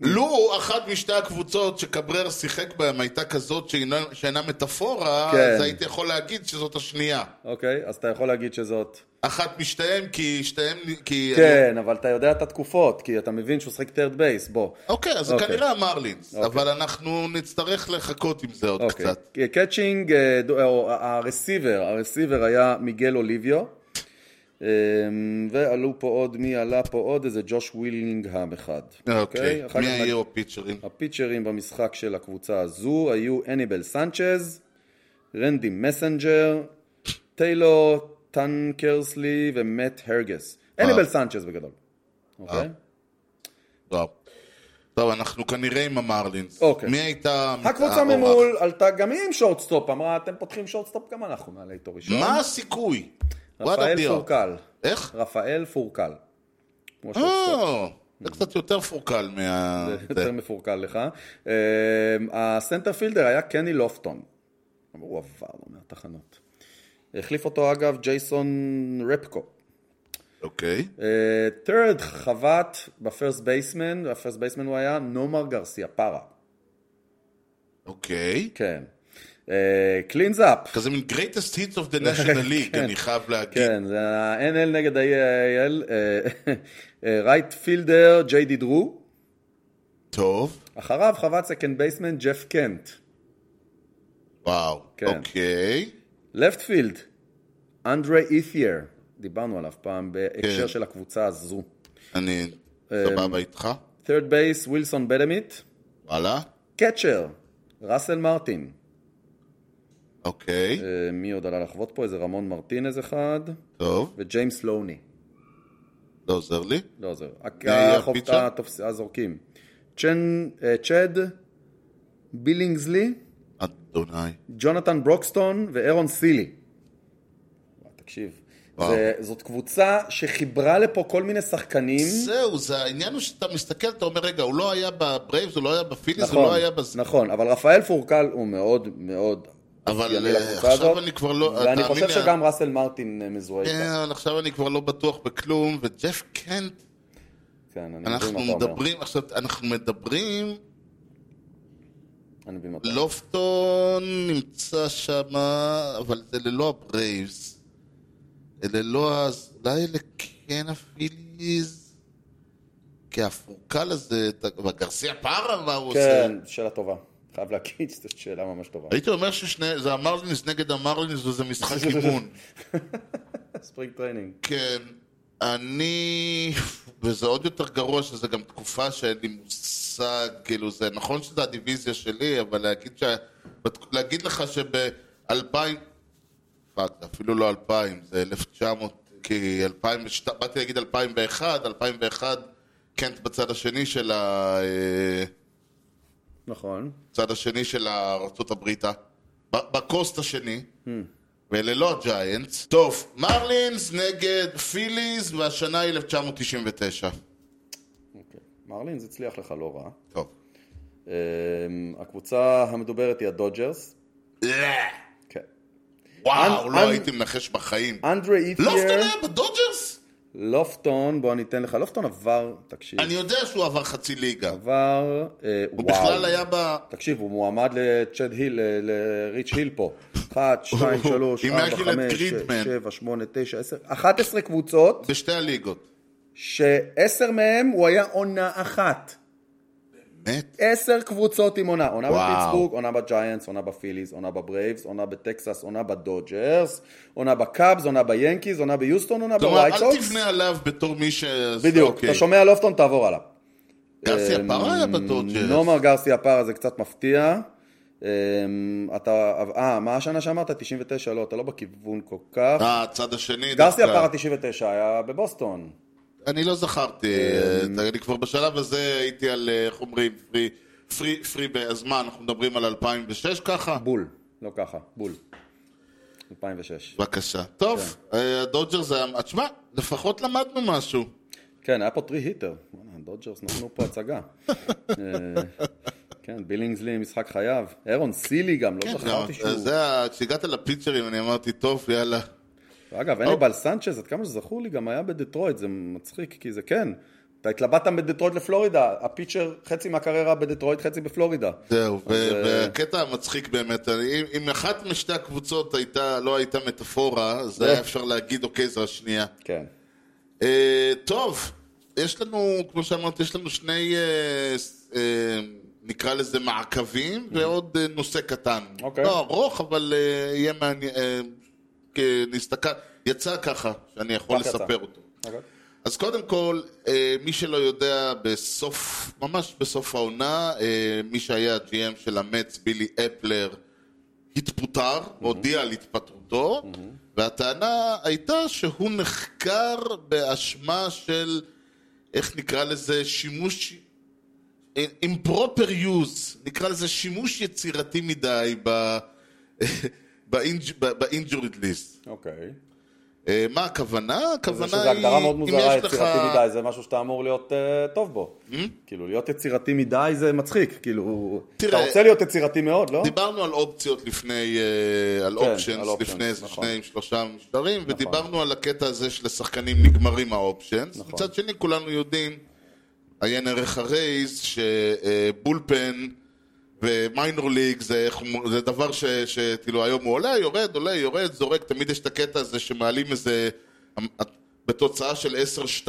Speaker 1: לו אחת משתי הקבוצות שקברר שיחק בהן הייתה כזאת שאינה- שאינה מטאפורה,
Speaker 2: כן.
Speaker 1: אז הייתי יכול להגיד שזאת השנייה.
Speaker 2: אוקיי, אז אתה יכול להגיד שזאת...
Speaker 1: אחת משתיהן, כי שתיהן... כי...
Speaker 2: כן, אבל אתה יודע את התקופות, כי אתה מבין שהוא שחק טרד בייס, בוא.
Speaker 1: אוקיי, אז זה
Speaker 2: אוקיי.
Speaker 1: כנראה המרלינס, אבל אנחנו נצטרך לחכות עם זה עוד
Speaker 2: אוקיי.
Speaker 1: קצת.
Speaker 2: קאצ'ינג, אה, דו- או הרסיבר, הרסיבר היה מיגל אוליביו. אה, ועלו פה עוד, מי עלה פה עוד? איזה ג'וש ווילינגהם אחד.
Speaker 1: אוקיי,
Speaker 2: אחר
Speaker 1: מי
Speaker 2: כך נג-
Speaker 1: היו הפיצ'רים?
Speaker 2: הפיצ'רים במשחק של הקבוצה הזו היו אניבל סנצ'ז, רנדי מסנג'ר, טיילור טנקרסלי ומט הרגס.
Speaker 1: אה.
Speaker 2: אניבל סנצ'ז בגדול. אוקיי?
Speaker 1: טוב. טוב, אנחנו כנראה עם המרלינס.
Speaker 2: אוקיי.
Speaker 1: מי הייתה...
Speaker 2: הקבוצה
Speaker 1: האורחת?
Speaker 2: ממול עלתה גם היא עם שורטסטופ, אמרה אתם פותחים שורטסטופ גם אנחנו נעלה איתו ראשון.
Speaker 1: מה הסיכוי? What are
Speaker 2: רפאל
Speaker 1: the odds?
Speaker 2: פורקל.
Speaker 1: איך?
Speaker 2: רפאל פורקל. כמו שרצית.
Speaker 1: או, זה קצת יותר פורקל מה...
Speaker 2: יותר מפורקל לך. אה, הסנטר פילדר היה קני לופטון. אבל הוא עבר לו מהתחנות. החליף אותו אגב ג'ייסון רפקו.
Speaker 1: אוקיי.
Speaker 2: אה, טרד חבט בפרסט בייסמן, והפרסט בייסמן הוא היה נומר גרסיה פארה.
Speaker 1: אוקיי.
Speaker 2: כן. אה, קלינס אפ.
Speaker 1: כזה מין greatest hits
Speaker 2: *laughs*
Speaker 1: of the national league, אני חייב להגיד.
Speaker 2: כן, זה ה-NL נגד אה, ה-AL. רייט פילדר, ג'יי די דרו.
Speaker 1: טוב.
Speaker 2: אחריו חבט סקנד בייסמן, ג'ף קנט.
Speaker 1: וואו.
Speaker 2: כן.
Speaker 1: אוקיי.
Speaker 2: לפט פילד, אנדרי אית'ייר, דיברנו עליו פעם בהקשר
Speaker 1: כן.
Speaker 2: של הקבוצה הזו.
Speaker 1: אני
Speaker 2: אמ,
Speaker 1: סבבה איתך.
Speaker 2: third base, ווילסון בדמיט,
Speaker 1: וואלה.
Speaker 2: קצ'ר, ראסל מרטין.
Speaker 1: אוקיי.
Speaker 2: אה, מי עוד עלה לחוות פה? איזה רמון מרטינז אחד,
Speaker 1: טוב.
Speaker 2: וג'יימס לוני.
Speaker 1: לא עוזר לי.
Speaker 2: לא עוזר. הק-
Speaker 1: יהיה
Speaker 2: החוב-
Speaker 1: הפיצ'ר?
Speaker 2: התופס- הזורקים. צ'ן- אה, צ'ד, בילינגסלי,
Speaker 1: אדוני.
Speaker 2: ג'ונתן ברוקסטון ואירון סילי. וואו, תקשיב.
Speaker 1: וואו.
Speaker 2: זה- זאת קבוצה שחיברה לפה כל מיני שחקנים.
Speaker 1: זהו, זה העניין הוא שאתה מסתכל, אתה אומר, רגע, הוא לא היה בברייבס, הוא לא היה בפילינס, הוא
Speaker 2: נכון,
Speaker 1: לא היה בזה.
Speaker 2: נכון, אבל רפאל פורקל הוא מאוד מאוד
Speaker 1: אבל
Speaker 2: אופייני
Speaker 1: אה,
Speaker 2: לקבוצה הזאת,
Speaker 1: עכשיו אני כבר לא...
Speaker 2: ואני
Speaker 1: תאמין
Speaker 2: חושב
Speaker 1: לי,
Speaker 2: שגם ראסל מרטין אה, מזוהה
Speaker 1: כן,
Speaker 2: איתה.
Speaker 1: אבל עכשיו אני כבר לא בטוח בכלום, וג'ף קנט,
Speaker 2: כן, אני מבין
Speaker 1: אנחנו
Speaker 2: מה אתה אומר.
Speaker 1: מדברים, עכשיו, אנחנו מדברים,
Speaker 2: אני מבין
Speaker 1: לא
Speaker 2: מה אתה אומר.
Speaker 1: לופטון נמצא שם, אבל זה ללא הברייבס. אלה לא ה... אולי אלה כן הפיליז? כי הפורקל הזה, אתה- והגרסיה פארה, מה הוא עושה?
Speaker 2: כן, שאלה טובה. חייב להגיד שזו שאלה ממש טובה.
Speaker 1: הייתי אומר שזה המרלינס נגד המרלינס וזה משחק אימון.
Speaker 2: ספרינג טריינינג.
Speaker 1: כן, אני... וזה עוד יותר גרוע שזה גם תקופה שאין לי מושג, כאילו זה נכון שזה הדיוויזיה שלי, אבל להגיד, ש... בת- להגיד לך שב-2000... פאק, זה אפילו לא 2000, זה 1900, כי 2002, באתי להגיד 2001, 2001 קנט בצד השני של ה... אה,
Speaker 2: נכון. Hmm.
Speaker 1: בצד השני של ארצות הבריתה, ב- בקוסט השני, ואלה לא הג'יינטס. טוב, מרלינס נגד פיליז, והשנה היא 1999.
Speaker 2: אוקיי. מרלינס הצליח לך לא רע.
Speaker 1: טוב.
Speaker 2: אמ, הקבוצה המדוברת היא הדודג'רס.
Speaker 1: אה,
Speaker 2: כן.
Speaker 1: וואו,
Speaker 2: אנ-
Speaker 1: לא
Speaker 2: אנ-
Speaker 1: הייתי מנחש בחיים.
Speaker 2: אנדרי
Speaker 1: לופטון
Speaker 2: איפייר.
Speaker 1: היה בדודג'רס?
Speaker 2: Hmm. לופטון, בוא אני אתן לך. לופטון עבר, תקשיב.
Speaker 1: אני יודע שהוא עבר חצי ליגה.
Speaker 2: עבר, אה,
Speaker 1: הוא
Speaker 2: וואו.
Speaker 1: בכלל היה ב...
Speaker 2: תקשיב, הוא מועמד לצ'ד היל, ל- לריץ' היל פה. 1, 2, 3,
Speaker 1: עם
Speaker 2: 4,
Speaker 1: מקהילת
Speaker 2: 5, 6,
Speaker 1: גרידמן.
Speaker 2: 7, 8, 9, 10, 11 קבוצות,
Speaker 1: בשתי הליגות.
Speaker 2: ש-10 מהם הוא היה עונה אחת.
Speaker 1: באמת?
Speaker 2: 10 קבוצות עם עונה. עונה
Speaker 1: וואו.
Speaker 2: בפיטסבורג, עונה בג'יינטס, עונה בפיליז, עונה בברייבס, עונה בטקסס, עונה בדודג'רס, עונה בקאבס, עונה ביאנקיז, עונה ביוסטון, עונה
Speaker 1: כלומר,
Speaker 2: בווייט
Speaker 1: אל
Speaker 2: סוקס.
Speaker 1: תבנה עליו בתור מי ש...
Speaker 2: לא, בדיוק,
Speaker 1: אוקיי.
Speaker 2: אתה שומע לופטון, תעבור הלאה.
Speaker 1: גרסיה פרה היה בדודג'רס.
Speaker 2: נומר גרסיה פארה זה קצת מפתיע. אמ, אתה, אה, מה השנה שאמרת? 99, לא, אתה לא בכיוון כל כך.
Speaker 1: אה, אוקיי. הצד השני
Speaker 2: גרסיה
Speaker 1: דווקא.
Speaker 2: פארה 99 היה בבוסטון.
Speaker 1: אני לא זכרתי, אה, אני כבר בשלב הזה הייתי על, אה, איך אומרים, פרי, פרי, פרי בזמן, אנחנו מדברים על 2006 ככה?
Speaker 2: בול, לא ככה, בול. 2006.
Speaker 1: בבקשה. טוב, אה, הדודג'ר זה היה... תשמע, לפחות למדנו משהו.
Speaker 2: כן, היה פה טרי היטר. וואלה, הדודג'רס נתנו
Speaker 1: *laughs*
Speaker 2: פה הצגה. אה, כן, בילינגסלי משחק חייו. אירון סילי גם, לא
Speaker 1: כן,
Speaker 2: זכרתי
Speaker 1: גם, אה,
Speaker 2: שהוא...
Speaker 1: זה, ה- כשהגעת לפיצ'רים אני אמרתי, טוב, יאללה.
Speaker 2: אגב,
Speaker 1: אוקיי.
Speaker 2: אניבל סנצ'ז, עד כמה שזכור לי, גם היה בדטרויט, זה מצחיק, כי זה כן. אתה התלבטת מדטרויט לפלורידה, הפיצ'ר חצי מהקריירה בדטרויט, חצי בפלורידה.
Speaker 1: זהו, ו-
Speaker 2: אה,
Speaker 1: והקטע המצחיק באמת, אני- אם- אם אחת משתי הקבוצות הייתה, לא הייתה מטאפורה, אז
Speaker 2: אה.
Speaker 1: היה אפשר להגיד, אוקיי, זו השנייה.
Speaker 2: כן.
Speaker 1: אה, טוב, יש לנו, כמו שאמרתי, יש לנו שני, אה, ס- אה, נקרא לזה מעקבים, ועוד אה, נושא קטן.
Speaker 2: אוקיי.
Speaker 1: לא ארוך, אבל אה, יהיה מעניין, אה, כי נסתכל, יצא ככה, שאני יכול
Speaker 2: כך יצא.
Speaker 1: לספר אותו.
Speaker 2: אוקיי.
Speaker 1: אז קודם כל, אה, מי שלא יודע, בסוף, ממש בסוף העונה, אה, מי שהיה ה-GM של המץ, בילי אפלר, התפוטר, הודיע על התפטרותו, והטענה הייתה שהוא נחקר באשמה של, איך נקרא לזה, שימוש, אה, improper use, נקרא לזה שימוש יצירתי מדי ב- *laughs* באינג'- ב- ב-injured list.
Speaker 2: אוקיי.
Speaker 1: אה, מה הכוונה? הכוונה
Speaker 2: זה
Speaker 1: היא...
Speaker 2: שזו הגדרה מאוד
Speaker 1: אם
Speaker 2: מוזרה,
Speaker 1: יש לך-
Speaker 2: יצירתי מדי, זה משהו שאתה אמור להיות אה, טוב בו. כאילו, להיות יצירתי מדי זה מצחיק, כאילו... אתה
Speaker 1: תראה-
Speaker 2: רוצה להיות יצירתי מאוד, לא?
Speaker 1: דיברנו על אופציות לפני, אה, על
Speaker 2: כן,
Speaker 1: אופשנס
Speaker 2: על options,
Speaker 1: לפני איזה
Speaker 2: נכון.
Speaker 1: שניים, שלושה משדרים, ודיברנו על הקטע הזה שלשחקנים נגמרים האופשנס.
Speaker 2: נכון.
Speaker 1: מצד שני, כולנו יודעים, עיין ערך הרייז, שבולפן ומיינור ליג זה, איך אומרים, זה דבר ש- שכאילו היום הוא עולה, יורד, עולה, יורד, זורק, תמיד יש את הקטע הזה שמעלים איזה... אמ, בתוצאה של 10-2,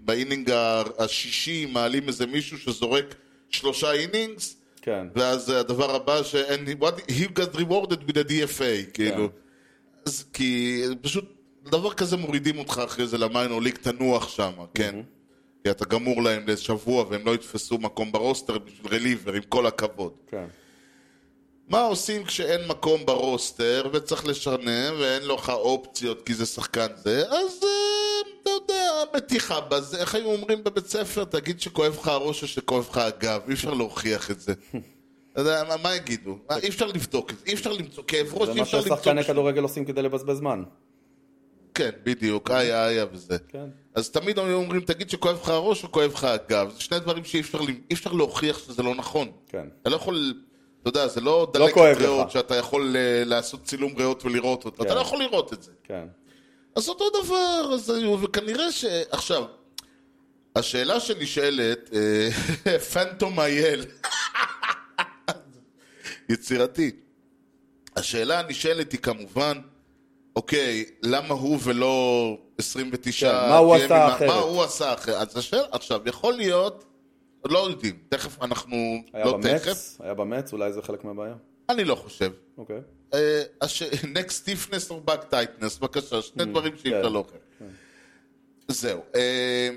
Speaker 1: באינינג ה- השישי, מעלים איזה מישהו שזורק שלושה אינינגס,
Speaker 2: כן.
Speaker 1: ואז הדבר הבא ש... and what- He got rewarded with a DFA, כאילו. אז כי פשוט דבר כזה מורידים אותך אחרי זה למיינור ליג, תנוח שם, כן? כי אתה גמור להם לאיזה שבוע והם לא יתפסו מקום ברוסטר בשביל רליבר, עם כל הכבוד.
Speaker 2: כן.
Speaker 1: מה עושים כשאין מקום ברוסטר וצריך לשנם ואין לך אופציות כי זה שחקן זה? אז אה, אתה יודע, מתיחה בזה. איך היו אומרים בבית ספר? תגיד שכואב לך הראש או שכואב לך הגב. אי אפשר להוכיח את זה. אתה יודע, מה- מה יגידו? מה, אי אפשר לבדוק את זה. אי אפשר למצוא כאב ראש,
Speaker 2: זה
Speaker 1: אי
Speaker 2: מה
Speaker 1: אפשר למצוא...
Speaker 2: ששחקני כדורגל עושים כדי לבזבז זמן.
Speaker 1: כן, בדיוק. איה איה וזה.
Speaker 2: כן.
Speaker 1: אז תמיד היו אומרים, תגיד שכואב לך הראש או כואב לך הגב. זה שני דברים שאי אפשר ל- אי אפשר להוכיח שזה לא נכון.
Speaker 2: כן.
Speaker 1: אתה לא יכול, אתה יודע, זה לא
Speaker 2: לא
Speaker 1: דלקת
Speaker 2: כואב
Speaker 1: ריאות
Speaker 2: לך.
Speaker 1: שאתה יכול אה, לעשות צילום ריאות ולראות אותו. אתה לא יכול לראות את זה.
Speaker 2: כן.
Speaker 1: אז אותו דבר, אז היו, וכנראה ש... עכשיו, השאלה שנשאלת, אה, *laughs* פנטום אייל, *laughs* יצירתי. השאלה הנשאלת היא כמובן, אוקיי, למה הוא ולא 29...
Speaker 2: כן, מה הוא
Speaker 1: GMים?
Speaker 2: עשה אחרת?
Speaker 1: מה הוא עשה אחרת? אז השאלה, עכשיו, יכול להיות, לא יודעים, תכף אנחנו...
Speaker 2: היה
Speaker 1: לא תכף,
Speaker 2: במץ? היה במץ? אולי זה חלק מהבעיה?
Speaker 1: אני לא חושב. אה,
Speaker 2: אוקיי.
Speaker 1: נקסט טיפנס או באק טייטנס, בבקשה, שני דברים שאי
Speaker 2: כן.
Speaker 1: אפשר להוכיח. זהו. אה,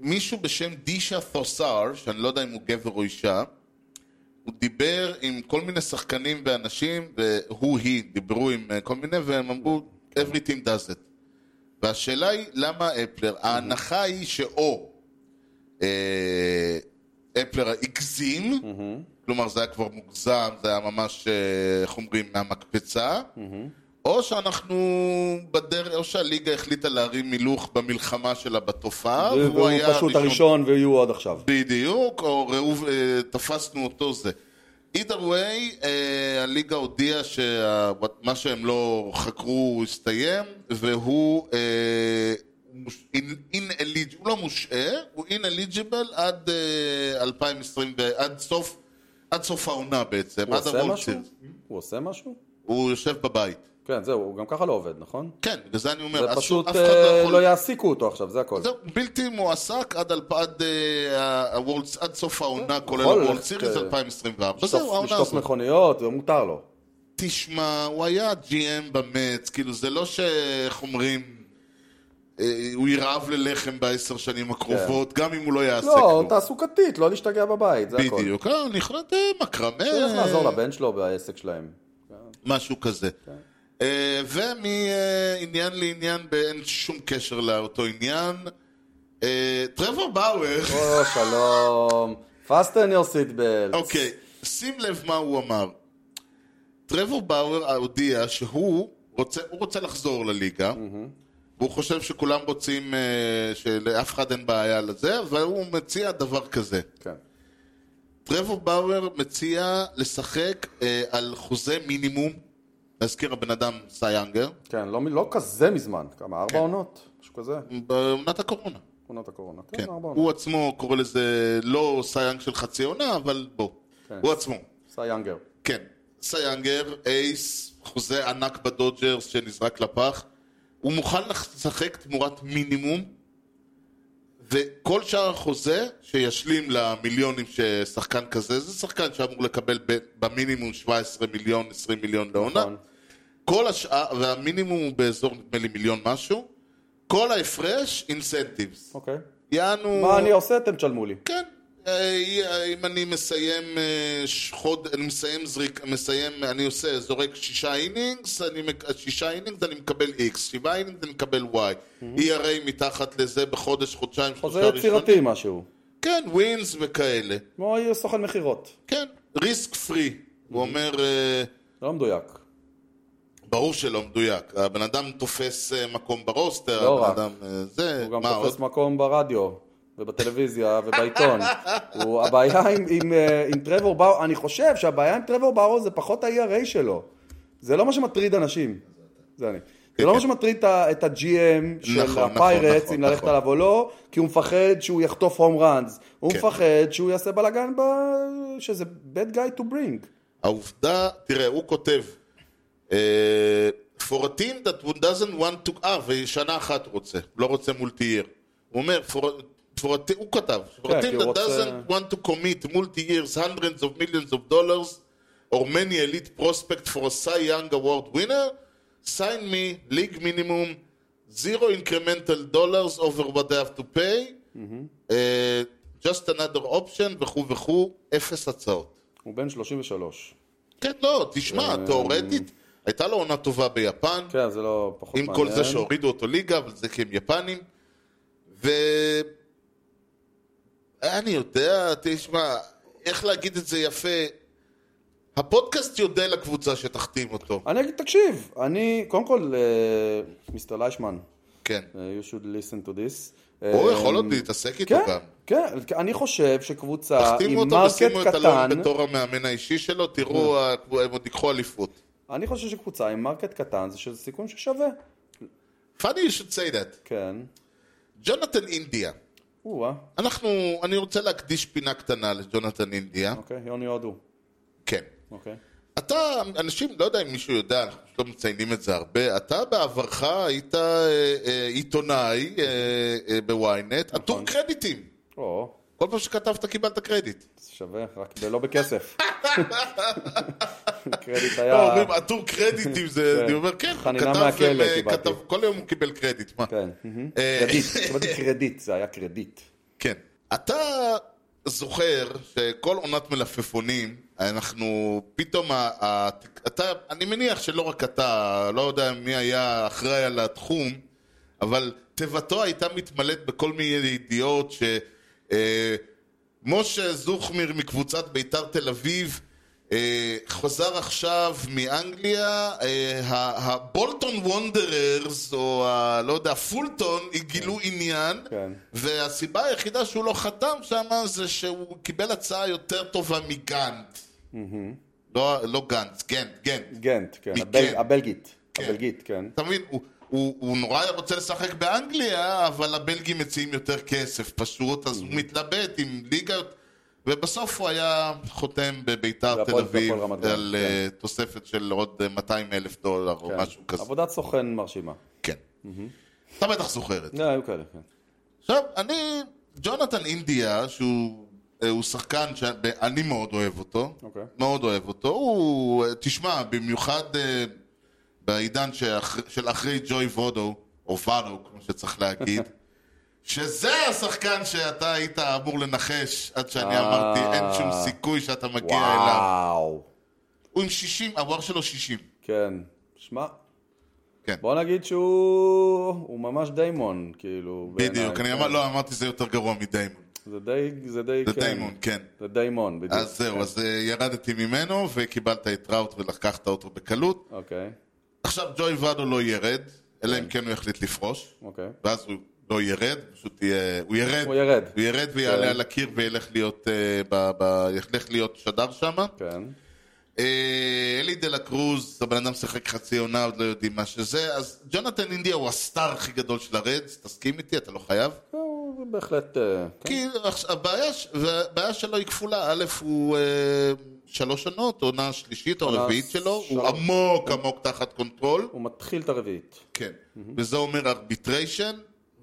Speaker 1: מישהו בשם דישה תוסר, שאני לא יודע אם הוא גבר או אישה, הוא דיבר עם כל מיני שחקנים ואנשים, והוא, היא, דיברו עם אה, כל מיני, והם אמרו, everything does it. והשאלה היא, למה אפלר? ההנחה היא שאו אה, אפלר הגזים, כלומר זה היה כבר מוגזם, זה היה ממש, אה, איך אומרים, מהמקפצה, או שאנחנו בדרך, או שהליגה החליטה להרים הילוך במלחמה שלה בתופעה,
Speaker 2: והוא פשוט הראשון ויהיו עוד עכשיו.
Speaker 1: בדיוק, או ראוב, אה, תפסנו אותו זה. either way, אה, הליגה הודיעה שמה שהם לא חקרו הסתיים, והוא אה, מוש- in- ineligible, הוא לא מושעה, הוא ineligible עד אה, 2020, ו- עד סוף, עד סוף העונה בעצם,
Speaker 2: הוא
Speaker 1: עד
Speaker 2: עושה
Speaker 1: ה-World
Speaker 2: משהו?
Speaker 1: Series.
Speaker 2: הוא עושה משהו?
Speaker 1: הוא יושב בבית.
Speaker 2: כן, זהו, הוא גם ככה לא עובד, נכון?
Speaker 1: כן, בגלל זה אני אומר,
Speaker 2: זה
Speaker 1: אז
Speaker 2: פשוט
Speaker 1: אף אחד לא
Speaker 2: אה,
Speaker 1: יכול-
Speaker 2: לא יעסיקו אותו עכשיו, זה הכל.
Speaker 1: זהו, בלתי מועסק עד, אלפ... עד, אה, ה- ה-World- עד סוף העונה, כולל
Speaker 2: יכול
Speaker 1: ה-World
Speaker 2: ללכת,
Speaker 1: Series
Speaker 2: אה,
Speaker 1: 2024.
Speaker 2: לשטוף-
Speaker 1: לא זהו, העונה
Speaker 2: לשטוף
Speaker 1: הזאת.
Speaker 2: מכוניות, זה מותר לו.
Speaker 1: תשמע, הוא היה GM במץ, כאילו זה לא ש- איך אומרים, אה, הוא ירעב ללחם בעשר שנים הקרובות, גם אם הוא לא יעשה
Speaker 2: כן. לא,
Speaker 1: כלום.
Speaker 2: תעסוקתית, לא להשתגע בבית, זה הכל.
Speaker 1: בדיוק, אה, נכנעת מקרמה,
Speaker 2: הוא הולך לעזור לבן כן. שלו בעסק שלהם.
Speaker 1: משהו כזה. אה, ומעניין לעניין, אין שום קשר לאותו עניין. אה, טרוור באואר,
Speaker 2: או, שלום. fasten your seat belts.
Speaker 1: אוקיי, שים לב מה הוא אמר. טרוור באואר הודיע שהוא רוצה, הוא רוצה לחזור לליגה, והוא חושב שכולם רוצים, אה, שלאף אחד אין בעיה לזה, והוא מציע דבר כזה.
Speaker 2: כן.
Speaker 1: טרוור באואר מציע לשחק אה, על חוזה מינימום, להזכיר הבן אדם סייאנגר,
Speaker 2: כן, לא מ- לא כזה מזמן. כמה,
Speaker 1: כן.
Speaker 2: ארבע עונות? משהו כזה?
Speaker 1: בעונת הקורונה.
Speaker 2: עונות הקורונה.
Speaker 1: כן.
Speaker 2: כן, ארבע עונות.
Speaker 1: הוא עצמו קורא לזה לא סייאנג של חצי עונה, אבל בוא.
Speaker 2: כן.
Speaker 1: הוא עצמו.
Speaker 2: סי יאנגר.
Speaker 1: כן, סייאנגר, אייס, חוזה ענק בדודג'רס שנזרק לפח. הוא מוכן לשחק תמורת מינימום, וכל שאר החוזה שישלים למיליונים ששחקן כזה, זה שחקן שאמור לקבל ב- במינימום 17 מיליון, 20 מיליון לעונה.
Speaker 2: נכון.
Speaker 1: כל השאר, והמינימום הוא באזור נדמה לי מיליון משהו. כל ההפרש, אינסנטיבס.
Speaker 2: אוקיי.
Speaker 1: יענו...
Speaker 2: מה אני עושה? אתם תשלמו לי.
Speaker 1: כן. אה, אם אני מסיים אה, ש- חוד, אני מסיים זריק, מסיים, אני עושה, זורק שישה אינינגס, אני, מק- שישה אינינגס אני מקבל איקס, שבעה אינינגס אני מקבל וואי. ERA מתחת לזה בחודש, חודשיים,
Speaker 2: Mhm. חוזה
Speaker 1: שלושה
Speaker 2: יצירתי משהו.
Speaker 1: כן, ווינס וכאלה.
Speaker 2: כמו סוכן מכירות.
Speaker 1: כן, ריסק פרי. הוא
Speaker 2: Mhm.
Speaker 1: אומר, אה,
Speaker 2: לא מדויק.
Speaker 1: ברור שלא מדויק, הבן אדם תופס אה, מקום ברוסטר,
Speaker 2: לא
Speaker 1: הבן
Speaker 2: רק.
Speaker 1: אדם אה, זה,
Speaker 2: הוא גם
Speaker 1: מה עוד?
Speaker 2: תופס מקום ברדיו, ובטלוויזיה,
Speaker 1: *laughs*
Speaker 2: ובעיתון. הוא- הבעיה עם- עם, אה, עם טרוור באו, אני חושב שהבעיה עם טרוור באו זה פחות ה-ERA שלו. זה לא מה שמטריד אנשים. זה אני. זה לא מה שמטריד את ה- את ה-GM של
Speaker 1: כן, נכון,
Speaker 2: הפיירטס,
Speaker 1: נכון,
Speaker 2: אם
Speaker 1: נכון.
Speaker 2: ללכת עליו או לא, כי הוא מפחד שהוא יחטוף הום ראנס. הוא
Speaker 1: כן.
Speaker 2: מפחד שהוא יעשה בלאגן, שזה bad guy to bring.
Speaker 1: העובדה, תראה, הוא כותב, אה, for a team that would doesn't want to, אה, ושנה אחת רוצה, לא רוצה מולטי-יר. הוא אומר, for a- for a team- הוא כתב, for
Speaker 2: כן,
Speaker 1: a
Speaker 2: כי
Speaker 1: team
Speaker 2: הוא
Speaker 1: that
Speaker 2: רוצה-
Speaker 1: doesn't want to commit multi-years, hundreds of millions of dollars, or many elite prospect for a Cy Young Award winner, sign me, league minimum, zero incremental dollars over what they have to pay,
Speaker 2: Mhm.
Speaker 1: אה, just another option, וכו' וכו', אפס הצעות.
Speaker 2: הוא בן 33.
Speaker 1: כן, לא, תשמע, תאורטית, הייתה לו עונה טובה ביפן,
Speaker 2: אה, כן, זה לא פחות
Speaker 1: עם
Speaker 2: מעניין.
Speaker 1: כל זה שהורידו אותו ליגה, אבל זה כי הם יפנים, ו... אני יודע, תשמע, איך להגיד את זה יפה? הפודקאסט יודע לקבוצה שתחתים אותו,
Speaker 2: אני אגיד, תקשיב, אני, קודם כל, אה, מיסטר ליישמן,
Speaker 1: כן.
Speaker 2: אה, you should listen to this.
Speaker 1: הוא
Speaker 2: אה,
Speaker 1: יכול עוד להתעסק איתו
Speaker 2: כן,
Speaker 1: גם.
Speaker 2: כן, אני חושב שקבוצה
Speaker 1: תחתימו
Speaker 2: עם
Speaker 1: אותו
Speaker 2: מרקט
Speaker 1: ושימו את
Speaker 2: קטן, אה.
Speaker 1: אלון בתור המאמן האישי שלו, תראו, ה- הם עוד ייקחו אליפות.
Speaker 2: אני חושב שקבוצה עם מרקט קטן זה שזה סיכון ששווה.
Speaker 1: funny you should say that.
Speaker 2: כן.
Speaker 1: ג'ונתן אינדיה.
Speaker 2: או-אה,
Speaker 1: אנחנו, אני רוצה להקדיש פינה קטנה לג'ונתן אינדיה.
Speaker 2: אוקיי, יוני הודו.
Speaker 1: כן.
Speaker 2: אוקיי.
Speaker 1: אתה, אנשים, לא יודע אם מישהו יודע, אנחנו לא מציינים את זה הרבה, אתה בעברך היית אה, אה, עיתונאי אה, אה, בוויינט,
Speaker 2: נכון.
Speaker 1: עטור קרדיטים.
Speaker 2: או,
Speaker 1: כל פעם שכתבת קיבלת קרדיט.
Speaker 2: זה שווה, רק ב- לא בכסף. *laughs* קרדיט היה...
Speaker 1: לא, אומרים עטור קרדיטים, זה,
Speaker 2: כן.
Speaker 1: אני אומר, כן, הוא
Speaker 2: חנינה
Speaker 1: כתב,
Speaker 2: מהכלא
Speaker 1: הם, אה,
Speaker 2: קיבלתי.
Speaker 1: כתב, כל יום הוא קיבל קרדיט, מה?
Speaker 2: כן, מהמם.
Speaker 1: אה,
Speaker 2: קרדיט, קיבלתי קרדיט, זה היה קרדיט.
Speaker 1: כן. אתה זוכר שכל עונת מלפפונים, אנחנו פתאום, ה, ה, אתה, אני מניח שלא רק אתה, לא יודע מי היה אחראי על התחום, אבל תיבתו הייתה מתמלאת בכל מיני ידיעות ש... אה, משה זוכמיר מקבוצת ביתר תל אביב אה, חוזר עכשיו מאנגליה, אה, ה- הבולטון וונדררס, או ה- לא יודע, פולטון, גילו עניין,
Speaker 2: כן.
Speaker 1: והסיבה היחידה שהוא לא חתם שם זה שהוא קיבל הצעה יותר טובה מגנט. לא, לא גנץ, גנט, גנט.
Speaker 2: גנט, כן.
Speaker 1: מגנט.
Speaker 2: הבל- הבלגית.
Speaker 1: כן.
Speaker 2: הבלגית, כן.
Speaker 1: אתה מבין, הוא, הוא, הוא נורא היה רוצה לשחק באנגליה, אבל הבלגים מציעים יותר כסף, פשוט, אז הוא מתלבט עם ליגות, ובסוף הוא היה חותם בביתר תל
Speaker 2: והפועל-
Speaker 1: אביב
Speaker 2: והפועל רמת גן,
Speaker 1: על אה, תוספת של עוד אה, 200 אלף דולר או
Speaker 2: כן.
Speaker 1: משהו כזה.
Speaker 2: עבודת סוכן מרשימה.
Speaker 1: כן. אתה בטח זוכר את זה.
Speaker 2: לא, היו כאלה, כן.
Speaker 1: עכשיו, אני, ג'ונתן אינדיה, שהוא אה, הוא שחקן שאני מאוד אוהב אותו,
Speaker 2: אוקיי.
Speaker 1: מאוד אוהב אותו, הוא, אה, תשמע, במיוחד אה, בעידן שאח, של אחרי ג'וי וודו, או וודו, כמו שצריך
Speaker 2: *laughs*
Speaker 1: להגיד, שזה השחקן שאתה היית אמור לנחש עד שאני
Speaker 2: אה.
Speaker 1: אמרתי, אין שום סיכוי שאתה מגיע אליו.
Speaker 2: וואו.
Speaker 1: הוא עם 60, הוואר שלו 60.
Speaker 2: כן. שמע.
Speaker 1: כן.
Speaker 2: בוא נגיד שהוא הוא ממש דיימון, כאילו. בעיניי.
Speaker 1: בדיוק, אני אמר, לא, אמרתי זה יותר גרוע מדיימון.
Speaker 2: זה די, זה די,
Speaker 1: זה
Speaker 2: כן.
Speaker 1: דיימון, כן.
Speaker 2: זה דיימון, בדיוק. כן.
Speaker 1: אז זהו, אז אה, ירדתי ממנו וקיבלת את ראוט ולקחת אותו בקלות.
Speaker 2: אוקיי,
Speaker 1: עכשיו ג'וי ואדו לא ירד, אלא אם כן הוא יחליט לפרוש,
Speaker 2: אוקיי.
Speaker 1: ואז הוא לא ירד, פשוט יהיה... הוא ירד.
Speaker 2: הוא ירד.
Speaker 1: הוא ירד
Speaker 2: כן.
Speaker 1: ויעלה על הקיר וילך להיות, אה, ב- ב- ילך להיות שדר שם.
Speaker 2: כן.
Speaker 1: אלי דה לה קרוז, הבן אדם שיחק חצי עונה, עוד לא יודעים מה שזה. אז ג'ונתן אינדיה הוא הסטאר הכי גדול של הרדס, תסכים איתי, אתה לא חייב.
Speaker 2: הוא בהחלט... אה, כן.
Speaker 1: כי עכשיו, הבעיה, ש- והבעיה שלו היא כפולה, א', הוא אה, שלוש עונות, עונה שלישית או
Speaker 2: עונה
Speaker 1: רביעית שלו, הוא
Speaker 2: שלוש.
Speaker 1: עמוק עמוק תחת קונטרול,
Speaker 2: הוא מתחיל את הרביעית.
Speaker 1: כן, וזה אומר ארביטריישן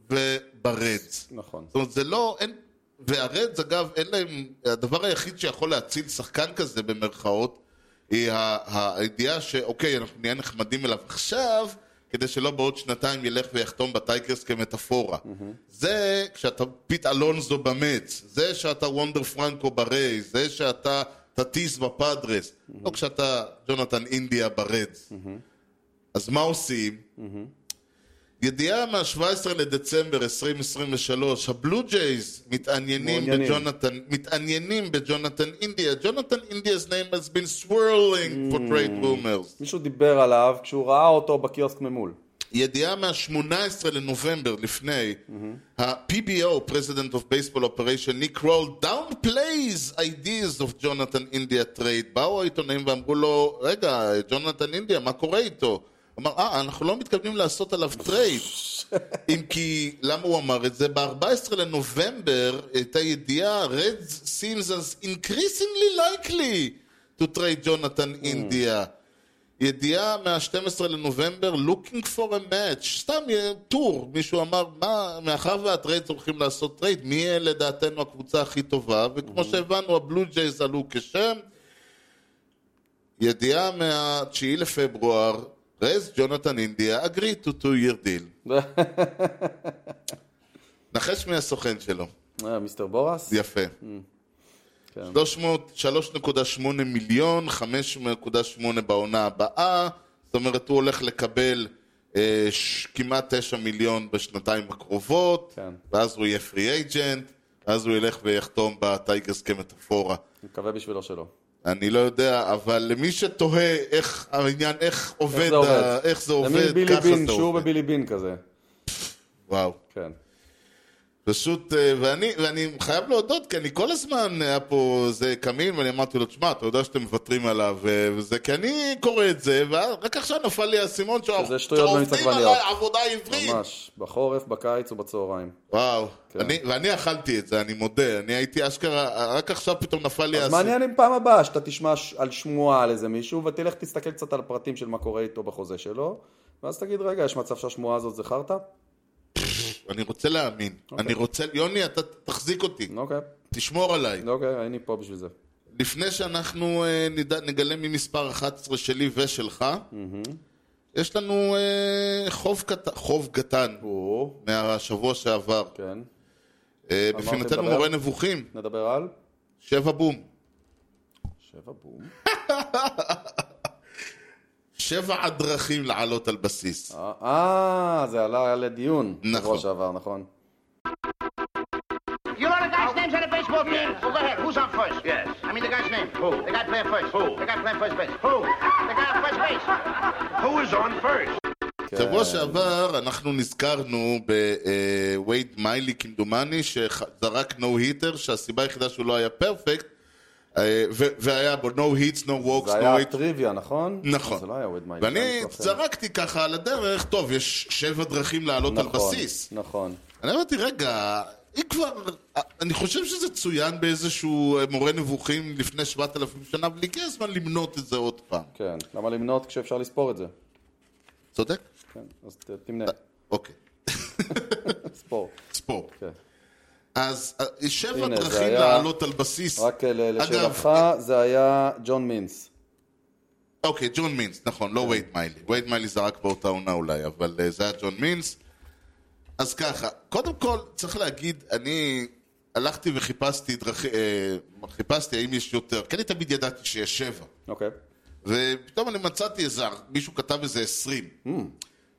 Speaker 1: וברדס.
Speaker 2: נכון.
Speaker 1: זאת אומרת, זה לא, אין, והרדס אגב, אין להם, הדבר היחיד שיכול להציל שחקן כזה במרכאות, היא ה- הידיעה שאוקיי, אנחנו נהיה נחמדים אליו עכשיו, כדי שלא בעוד שנתיים ילך ויחתום בטייגרס כמטאפורה. זה כשאתה פיט אלונזו במץ, זה שאתה וונדר פרנקו בריי, זה שאתה תטיס בפאדרס, לא כשאתה ג'ונתן אינדיה ברדס. אז מה עושים? ידיעה מה-17 לדצמבר 2023, הבלו ג'ייז מתעניינים
Speaker 2: מעוניינים.
Speaker 1: בג'ונתן, מתעניינים בג'ונתן אינדיה. ג'ונתן אינדיא's name has been swirling for trade rumors.
Speaker 2: מישהו דיבר עליו כשהוא ראה אותו בקיוסק ממול. *laughs*
Speaker 1: ידיעה מה-18 לנובמבר לפני, ה-PBO, President of Baseball Operation, ניק רול, downplays ideas of ג'ונתן אינדיה trade. באו העיתונאים ואמרו לו, רגע, ג'ונתן אינדיה, מה קורה איתו? אמר, אה, אנחנו לא מתכוונים לעשות עליו טרייד. אם כי, למה הוא אמר את זה? ב-14 לנובמבר הייתה ידיעה, Red seems as increasingly likely to trade ג'ונתן אינדיה. ידיעה מה-12 לנובמבר, looking for a match, סתם יהיה טור, מישהו אמר, מה, מאחר והטרייד הולכים לעשות טרייד, מי יהיה לדעתנו הקבוצה הכי טובה, וכמו שהבנו, הבלו ג'ייז עלו כשם. ידיעה מה-9 לפברואר, רז ג'ונתן אינדיה, agree to two year deal. נחש מי הסוכן שלו,
Speaker 2: אה, מיסטר בורס?
Speaker 1: יפה.
Speaker 2: כן.
Speaker 1: 300 3.8 מיליון, 5.8 בעונה הבאה, זאת אומרת הוא הולך לקבל אה, ש, כמעט 9 מיליון בשנתיים הקרובות,
Speaker 2: כן.
Speaker 1: ואז הוא יהיה פרי אייג'נט, אז הוא ילך ויחתום בטייגרס כמטאפורה.
Speaker 2: מקווה בשבילו שלא.
Speaker 1: אני לא יודע, אבל למי שתוהה איך העניין, איך עובד,
Speaker 2: איך זה עובד?
Speaker 1: ה- איך זה
Speaker 2: זה מין
Speaker 1: עובד
Speaker 2: בילי
Speaker 1: ככה
Speaker 2: בין,
Speaker 1: זה
Speaker 2: שיעור
Speaker 1: עובד.
Speaker 2: בבילי בין כזה.
Speaker 1: וואו.
Speaker 2: כן.
Speaker 1: פשוט, אה, ואני, ואני חייב להודות, כי אני כל הזמן היה פה זה קמין, ואני אמרתי לו, תשמע, אתה יודע שאתם מוותרים עליו, אה, וזה, כי אני קורא את זה, ורק עכשיו נפל לי האסימון שאנחנו-
Speaker 2: שזה שטויות
Speaker 1: שעובדים
Speaker 2: במיץ עגבניות.
Speaker 1: עליי עבודה עברית.
Speaker 2: ממש. בחורף, בקיץ ובצהריים.
Speaker 1: וואו,
Speaker 2: כן.
Speaker 1: אני, ואני אכלתי את זה, אני מודה, אני הייתי אשכרה, רק עכשיו פתאום נפל לי
Speaker 2: אז
Speaker 1: האסימון.
Speaker 2: מעניין אם פעם הבאה שאתה תשמע ש- על שמועה על איזה מישהו, ותלך תסתכל קצת על הפרטים של מה קורה איתו בחוזה שלו, ואז תגיד, רגע, יש מצב שהשמועה הזאת זה חרטא?
Speaker 1: אני רוצה להאמין. אני רוצה, יוני, אתה תחזיק אותי,
Speaker 2: אוקיי.
Speaker 1: תשמור עליי.
Speaker 2: אוקיי, אני פה בשביל זה.
Speaker 1: לפני שאנחנו אה, נדע, נגלה ממספר 11 שלי ושלך, יש לנו אה, חוב, קט... חוב קטן
Speaker 2: או,
Speaker 1: מהשבוע שעבר.
Speaker 2: כן.
Speaker 1: אה,
Speaker 2: אמרתם
Speaker 1: בפינתנו
Speaker 2: לדבר?
Speaker 1: מורה נבוכים,
Speaker 2: נדבר על?
Speaker 1: שבע בום.
Speaker 2: שבע בום.
Speaker 1: שבע הדרכים לעלות על בסיס.
Speaker 2: אה, אה, זה עלה לדיון.
Speaker 1: נכון.
Speaker 2: בשבוע שעבר, נכון.
Speaker 5: You know the guy There's names on the baseball team. Well, go ahead. Who's on first?
Speaker 6: Yes.
Speaker 5: I mean the guy's name.
Speaker 6: Who?
Speaker 5: The guy playing first.
Speaker 6: Who?
Speaker 5: The guy playing first base.
Speaker 6: Who?
Speaker 5: The guy on first base.
Speaker 6: Who is on first?
Speaker 2: כן. אוקיי.
Speaker 1: שבוע שעבר אנחנו נזכרנו בווייד מיילי כמדומני שזרק נו היטר שהסיבה היחידה שהוא לא היה פרפקט אה, ו- והיה בו נו היטס, נו ווקס,
Speaker 2: זה
Speaker 1: נו
Speaker 2: היה
Speaker 1: היטס
Speaker 2: טריוויה, נכון?
Speaker 1: נכון.
Speaker 2: זה לא היה ווד מיינד.
Speaker 1: ואני זרקתי ככה על הדרך, טוב, יש שבע דרכים לעלות על בסיס.
Speaker 2: נכון.
Speaker 1: אני אמרתי, רגע, אם כבר... אני חושב שזה צוין באיזשהו אה, מורה נבוכים לפני 7,000 שנה, אבל הגיע הזמן למנות את זה עוד פעם.
Speaker 2: כן. למה למנות כשאפשר לספור את זה?
Speaker 1: צודק?
Speaker 2: כן. אז ת- תמנה.
Speaker 1: אוקיי, אה.
Speaker 2: ספור.
Speaker 1: ספורט.
Speaker 2: כן.
Speaker 1: אז אה, שבע
Speaker 2: הנה, זה
Speaker 1: דרכים
Speaker 2: היה-
Speaker 1: לעלות על בסיס.
Speaker 2: רק אה, ל-
Speaker 1: אגב,
Speaker 2: לשאלתך, זה היה ג'ון מינס.
Speaker 1: אוקיי, ג'ון מינס, נכון, לא
Speaker 2: כן.
Speaker 1: וייד מיילי. וייד מיילי זרק באותה עונה אולי, אבל אה, זה היה ג'ון מינס. אז ככה, קודם כל, צריך להגיד, אני הלכתי וחיפשתי דרכי... אה, חיפשתי האם יש יותר, כי אני תמיד ידעתי שיש שבע.
Speaker 2: אוקיי.
Speaker 1: ופתאום אני מצאתי איזה, מישהו כתב איזה עשרים.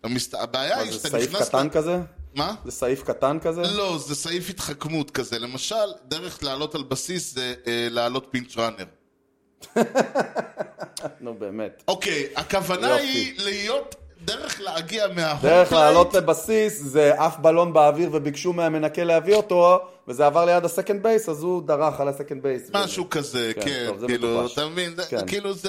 Speaker 1: המסת... הבעיה
Speaker 2: Hmm. מה
Speaker 1: היא
Speaker 2: זה
Speaker 1: שאתה
Speaker 2: סעיף
Speaker 1: נכנס...
Speaker 2: קטן
Speaker 1: ל-
Speaker 2: כזה?
Speaker 1: מה?
Speaker 2: זה סעיף קטן כזה?
Speaker 1: לא, זה סעיף התחכמות כזה. למשל, דרך לעלות על בסיס זה אה, לעלות פינץ' ראנר.
Speaker 2: נו באמת.
Speaker 1: אוקיי, הכוונה
Speaker 2: יופי.
Speaker 1: היא להיות דרך להגיע מההום
Speaker 2: דרך
Speaker 1: פלייט.
Speaker 2: לעלות לבסיס זה עף בלון באוויר וביקשו מהמנקה להביא אותו וזה עבר ליד הסקנד בייס אז הוא דרך על הסקנד בייס.
Speaker 1: משהו כזה,
Speaker 2: כן,
Speaker 1: כן,
Speaker 2: טוב, זה
Speaker 1: כאילו,
Speaker 2: מטופש.
Speaker 1: אתה מבין? זה-
Speaker 2: כן.
Speaker 1: כאילו זה...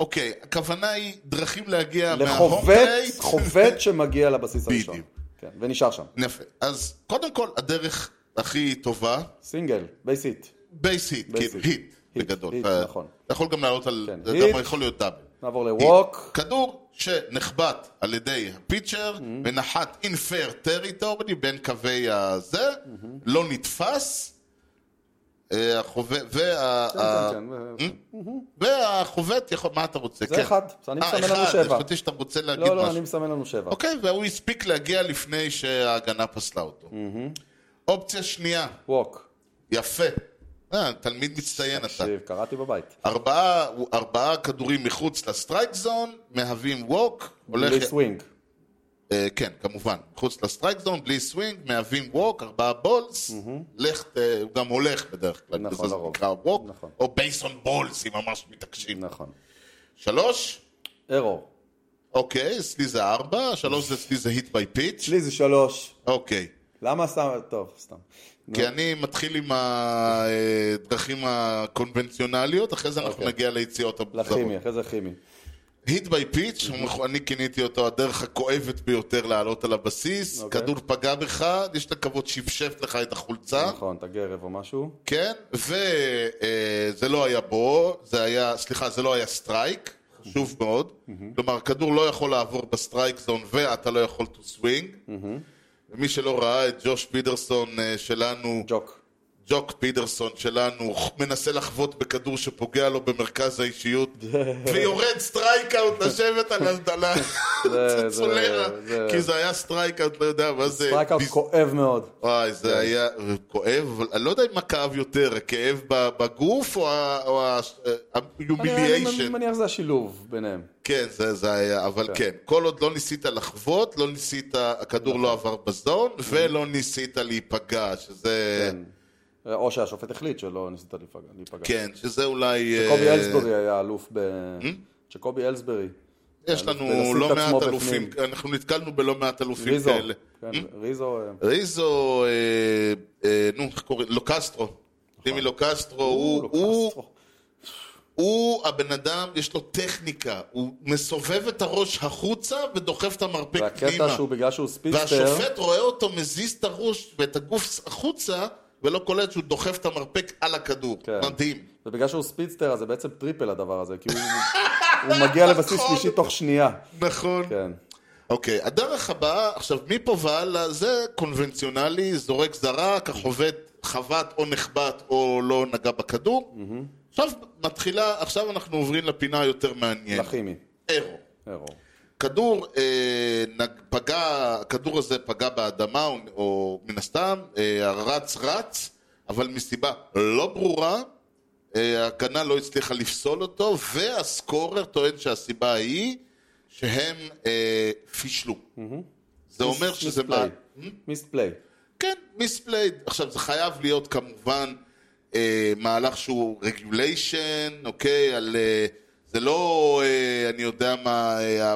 Speaker 1: אוקיי, הכוונה היא דרכים להגיע מההום
Speaker 2: לחובט,
Speaker 1: פלייט.
Speaker 2: חובט שמגיע לבסיס הראשון.
Speaker 1: בדיוק.
Speaker 2: כן, ונשאר שם.
Speaker 1: *laughs* יפה. אז קודם כל, הדרך הכי טובה,
Speaker 2: סינגל, בייסיט.
Speaker 1: בייס היט,
Speaker 2: בייס
Speaker 1: כאילו,
Speaker 2: היט.
Speaker 1: היט,
Speaker 2: היט,
Speaker 1: בגדול.
Speaker 2: היט,
Speaker 1: אתה-
Speaker 2: נכון.
Speaker 1: אתה יכול גם לעלות על...
Speaker 2: כן,
Speaker 1: זה גם
Speaker 2: היט.
Speaker 1: יכול להיות דאבל.
Speaker 2: נעבור
Speaker 1: היט.
Speaker 2: לווק.
Speaker 1: כדור שנחבט על ידי הפיצ'ר ונחת אינפייר טריטורי בין קווי הזה, לא נתפס, אה, החובט- וה-
Speaker 2: כן,
Speaker 1: ה-
Speaker 2: כן, כן.
Speaker 1: אה, והחובט יכול... מה אתה רוצה?
Speaker 2: זה
Speaker 1: כן.
Speaker 2: אחד, אני
Speaker 1: אה,
Speaker 2: מסמן לנו
Speaker 1: אחד,
Speaker 2: שבע.
Speaker 1: חשבתי שאתה רוצה להגיד משהו.
Speaker 2: לא, לא, אני מסמן לנו שבע.
Speaker 1: אוקיי, והוא הספיק להגיע לפני שההגנה פסלה אותו. אופציה שנייה,
Speaker 2: ווק.
Speaker 1: יפה. אה, תלמיד מצטיין אתה.
Speaker 2: תקשיב, קראתי בבית.
Speaker 1: ארבעה, ארבעה כדורים מחוץ לסטרייק זון, מהווים ווק, הולך...
Speaker 2: בלי סווינג.
Speaker 1: אה, כן, כמובן. מחוץ לסטרייק זון, בלי סווינג, מהווים ווק, ארבעה בולס, לך, אה, הוא גם הולך בדרך כלל.
Speaker 2: נכון,
Speaker 1: בגלל זה
Speaker 2: לרוב.
Speaker 1: זה נקרא ווק,
Speaker 2: נכון.
Speaker 1: או בייס און בולס, אם ממש מתעקשים.
Speaker 2: נכון.
Speaker 1: שלוש,
Speaker 2: ארור.
Speaker 1: אוקיי, אצלי זה ארבע, שלוש זה אצלי זה היט ביי פיץ',
Speaker 2: שלי זה שלוש.
Speaker 1: אוקיי.
Speaker 2: למה סתם? טוב, סתם. נכון.
Speaker 1: כי אני מתחיל עם הדרכים הקונבנציונליות, אחרי זה אנחנו
Speaker 2: אוקיי.
Speaker 1: נגיע ליציאות המוזרות.
Speaker 2: לכימי, אחרי זה כימי.
Speaker 1: היט ביי פיץ', אני כיניתי אותו הדרך הכואבת ביותר לעלות על הבסיס,
Speaker 2: אוקיי.
Speaker 1: כדור פגע בך, יש לקוות שיפשף לך את החולצה,
Speaker 2: נכון, תגי ערב או משהו.
Speaker 1: כן, וזה לא היה בו, זה היה, סליחה, זה לא היה סטרייק, חשוב מאוד, כלומר, הכדור לא יכול לעבור בסטרייק זון ואתה לא יכול to swing, ומי שלא ראה את ג'וש פידרסון אה, שלנו,
Speaker 2: ג'וק.
Speaker 1: אה, ג'וק פידרסון שלנו מנסה לחבוט בכדור שפוגע לו במרכז
Speaker 2: *laughs*
Speaker 1: האישיות ויורד סטרייקאוט לשבת על ה- על *laughs*
Speaker 2: זה-
Speaker 1: הצולרה
Speaker 2: זה-
Speaker 1: כי זה היה סטרייקאוט, לא יודע מה זה.
Speaker 2: סטרייקאוט
Speaker 1: ביז-
Speaker 2: כואב מאוד.
Speaker 1: וואי,
Speaker 2: כן.
Speaker 1: זה היה כואב, אבל אני לא יודע מה כאב יותר, הכאב ב- בגוף או
Speaker 2: אני
Speaker 1: ה-humiliation?
Speaker 2: אני מניח זה השילוב ביניהם.
Speaker 1: כן, זה, זה היה, אבל כן. כן, כל עוד לא ניסית לחוות, לא ניסית, הכדור לא עבר בזון, ולא ניסית להיפגע, שזה...
Speaker 2: Mm-hmm. כן. או שהשופט החליט שלא ניסית להיפגע. להיפגע.
Speaker 1: כן, שזה אולי...
Speaker 2: שקובי
Speaker 1: אה,
Speaker 2: אלסברי היה אלוף ב... שקובי אלסברי.
Speaker 1: יש
Speaker 2: אלוף
Speaker 1: לנו
Speaker 2: בלשים
Speaker 1: לא
Speaker 2: כן, את עצמו
Speaker 1: מעט אלופים,
Speaker 2: בפנים.
Speaker 1: אנחנו נתקלנו בלא מעט אלופים
Speaker 2: ריזו.
Speaker 1: כאלה.
Speaker 2: כן, ריזו. אה,
Speaker 1: ריזו, אה, אה, נו, איך קוראים? לוקסטרו.
Speaker 2: נכון.
Speaker 1: טימי לוקסטרו, הוא- הוא-
Speaker 2: לוקסטרו.
Speaker 1: הוא הבן אדם, יש לו טכניקה. הוא מסובב את הראש החוצה ודוחף את המרפק
Speaker 2: והקטע
Speaker 1: פנימה.
Speaker 2: שהוא בגלל שהוא ספינסטר,
Speaker 1: והשופט רואה אותו מזיז את הראש ואת הגוף החוצה, ולא קולט שהוא דוחף את המרפק על הכדור.
Speaker 2: כן.
Speaker 1: מדהים.
Speaker 2: ובגלל שהוא ספינסטר אז זה בעצם טריפל הדבר הזה, כי הוא- הוא מגיע לבסיס
Speaker 1: נכון.
Speaker 2: שלישי תוך שנייה.
Speaker 1: נכון.
Speaker 2: כן.
Speaker 1: אוקיי, הדרך הבאה, עכשיו מפה והלאה זה קונבנציונלי, זורק זרק, החובט חבט או נחבט או לא נגע בכדור. עכשיו מתחילה, עכשיו אנחנו עוברים לפינה היותר מעניינת.
Speaker 2: לכימי.
Speaker 1: אירו.
Speaker 2: אירו.
Speaker 1: כדור, אה, נג, פגע, הכדור הזה פגע באדמה, או, או מן הסתם, אה, הרץ רץ, אבל מסיבה לא ברורה, אה, ההגנה לא הצליחה לפסול אותו, והסקורר טוען שהסיבה היא שהם אה, פישלו. זה אומר שזה... מה- אה?
Speaker 2: מיספליי. מיספליי.
Speaker 1: כן, מיספלייד. עכשיו, זה חייב להיות כמובן אה, מהלך שהוא רגוליישן, אוקיי? על, אה, זה לא, אה, אני יודע מה, אה,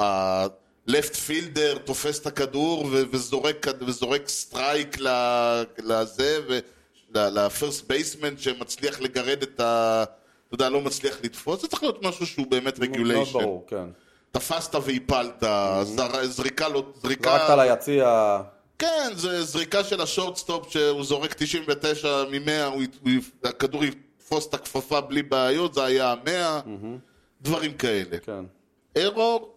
Speaker 1: ה-left fielder תופס את הכדור ו- וזורק, כד- וזורק סטרייק ל- לזה, ו- ל- ל-first basement שמצליח לגרד את ה... אתה יודע, לא מצליח לתפוס, זה צריך להיות משהו שהוא באמת
Speaker 2: מאוד
Speaker 1: רגוליישן.
Speaker 2: ברור, כן.
Speaker 1: תפסת והפלת, זר- זריקה לא...
Speaker 2: זרקת
Speaker 1: זריקה...
Speaker 2: ליציע,
Speaker 1: כן, זה זריקה של השורטסטופ שהוא זורק 99 מ-100, הוא ית- הוא י- הכדור יתפוס את הכפפה בלי בעיות, זה היה ה-100, דברים כאלה.
Speaker 2: כן.
Speaker 1: ארור,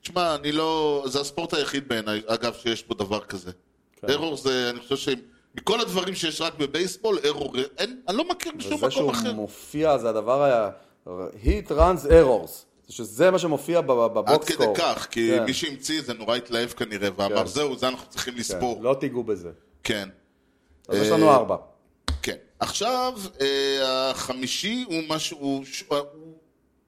Speaker 1: תשמע, אני לא... זה הספורט היחיד בעיניי, אגב, שיש פה דבר כזה.
Speaker 2: כן.
Speaker 1: ארור זה, אני חושב שמכל הדברים שיש רק בבייסבול, ארור, אין, אני לא מכיר בשום
Speaker 2: וזה
Speaker 1: מקום
Speaker 2: שהוא
Speaker 1: אחר.
Speaker 2: מופיע, זה הדבר ה... hit runs errors. שזה מה שמופיע
Speaker 1: עד
Speaker 2: בבוקסקור.
Speaker 1: כדי כך, כי מי שהמציא את זה נורא התלהב כנראה, ואמר,
Speaker 2: כן.
Speaker 1: זהו, זה אנחנו צריכים לספור.
Speaker 2: לא תיגעו בזה.
Speaker 1: כן.
Speaker 2: אז יש
Speaker 1: אה,
Speaker 2: לנו ארבע.
Speaker 1: כן. עכשיו, אה, החמישי הוא משהו, הוא ש- הוא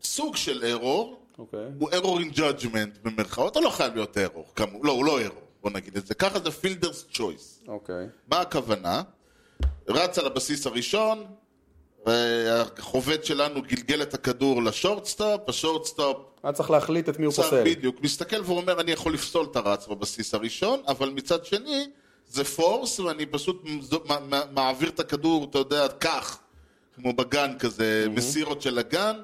Speaker 1: סוג של ארור,
Speaker 2: אוקיי.
Speaker 1: הוא error in judgment במרכאות, הוא לא חייב להיות error, כמו, לא, הוא לא error, בוא נגיד את זה. ככה זה fielders choice.
Speaker 2: אוקיי.
Speaker 1: מה הכוונה? רץ על הבסיס הראשון, אה, החובט שלנו גלגל את הכדור לשורטסטופ, השורטסטופ
Speaker 2: היה צריך להחליט את מי הוא פוסל.
Speaker 1: בדיוק, מסתכל ואומר אני יכול לפסול את הרץ בבסיס הראשון, אבל מצד שני זה פורס ואני פשוט מזו- מ- מ- מעביר את הכדור, אתה יודע, כך, כמו בגן כזה, מסירות של הגן,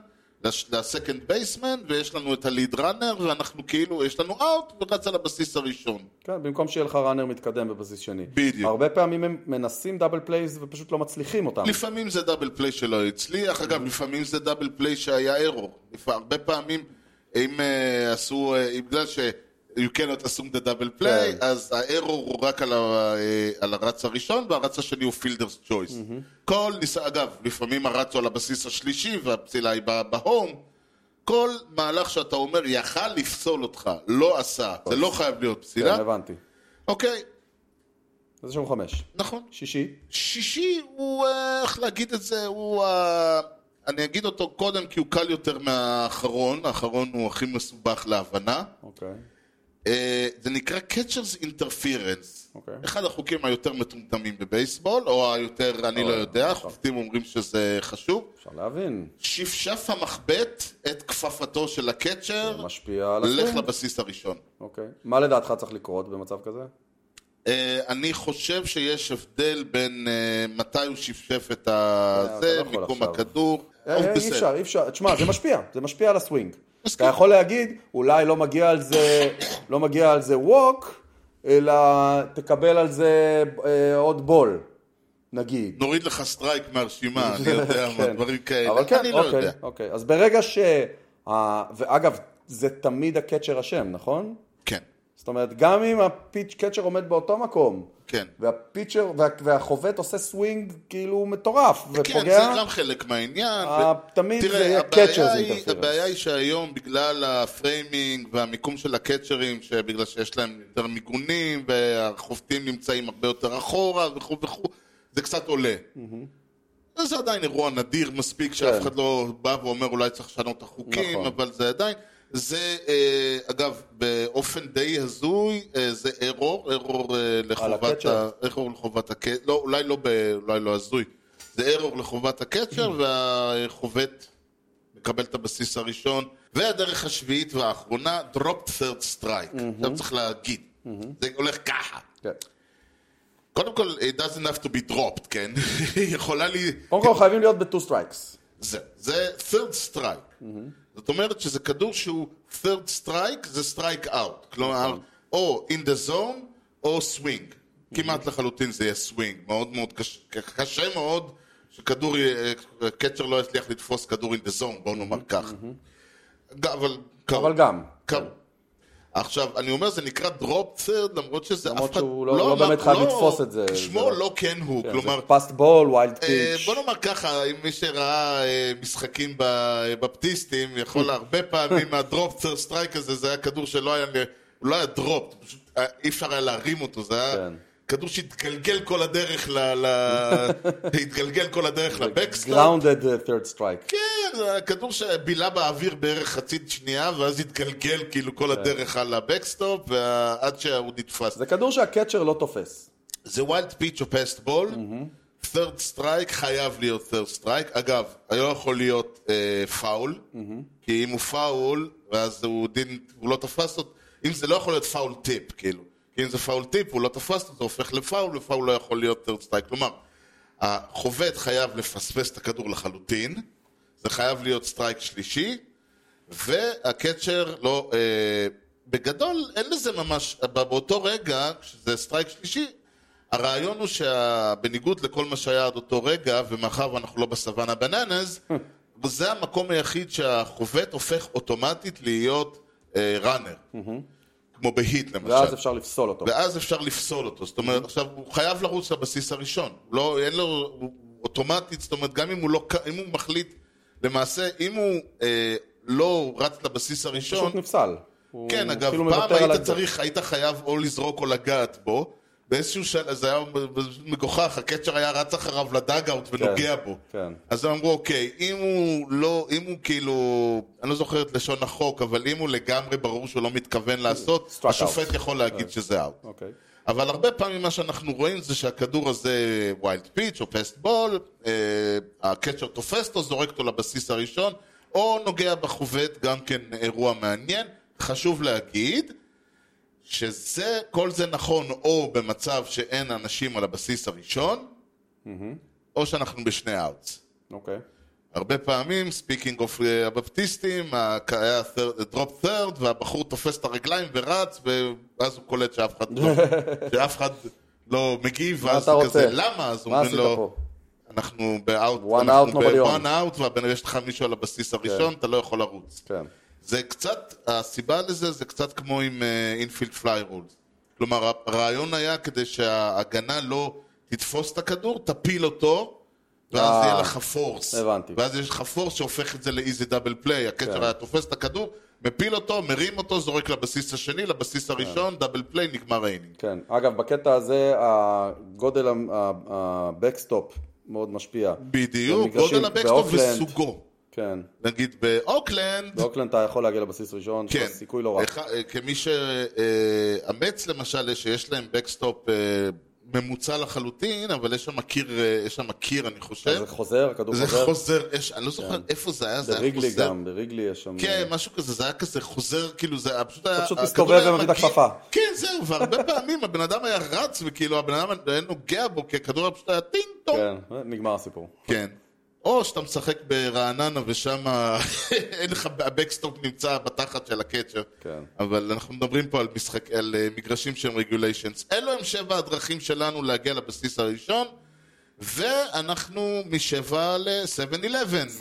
Speaker 1: לסקנד בייסמן, ויש לנו את הליד ראנר, ואנחנו כאילו, יש לנו אאוט ורץ על הבסיס הראשון.
Speaker 2: כן, במקום שיהיה לך ראנר מתקדם בבסיס שני.
Speaker 1: בדיוק.
Speaker 2: הרבה פעמים הם מנסים דאבל פלייז ופשוט לא מצליחים אותם.
Speaker 1: לפעמים זה דאבל פליי שלא הצליח,
Speaker 2: אוקיי.
Speaker 1: אגב, לפעמים זה דאבל פליי שהיה ארור. לפ- הרבה פעמים, אם אה, עשו, אה, אם בגלל ש... you cannot assume the double play,
Speaker 2: כן.
Speaker 1: אז הארור הוא רק על, ה, אה, על הרץ הראשון, והרץ השני הוא פילדרס צ'וייס. כל ניסה, אגב, לפעמים הרץ הוא על הבסיס השלישי, והפסילה היא ב- בהום. כל מהלך שאתה אומר יכל לפסול אותך, לא עשה, זה לא חייב להיות פסילה.
Speaker 2: כן, הבנתי.
Speaker 1: אוקיי,
Speaker 2: אז יש לנו חמש.
Speaker 1: נכון.
Speaker 2: שישי.
Speaker 1: שישי הוא, אה, איך להגיד את זה, הוא ה... אני אגיד אותו קודם כי הוא קל יותר מהאחרון, האחרון הוא הכי מסובך להבנה.
Speaker 2: אוקיי.
Speaker 1: אה, זה נקרא Catchers Interference.
Speaker 2: אוקיי.
Speaker 1: אחד החוקים היותר מטומטמים בבייסבול, או היותר, אני לא יודע,
Speaker 2: נכון.
Speaker 1: החופטים אומרים שזה חשוב.
Speaker 2: אפשר להבין.
Speaker 1: שפשף המחבט את כפפתו של
Speaker 2: זה
Speaker 1: הקצ'ר,
Speaker 2: משפיע על
Speaker 1: אה, לך
Speaker 2: הסווינג.
Speaker 1: לבסיס הראשון.
Speaker 2: אוקיי. מה לדעתך צריך לקרות במצב כזה?
Speaker 1: אה, אני חושב שיש הבדל בין אה, מתי הוא שפשף את
Speaker 2: אה,
Speaker 1: ה...
Speaker 2: אתה לא
Speaker 1: זה,
Speaker 2: יכול
Speaker 1: מיקום
Speaker 2: עכשיו.
Speaker 1: הכדור.
Speaker 2: אה,
Speaker 1: טוב,
Speaker 2: אה, אי
Speaker 1: בסדר.
Speaker 2: אפשר, אי אפשר. תשמע, זה משפיע. זה משפיע על הסווינג. אתה
Speaker 1: מסכים.
Speaker 2: יכול להגיד, אולי לא מגיע על זה, *coughs* לא מגיע על זה ווק, אלא תקבל על זה אה, עוד בול, נגיד.
Speaker 1: נוריד לך סטרייק מהרשימה,
Speaker 2: *laughs*
Speaker 1: אני לא יודע מה,
Speaker 2: כן.
Speaker 1: דברים כאלה.
Speaker 2: אבל כן,
Speaker 1: אני לא
Speaker 2: אוקיי,
Speaker 1: יודע.
Speaker 2: אוקיי. אז ברגע ש... ה- ואגב, זה תמיד הקצ'ר אשם, נכון?
Speaker 1: כן,
Speaker 2: זאת אומרת, גם אם הפיץ' קצ'ר עומד באותו מקום,
Speaker 1: כן.
Speaker 2: והפיצ'ר, וה, והחובט עושה סווינג כאילו מטורף,
Speaker 1: כן,
Speaker 2: ופוגע,
Speaker 1: זה גם חלק מהעניין.
Speaker 2: אה,
Speaker 1: ו-
Speaker 2: תמיד
Speaker 1: תראה,
Speaker 2: זה יהיה
Speaker 1: הבעיה
Speaker 2: catchers
Speaker 1: היא-
Speaker 2: interference.
Speaker 1: הבעיה היא שהיום בגלל הפריימינג והמיקום של הקצ'רים, בגלל שיש להם יותר מיגונים, והחובטים נמצאים הרבה יותר אחורה וכו' וכו', זה קצת עולה. זה עדיין אירוע נדיר מספיק, שאף אחד לא בא ואומר אולי צריך לשנות את החוקים,
Speaker 2: כן. נכון.
Speaker 1: אבל זה עדיין. זה, אה, אגב, באופן די הזוי, אה, זה ארור, ארור אה, לחובת,
Speaker 2: הקצ'ר.
Speaker 1: ה- ארור לחובת הקצ'ר, לא, אולי לא, ב... אולי לא הזוי, זה ארור לחובת הקצ'ר,
Speaker 2: Hmm.
Speaker 1: והחובט מקבל את הבסיס הראשון, והדרך השביעית והאחרונה, drop third strike,
Speaker 2: Hmm.
Speaker 1: עכשיו צריך להגיד, זה הולך ככה.
Speaker 2: כן.
Speaker 1: קודם כל, it doesn't have to be dropped, כן? *laughs* יכולה לי...
Speaker 2: קודם כל חייבים להיות בטו סטרייקס.
Speaker 1: זה, זה third strike. זאת אומרת שזה כדור שהוא third strike, זה strike out.
Speaker 2: נכון.
Speaker 1: כלומר, או in the zone, או swing. כמעט לחלוטין זה יהיה swing. מאוד מאוד קשה, קשה מאוד שכדור, יהיה- קצ'ר לא יצליח לתפוס כדור in the zone, בואו נאמר כך. ג- אבל קרוב.
Speaker 2: אבל גם.
Speaker 1: קרוב. עכשיו, אני אומר, זה נקרא drop third, למרות שזה אף אחד...
Speaker 2: למרות שהוא לא- לא באמת חייב לתפוס את זה.
Speaker 1: שמו
Speaker 2: זה-
Speaker 1: לא כן הוא, כלומר,
Speaker 2: פסט בול, ווילד
Speaker 1: אה,
Speaker 2: פיץ'.
Speaker 1: בוא נאמר ככה, אם מי שראה אה, משחקים בבפטיסטים, יכול הרבה פעמים הדרופטר סטרייק הזה, זה היה כדור שלא היה, הוא לא היה דרופט, פשוט אה, אי אפשר היה להרים אותו, זה היה
Speaker 2: כן.
Speaker 1: כדור שהתגלגל כל הדרך ל... ל- התגלגל כל הדרך לבקסטופ.
Speaker 2: גראונדד אה, third strike.
Speaker 1: כן, זה היה כדור שבילה באוויר בערך חצית שנייה, ואז התגלגל כאילו כל הדרך על הבקסטופ, וה- עד שהוא נתפס.
Speaker 2: זה כדור שהקצ'ר לא תופס.
Speaker 1: זה ווילד פיץ' או פסטבול, third strike חייב להיות third strike. אגב, לא יכול להיות אה, פאול, כי אם הוא פאול, ואז הוא דין, הוא לא תפס אותו, אם זה לא יכול להיות פאול טיפ, כאילו. כי אם זה פאול טיפ, הוא לא תפס אותו, זה הופך לפאול, ופאול לא יכול להיות third strike. כלומר, החובט חייב לפספס את הכדור לחלוטין, זה חייב להיות סטרייק שלישי, והקצ'ר לא... אה, בגדול, אין לזה ממש... באותו רגע, כשזה סטרייק שלישי, הרעיון הוא שבניגוד לכל מה שהיה עד אותו רגע, ומאחר ואנחנו לא בסוואנה בננז, *laughs* זה המקום היחיד שהחובט הופך אוטומטית להיות אה, ראנר. כמו בהיט למשל.
Speaker 2: ואז אפשר לפסול אותו.
Speaker 1: ואז אפשר לפסול אותו. זאת אומרת, עכשיו, הוא חייב לרוץ לבסיס הראשון. הוא לא, אין לו, הוא אוטומטית, זאת אומרת, גם אם הוא לא, ק- אם הוא מחליט, למעשה, אם הוא אה, לא רץ לבסיס הראשון,
Speaker 2: פשוט נפסל. הוא
Speaker 1: כן, אגב,
Speaker 2: כאילו
Speaker 1: פעם
Speaker 2: מוותר על
Speaker 1: היית
Speaker 2: הגדול.
Speaker 1: צריך, היית חייב או לזרוק או לגעת בו. באיזשהו של... זה היה מגוחך, הקצ'ר היה רץ אחריו לדאגאוט ונוגע בו.
Speaker 2: כן.
Speaker 1: אז הם אמרו, אוקיי, אם הוא לא, אם הוא כאילו, אני לא זוכר את לשון החוק, אבל אם הוא לגמרי ברור שהוא לא מתכוון לעשות,
Speaker 2: Struck out.
Speaker 1: השופט יכול להגיד שזה אאוט.
Speaker 2: אוקיי.
Speaker 1: אבל הרבה פעמים מה שאנחנו רואים זה שהכדור הזה ווילד פיץ' או פסט בול, אה, הקצ'ר תופס אותו, זורק אותו לבסיס הראשון, או נוגע בחובט, גם כן אירוע מעניין. חשוב להגיד שזה, כל זה נכון או במצב שאין אנשים על הבסיס הראשון, או שאנחנו בשני אאוטס.
Speaker 2: אוקיי.
Speaker 1: הרבה פעמים, ספיקינג אוף הבפטיסטים, הק- היה דרופ third, והבחור תופס את הרגליים ורץ, ואז הוא קולט שאף אחד
Speaker 2: *laughs*
Speaker 1: לא, שאף אחד לא מגיב, ואז
Speaker 2: אתה
Speaker 1: הוא
Speaker 2: רוצה?
Speaker 1: כזה, למה? אז
Speaker 2: מה
Speaker 1: אומרים
Speaker 2: עשית
Speaker 1: לו,
Speaker 2: פה?
Speaker 1: אנחנו באאוט,
Speaker 2: One out,
Speaker 1: אנחנו
Speaker 2: nobody כן.
Speaker 1: ב-one
Speaker 2: on."
Speaker 1: out, והבן יש לך מישהו על הבסיס הראשון, אתה לא יכול לרוץ.
Speaker 2: כן.
Speaker 1: זה קצת, הסיבה לזה זה קצת כמו עם אה, אינפילד פליי רולס. כלומר, הרעיון היה כדי שההגנה לא תתפוס את הכדור, תפיל אותו, ואז
Speaker 2: אה,
Speaker 1: יהיה לך פורס.
Speaker 2: הבנתי.
Speaker 1: ואז יש לך פורס שהופך את זה לאיזי דאבל פליי.
Speaker 2: כן.
Speaker 1: הקצ'ר היה תופס את הכדור, מפיל אותו, מרים אותו, זורק לבסיס השני, לבסיס הראשון, דאבל פליי, נגמר האינינג.
Speaker 2: כן, אגב, בקטע הזה, הגודל, ה- ה- הבקסטופ מאוד משפיע.
Speaker 1: בדיוק,
Speaker 2: במגרשים
Speaker 1: גודל הבקסטופ
Speaker 2: באוקלנד,
Speaker 1: וסוגו.
Speaker 2: כן,
Speaker 1: נגיד באוקלנד,
Speaker 2: באוקלנד אתה יכול להגיע לבסיס ראשון, יש לך
Speaker 1: כן.
Speaker 2: סיכוי לא רע.
Speaker 1: איך- אה, כמי שאמץ למשל, שיש להם בקסטופ אה, ממוצע לחלוטין, אבל יש שם קיר, אה, יש שם קיר, אני
Speaker 2: אז
Speaker 1: חושב.
Speaker 2: זה חוזר, הכדור
Speaker 1: זה
Speaker 2: חוזר.
Speaker 1: חוזר, יש- אני לא זוכר איפה זה היה, זה היה
Speaker 2: בריגלי
Speaker 1: חוזר.
Speaker 2: גם, בריגלי יש שם...
Speaker 1: כן, משהו כזה, זה היה כזה חוזר, כאילו זה היה פשוט היה...
Speaker 2: פשוט
Speaker 1: הכדור
Speaker 2: מסתובב
Speaker 1: היה
Speaker 2: ומביא את
Speaker 1: מגיע-
Speaker 2: הכפפה.
Speaker 1: כן, זהו, והרבה *laughs* פעמים הבן אדם היה רץ, וכאילו הבן אדם היה נוגע בו, כי הכדור היה פשוט היה טינג טונג.
Speaker 2: כן, נגמר הסיפור.
Speaker 1: כן. או שאתה משחק ברעננה ושם *laughs* אין לך, הבקסטופ נמצא בתחת של הקצ'ר.
Speaker 2: כן.
Speaker 1: אבל אנחנו מדברים פה על, משחק, על אה, מגרשים שהם רגוליישנס. אלו הם שבע הדרכים שלנו להגיע לבסיס הראשון, ואנחנו משבע ל-7-11,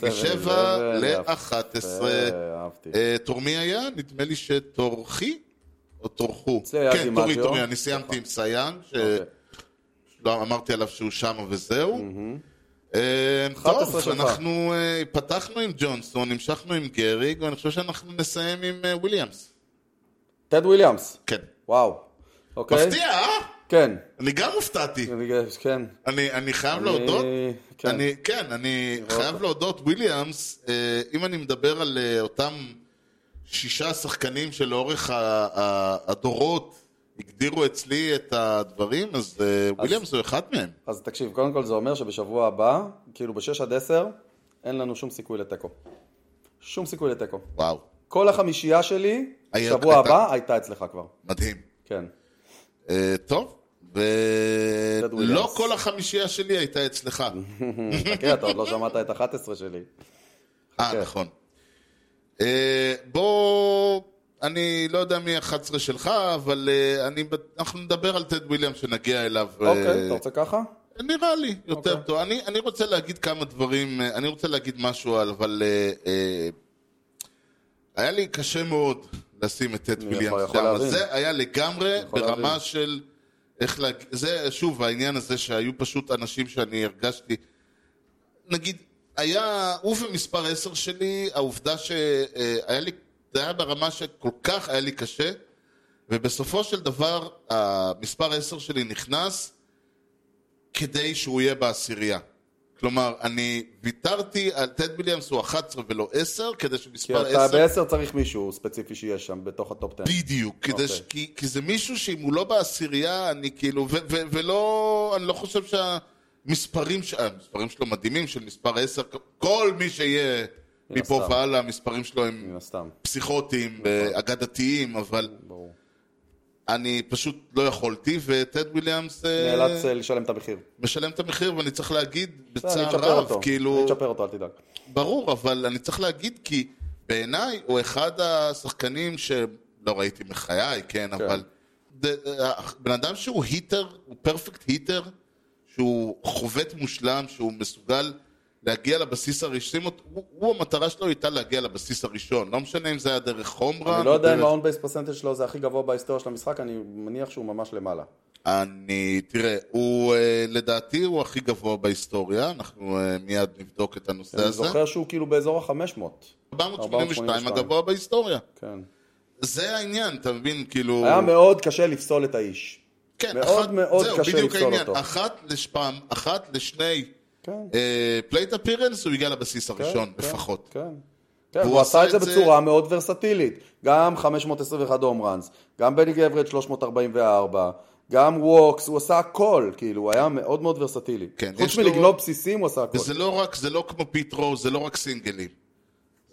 Speaker 1: משבע
Speaker 2: 7-11,
Speaker 1: ל-11.
Speaker 2: אה, אהבתי.
Speaker 1: תורמי היה? נדמה לי שתורכי? או תורכו?
Speaker 2: אצלי היה
Speaker 1: כן, תורי,
Speaker 2: דימטיו.
Speaker 1: תורי, אני סיימתי עם סייאן,
Speaker 2: אוקיי.
Speaker 1: שלא לא, אמרתי עליו שהוא שם וזהו. אה,
Speaker 2: 11
Speaker 1: טוב,
Speaker 2: שלך.
Speaker 1: אנחנו אה, פתחנו עם ג'ונסון, המשכנו עם גריג, ואני חושב שאנחנו נסיים עם אה, וויליאמס.
Speaker 2: טד וויליאמס,
Speaker 1: כן.
Speaker 2: וואו. אוקיי?
Speaker 1: מפתיע, אה?
Speaker 2: כן.
Speaker 1: אני גם הופתעתי.
Speaker 2: אני- כן.
Speaker 1: אני אני חייב
Speaker 2: אני-
Speaker 1: להודות.
Speaker 2: כן. אוקיי.
Speaker 1: אני- כן, אני חייב להודות, וויליאמס, אה, אם אני מדבר על אה, אותם שישה שחקנים שלאורך ה- ה- הדורות הגדירו אצלי את הדברים, אז אה, וויליאמס הוא אחד מהם.
Speaker 2: אז תקשיב, קודם כל זה אומר שבשבוע הבא, כאילו ב-6 עד 10, אין לנו שום סיכוי לתיקו. שום סיכוי לתיקו.
Speaker 1: וואו,
Speaker 2: כל החמישייה שלי,
Speaker 1: היה-
Speaker 2: שבוע
Speaker 1: הייתה-
Speaker 2: הבא, הייתה אצלך כבר.
Speaker 1: מדהים.
Speaker 2: כן.
Speaker 1: אה, טוב,
Speaker 2: טד וויליאמס.
Speaker 1: ולא כל החמישייה שלי הייתה אצלך.
Speaker 2: חכה, אתה עוד לא שמעת את 11 שלי. אוקיי.
Speaker 1: אה, נכון. אה, בוא, אני לא יודע מי 11 שלך, אבל אה, אני, אנחנו נדבר על טד וויליאמס שנגיע אליו. אה,
Speaker 2: אוקיי, אתה רוצה ככה?
Speaker 1: נראה לי יותר
Speaker 2: אוקיי.
Speaker 1: טוב. אני, אני רוצה להגיד כמה דברים, אה, אני רוצה להגיד משהו, על- אבל אה, אה, היה לי קשה מאוד לשים את טד
Speaker 2: אני
Speaker 1: וויליאמס
Speaker 2: יכול- יכול
Speaker 1: שם.
Speaker 2: להבין.
Speaker 1: זה היה לגמרי
Speaker 2: יכול
Speaker 1: ברמה
Speaker 2: להבין.
Speaker 1: של איך להגיד, זה שוב העניין הזה שהיו פשוט אנשים שאני הרגשתי, נגיד, היה, הוא ומספר 10 שלי, העובדה שהיה לי, זה היה ברמה שכל כך היה לי קשה, ובסופו של דבר המספר 10 שלי נכנס, כדי שהוא יהיה בעשירייה. כלומר, אני ויתרתי על טד מיליאמס הוא 11 ולא 10, כדי
Speaker 2: כי
Speaker 1: שמספר 10...
Speaker 2: אתה בעשר צריך מישהו ספציפי שיהיה שם בתוך הטופ 10.
Speaker 1: בדיוק, כדי ש...
Speaker 2: אוקיי.
Speaker 1: כי, כי זה מישהו שאם הוא לא בעשירייה, אני כאילו, ו, ו, ולא, אני לא חושב שהמספרים, ש... אה, המספרים שלו מדהימים, של מספר 10, כל מי שיהיה מפה
Speaker 2: הסתם.
Speaker 1: והלאה, המספרים שלו הם
Speaker 2: מן הסתם,
Speaker 1: פסיכוטיים,
Speaker 2: נכון.
Speaker 1: אה, אגדתיים, אבל
Speaker 2: ברור.
Speaker 1: אני פשוט לא יכולתי, וטד וויליאמס אה,
Speaker 2: נאלץ אה, לשלם את המחיר.
Speaker 1: משלם את המחיר, ואני צריך להגיד
Speaker 2: בסדר, אני
Speaker 1: בצער
Speaker 2: אצ'פר
Speaker 1: רב,
Speaker 2: אותו. אני
Speaker 1: כאילו,
Speaker 2: אצ'פר אותו, אל תדאג.
Speaker 1: ברור, אבל אני צריך להגיד כי בעיניי הוא אחד השחקנים שלא ראיתי מחיי, כן,
Speaker 2: כן.
Speaker 1: אבל זה- בן אדם שהוא היטר, הוא פרפקט היטר, שהוא חובט מושלם, שהוא מסוגל להגיע לבסיס הראשון, הוא, הוא המטרה שלו הייתה להגיע לבסיס הראשון, לא משנה אם זה היה דרך חומרה,
Speaker 2: אני לא יודע
Speaker 1: או
Speaker 2: אם
Speaker 1: דרך-
Speaker 2: ה-on-base percentage שלו זה הכי גבוה בהיסטוריה של המשחק, אני מניח שהוא ממש למעלה.
Speaker 1: אני, תראה, הוא אה, לדעתי הוא הכי גבוה בהיסטוריה, אנחנו אה, מיד נבדוק את הנושא
Speaker 2: אני
Speaker 1: הזה.
Speaker 2: זוכר שהוא כאילו באזור ה-500.
Speaker 1: 482 הגבוה בהיסטוריה.
Speaker 2: כן.
Speaker 1: זה העניין, אתה מבין? כאילו...
Speaker 2: היה מאוד קשה לפסול את האיש.
Speaker 1: כן,
Speaker 2: מאוד
Speaker 1: אחת,
Speaker 2: מאוד
Speaker 1: זהו,
Speaker 2: קשה
Speaker 1: בדיוק
Speaker 2: לפסול
Speaker 1: העניין.
Speaker 2: אותו.
Speaker 1: אחת לשפעם, אחת לשני
Speaker 2: כן.
Speaker 1: פלייט אפירנס, הוא הגיע לבסיס
Speaker 2: כן,
Speaker 1: הראשון,
Speaker 2: כן,
Speaker 1: אה, לפחות.
Speaker 2: כן. כן,
Speaker 1: והוא
Speaker 2: הוא עשה את
Speaker 1: עשה
Speaker 2: זה
Speaker 1: את זה-
Speaker 2: בצורה מאוד ורסטילית. גם 521 הום ראנס, גם בני גברד 344, גם ווקס, הוא עשה הכל, כאילו, הוא היה מאוד מאוד ורסטילי.
Speaker 1: כן, יש
Speaker 2: חוץ
Speaker 1: לו-
Speaker 2: מלגנוב בסיסים, הוא עשה הכל.
Speaker 1: וזה לא רק, זה לא כמו פיט רו, זה לא רק סינגלים.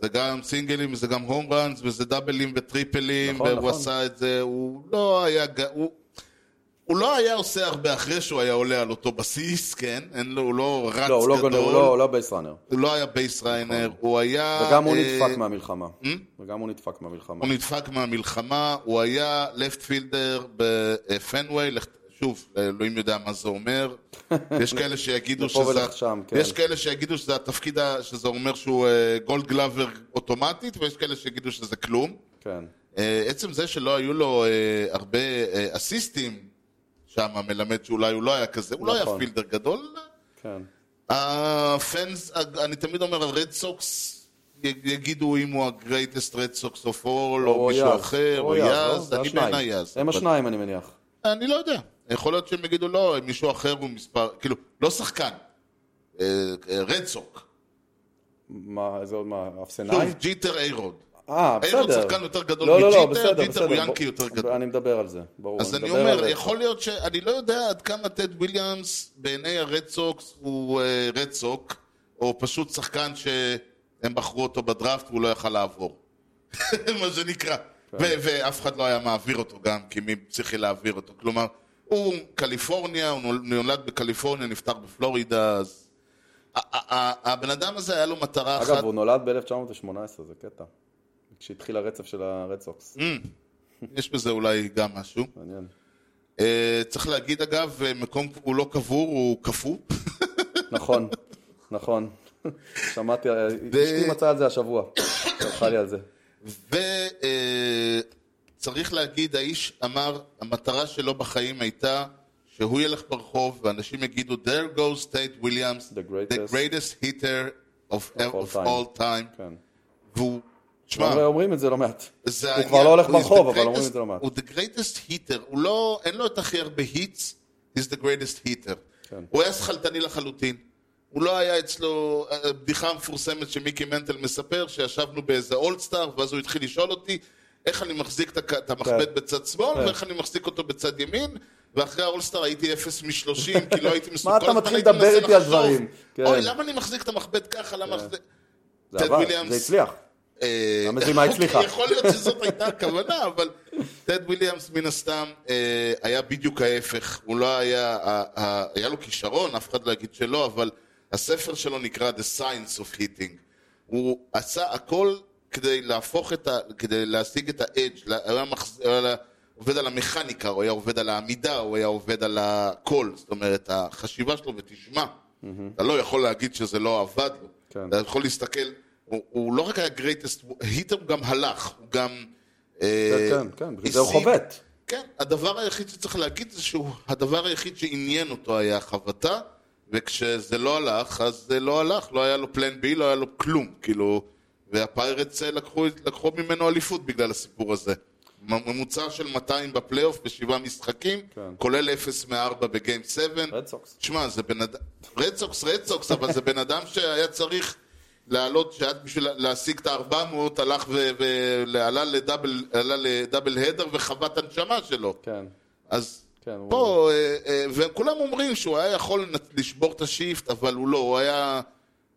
Speaker 1: זה גם סינגלים, זה גם הום ראנס, וזה דאבלים וטריפלים,
Speaker 2: נכון,
Speaker 1: והוא
Speaker 2: נכון.
Speaker 1: עשה את זה, הוא לא היה... ג- הוא... הוא לא היה עושה הרבה אחרי שהוא היה עולה על אותו בסיס, כן? אין לו, הוא לא רץ
Speaker 2: לא, הוא לא
Speaker 1: גדול,
Speaker 2: גונב, הוא לא- הוא לא בייסראנר.
Speaker 1: הוא לא היה בייסריינר, הוא היה...
Speaker 2: וגם הוא
Speaker 1: אה,
Speaker 2: נדפק מהמלחמה. וגם הוא נדפק מהמלחמה.
Speaker 1: הוא נדפק מהמלחמה, הוא היה לפט פילדר בפנוויי, לכ- שוב, אלוהים יודע מה זה
Speaker 2: *laughs*
Speaker 1: אומר. יש כאלה שיגידו
Speaker 2: לפה
Speaker 1: שזה...
Speaker 2: ולשם, כן.
Speaker 1: יש כאלה שיגידו שזה התפקיד, ה- שזה אומר שהוא אה, גולד גלאבר אוטומטית, ויש כאלה שיגידו שזה כלום.
Speaker 2: כן.
Speaker 1: אה, עצם זה שלא היו לו אה, הרבה אה, אסיסטים שם, מלמד שאולי הוא לא היה כזה, הוא לא היה
Speaker 2: נכון.
Speaker 1: פילדר גדול.
Speaker 2: כן.
Speaker 1: הפנס, אני תמיד אומר, הרד סוקס יגידו אם הוא ה-greatest red socks of all, או מישהו
Speaker 2: יז.
Speaker 1: אחר, או
Speaker 2: לא?
Speaker 1: יאז,
Speaker 2: זה
Speaker 1: אני
Speaker 2: השניים.
Speaker 1: בעיניי יאז.
Speaker 2: הם
Speaker 1: אבל-
Speaker 2: השניים, אני מניח.
Speaker 1: אני לא יודע. יכול להיות שהם יגידו, לא, מישהו אחר הוא מספר, כאילו, לא שחקן, אה, רד סוק.
Speaker 2: מה, זה עוד מה,
Speaker 1: שוב,
Speaker 2: אפסנאי?
Speaker 1: ג'יטר איירוד.
Speaker 2: אה, בסדר.
Speaker 1: איירון שחקן יותר גדול
Speaker 2: לא, לא, לא,
Speaker 1: מג'יטר,
Speaker 2: בסדר,
Speaker 1: ג'יטר הוא
Speaker 2: בסדר.
Speaker 1: ינקי
Speaker 2: בוא-
Speaker 1: יותר גדול.
Speaker 2: אני מדבר על זה, ברור.
Speaker 1: אז אני
Speaker 2: מדבר על
Speaker 1: אומר,
Speaker 2: זה.
Speaker 1: יכול להיות ש... אני לא יודע עד כמה טד וויליאמס בעיני הרד סוקס הוא אה, רד סוק, או פשוט שחקן שהם בחרו אותו בדראפט והוא לא יכל לעבור. *laughs* מה שנקרא.
Speaker 2: כן.
Speaker 1: ו- ואף אחד לא היה מעביר אותו גם, כי מי צריך להעביר אותו? כלומר, הוא קליפורניה, הוא נול- נולד בקליפורניה, נפטר בפלורידה, אז... ה- ה- ה- הבן אדם הזה היה לו מטרה אחת.
Speaker 2: אגב, הוא נולד ב-1918, זה קטע. כשהתחיל הרצף של הרד סוקס.
Speaker 1: Mm. יש בזה אולי גם משהו.
Speaker 2: מעניין.
Speaker 1: אה, צריך להגיד אגב, אה, מקום הוא לא קבור, הוא קפוא.
Speaker 2: נכון,
Speaker 1: *laughs*
Speaker 2: נכון. שמעתי, אה, אשתי מצאה על זה השבוע. שלחה לי על זה.
Speaker 1: וצריך להגיד, האיש אמר, המטרה שלו בחיים הייתה שהוא ילך ברחוב ואנשים יגידו, there goes Tate Williams,
Speaker 2: The greatest.
Speaker 1: the greatest hitter of, of,
Speaker 2: all
Speaker 1: of
Speaker 2: time."
Speaker 1: all time.
Speaker 2: כן.
Speaker 1: והוא, תשמע,
Speaker 2: אבל אומרים את זה לא מעט.
Speaker 1: זה
Speaker 2: הוא
Speaker 1: העניין.
Speaker 2: כבר לא הולך
Speaker 1: He's the
Speaker 2: ברחוב, אבל
Speaker 1: greatest-
Speaker 2: אומרים את זה לא מעט.
Speaker 1: הוא the greatest hitter, הוא לא, אין לו את הכי הרבה היטס, he's the greatest hitter.
Speaker 2: כן.
Speaker 1: הוא היה שכלתני לחלוטין. הוא לא היה אצלו, הבדיחה המפורסמת שמיקי מנטל מספר, שישבנו באיזה אולדסטאר, ואז הוא התחיל לשאול אותי איך אני מחזיק את הכ- את המחבט
Speaker 2: כן.
Speaker 1: בצד שמאל,
Speaker 2: כן.
Speaker 1: ואיך אני מחזיק אותו בצד ימין, ואחרי האולדסטאר הייתי 0 מ-30, כי לא
Speaker 2: *laughs*
Speaker 1: הייתי מסוגל.
Speaker 2: אתה
Speaker 1: כל הזמן
Speaker 2: מתחיל
Speaker 1: הייתי
Speaker 2: לדבר
Speaker 1: מנסה
Speaker 2: איתי על
Speaker 1: לחשוב,
Speaker 2: דברים? כן.
Speaker 1: אוי, למה אני מחזיק את המחבט ככה? למה... זה-
Speaker 2: זה
Speaker 1: טד
Speaker 2: עבד,
Speaker 1: וויליאמס.
Speaker 2: זה הצליח.
Speaker 1: אה,
Speaker 2: המזימה
Speaker 1: אוקיי,
Speaker 2: הצליחה.
Speaker 1: יכול להיות שזאת הייתה הכוונה, אבל טד וויליאמס מן הסתם אה, היה בדיוק ההפך. הוא לא היה, ה- ה- היה לו כישרון, אף אחד לא יגיד שלא, אבל הספר שלו נקרא The Science of Hitting. הוא עשה הכל כדי להפוך את ה... כדי להשיג את ה-edge. לה- הוא היה מחז- הוא היה עובד על המכניקה, הוא היה עובד על העמידה, הוא היה עובד על הכל. זאת אומרת, החשיבה שלו, ותשמע, אתה לא יכול להגיד שזה לא עבד לו.
Speaker 2: כן.
Speaker 1: אתה יכול להסתכל, הוא, הוא לא רק היה greatest, היטר הוא גם הלך, הוא גם... אה,
Speaker 2: כן, כן, כן, בגלל זה הוא
Speaker 1: השיג.
Speaker 2: חובט.
Speaker 1: כן, הדבר היחיד שצריך להגיד זה שהוא, הדבר היחיד שעניין אותו היה החבטה, וכשזה לא הלך, אז זה לא הלך, לא היה לו פלן בי, לא היה לו כלום, כאילו, והפיירטס אה, לקחו, לקחו ממנו אליפות בגלל הסיפור הזה. מ- ממוצע של 200 בפלייאוף בשבעה משחקים,
Speaker 2: כן.
Speaker 1: כולל 0 מ-4 בגיים 7.
Speaker 2: רד סוקס.
Speaker 1: תשמע, זה בן אדם... רד סוקס, רד סוקס, אבל זה בן אדם שהיה צריך לעלות, שעד בשביל להשיג את ה-400, הלך ו- ו- עלה לדאבל, עלה לדאבל הדר וחווה את הנשמה שלו.
Speaker 2: כן.
Speaker 1: אז
Speaker 2: כן, הוא-
Speaker 1: פה, אה, אה, וכולם אומרים שהוא היה יכול לנ- לשבור את השיפט, אבל הוא לא, הוא היה...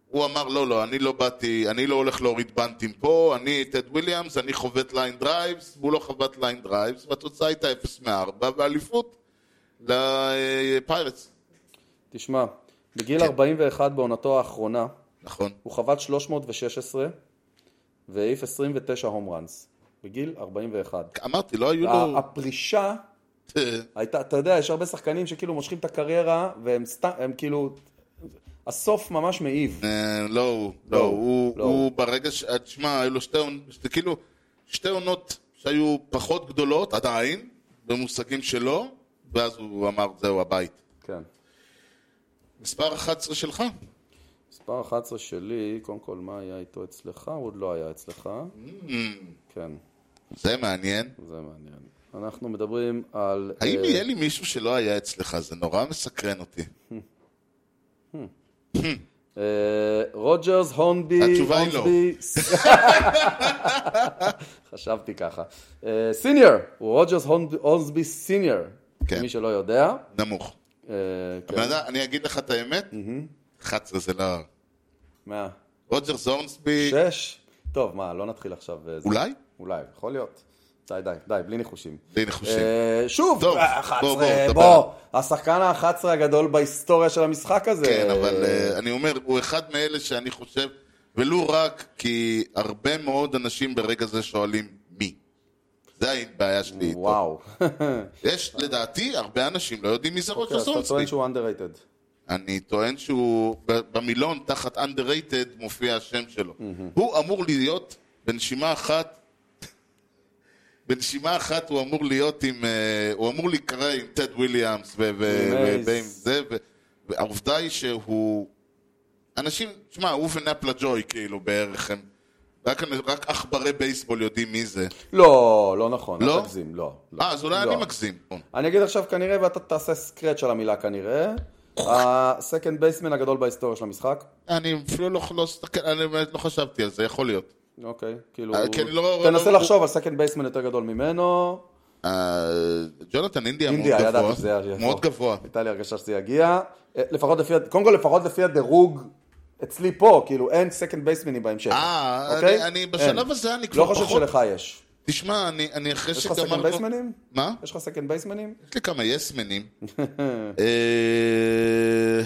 Speaker 1: הוא אמר, לא, לא, אני לא באתי, אני לא הולך להוריד בנטים פה, אני טד וויליאמס, אני חובט ליין דרייבס, והוא לא חובט ליין דרייבס, והתוצאה הייתה 0 מ-4, והאליפות אה, לפיירטס.
Speaker 2: תשמע,
Speaker 1: כן.
Speaker 2: בגיל 41 בעונתו האחרונה,
Speaker 1: נכון.
Speaker 2: הוא חבט 316 והעיף 29 הום ראנס. בגיל 41.
Speaker 1: אמרתי, לא היו
Speaker 2: ה-
Speaker 1: לו... *laughs*
Speaker 2: הפרישה
Speaker 1: אה,
Speaker 2: הייתה, אתה יודע, יש הרבה שחקנים שכאילו מושכים את הקריירה, והם סתם, הם כאילו, הסוף ממש מעיב.
Speaker 1: אה, לא, הוא-
Speaker 2: לא,
Speaker 1: לא, הוא-
Speaker 2: לא.
Speaker 1: הוא ברגע ש... אה, תשמע, היו לו שתי עונות, כאילו, שתי עונות שהיו פחות גדולות, עדיין, במושגים שלו, ואז הוא אמר, זהו, הבית.
Speaker 2: כן.
Speaker 1: מספר 11 שלך?
Speaker 2: מספר 11 שלי, קודם כל, מה היה איתו אצלך? הוא עוד לא היה אצלך.
Speaker 1: Mm.
Speaker 2: כן,
Speaker 1: זה מעניין.
Speaker 2: זה מעניין. אנחנו מדברים על...
Speaker 1: האם
Speaker 2: אה,
Speaker 1: יהיה לי מישהו שלא היה אצלך? זה נורא מסקרן אותי.
Speaker 2: אה, רוג'רס, הונבי, *laughs*
Speaker 1: התשובה היא לא.
Speaker 2: הונסבי, חשבתי ככה. אה, סיניור, הוא רוג'רס, הונב- הונסבי סיניור.
Speaker 1: כן.
Speaker 2: מי שלא יודע.
Speaker 1: נמוך.
Speaker 2: אה, כן.
Speaker 1: הבן אדם, אני אגיד לך את האמת, 11 זה לא...
Speaker 2: מה?
Speaker 1: רוג'ר זורנסבי,
Speaker 2: שש? טוב, מה, לא נתחיל עכשיו. אה, זה-
Speaker 1: אולי?
Speaker 2: אולי, יכול להיות. די, די, די, בלי ניחושים.
Speaker 1: בלי ניחושים.
Speaker 2: אה, שוב,
Speaker 1: טוב,
Speaker 2: אה, 11,
Speaker 1: בוא, בוא,
Speaker 2: בוא,
Speaker 1: דבר.
Speaker 2: השחקן ה-11 הגדול בהיסטוריה של המשחק הזה.
Speaker 1: כן, אבל אה, אני אומר, הוא אחד מאלה שאני חושב, ולו רק כי הרבה מאוד אנשים ברגע זה שואלים מי. זה הבעיה שלי איתו.
Speaker 2: וואו.
Speaker 1: יש, לדעתי, הרבה אנשים לא יודעים מי זה רוג'ר
Speaker 2: אוקיי, אז *laughs* אתה
Speaker 1: זורנסבי.
Speaker 2: טוען שהוא underrated.
Speaker 1: אני טוען שהוא, ב- במילון תחת underrated מופיע השם שלו. הוא אמור להיות בנשימה אחת, *laughs* בנשימה אחת הוא אמור להיות עם, אה, הוא אמור להיקרא עם טד וויליאמס ו- ו- ו-
Speaker 2: מייס.
Speaker 1: ועם זה, ו- והעובדה היא שהוא, אנשים, תשמע, הוא ונפלה ג'וי כאילו בערך, הם, רק, רק עכברי בייסבול יודעים מי זה.
Speaker 2: לא, לא נכון,
Speaker 1: לא?
Speaker 2: אל תגזים, לא. לא,
Speaker 1: אה, אז אולי
Speaker 2: לא.
Speaker 1: אני מגזים.
Speaker 2: אני אגיד עכשיו כנראה, ואתה תעשה סקרץ' על המילה כנראה. הסקנד בייסמן הגדול בהיסטוריה של המשחק.
Speaker 1: אני אפילו לא, לא, אני באמת לא חשבתי על זה, יכול להיות.
Speaker 2: אוקיי, כאילו...
Speaker 1: אה, כן, לא-
Speaker 2: תנסה
Speaker 1: לא-
Speaker 2: לחשוב על סקנד בייסמן יותר גדול ממנו.
Speaker 1: אה, ג'ונתן אינדיה מאוד
Speaker 2: אינדיה, ידעתי שזה
Speaker 1: גבוה,
Speaker 2: יגיע.
Speaker 1: מאוד
Speaker 2: טוב.
Speaker 1: גבוה.
Speaker 2: הייתה לי הרגשה שזה יגיע. אה, לפחות לפי, ה- קודם כל, לפחות לפי הדירוג אצלי פה, כאילו אין second basemanים בהמשך.
Speaker 1: אה,
Speaker 2: אוקיי?
Speaker 1: אני- אני
Speaker 2: אין.
Speaker 1: בשלב הזה אני
Speaker 2: לא
Speaker 1: כבר
Speaker 2: חושב
Speaker 1: פחות...
Speaker 2: שלך יש.
Speaker 1: תשמע, אני אני אחרי
Speaker 2: יש לך
Speaker 1: שגמרנו...
Speaker 2: second basemanים?
Speaker 1: מה?
Speaker 2: יש לך second basemanים?
Speaker 1: יש לי כמה
Speaker 2: *laughs*
Speaker 1: יסמנים. אה,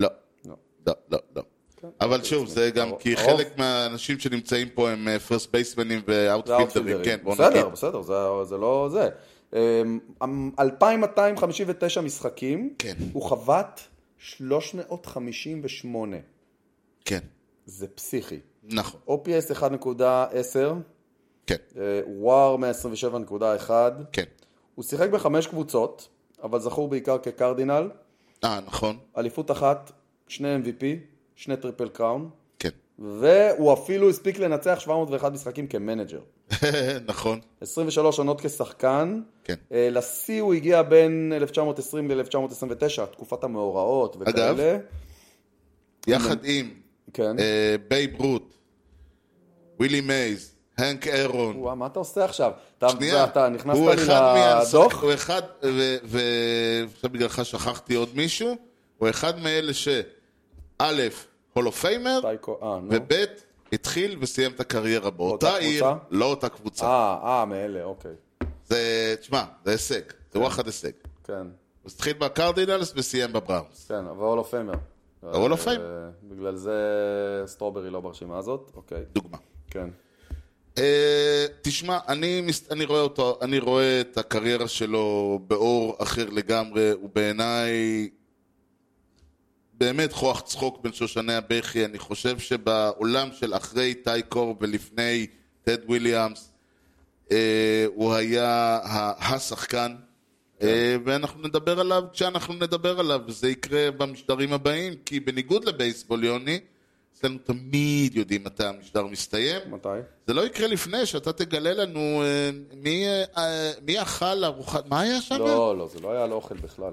Speaker 1: לא,
Speaker 2: לא. כן, אוקיי,
Speaker 1: לא, לא, לא. אבל שוב, זה גם כי
Speaker 2: הרוב-
Speaker 1: חלק מהאנשים שנמצאים פה הם אה, פרסט בייסמנים
Speaker 2: זה
Speaker 1: ואוטפילדרים,
Speaker 2: האוטפילדרים.
Speaker 1: כן, בוא נגיד.
Speaker 2: בסדר, בסדר, זה- זה לא זה. אמ, 2,259 משחקים,
Speaker 1: כן.
Speaker 2: הוא חבט 358.
Speaker 1: כן,
Speaker 2: זה פסיכי.
Speaker 1: נכון,
Speaker 2: OPS 1.10,
Speaker 1: כן,
Speaker 2: אה, וואר 127.1.
Speaker 1: כן.
Speaker 2: הוא שיחק בחמש קבוצות, אבל זכור בעיקר כקרדינל,
Speaker 1: אה, נכון,
Speaker 2: אליפות אחת, שני MVP, שני טריפל קראון,
Speaker 1: כן. *laughs*
Speaker 2: והוא אפילו הספיק לנצח 701 משחקים כמנג'ר.
Speaker 1: נכון,
Speaker 2: 23 עונות כשחקן,
Speaker 1: כן.
Speaker 2: אה, לשיא הוא הגיע בין 1920 ל-1929, תקופת המאורעות וכאלה. אגב?
Speaker 1: יחד עם
Speaker 2: כן.
Speaker 1: אה, בייב רוט, ווילי מייז, הנק אירון.
Speaker 2: וואי, מה אתה עושה עכשיו? אתה,
Speaker 1: שנייה,
Speaker 2: אתה נכנסת
Speaker 1: הוא
Speaker 2: לי
Speaker 1: אחד מהשחק-
Speaker 2: לדוח?
Speaker 1: הוא אחד, ו- ו- עכשיו בגללך שכחתי עוד מישהו, הוא אחד מאלה ש... א', הולו פיימר,
Speaker 2: טייקו, אה, נו.
Speaker 1: וב', התחיל וסיים את הקריירה
Speaker 2: באותה
Speaker 1: באותה עיר,
Speaker 2: קבוצה?
Speaker 1: לא אותה קבוצה.
Speaker 2: אה, אה, מאלה, אוקיי.
Speaker 1: זה, תשמע, זה הישג, זה וואחד הישג.
Speaker 2: כן,
Speaker 1: הוא התחיל בקרדינלס וסיים בבראונס.
Speaker 2: כן, אבל הולו פיימר.
Speaker 1: הול אוף פיימר.
Speaker 2: אה, בגלל זה סטרוברי לא ברשימה הזאת, אוקיי.
Speaker 1: דוגמה.
Speaker 2: כן.
Speaker 1: אה, תשמע, אני, מס- אני רואה אותו, אני רואה את הקריירה שלו באור אחר לגמרי, הוא בעיניי באמת כוח צחוק בין שושני הבכי, אני חושב שבעולם של אחרי טי קור ולפני טד וויליאמס, אה, הוא היה ה- השחקן, אה, ואנחנו נדבר עליו כשאנחנו נדבר עליו, וזה יקרה במשדרים הבאים, כי בניגוד לבייסבול, יוני, אצלנו תמיד יודעים מתי המשדר מסתיים.
Speaker 2: מתי?
Speaker 1: זה לא יקרה לפני שאתה תגלה לנו אה, מי, אה, מי אכל ארוחת... מה היה שם?
Speaker 2: לא, לא, זה לא היה על אוכל בכלל.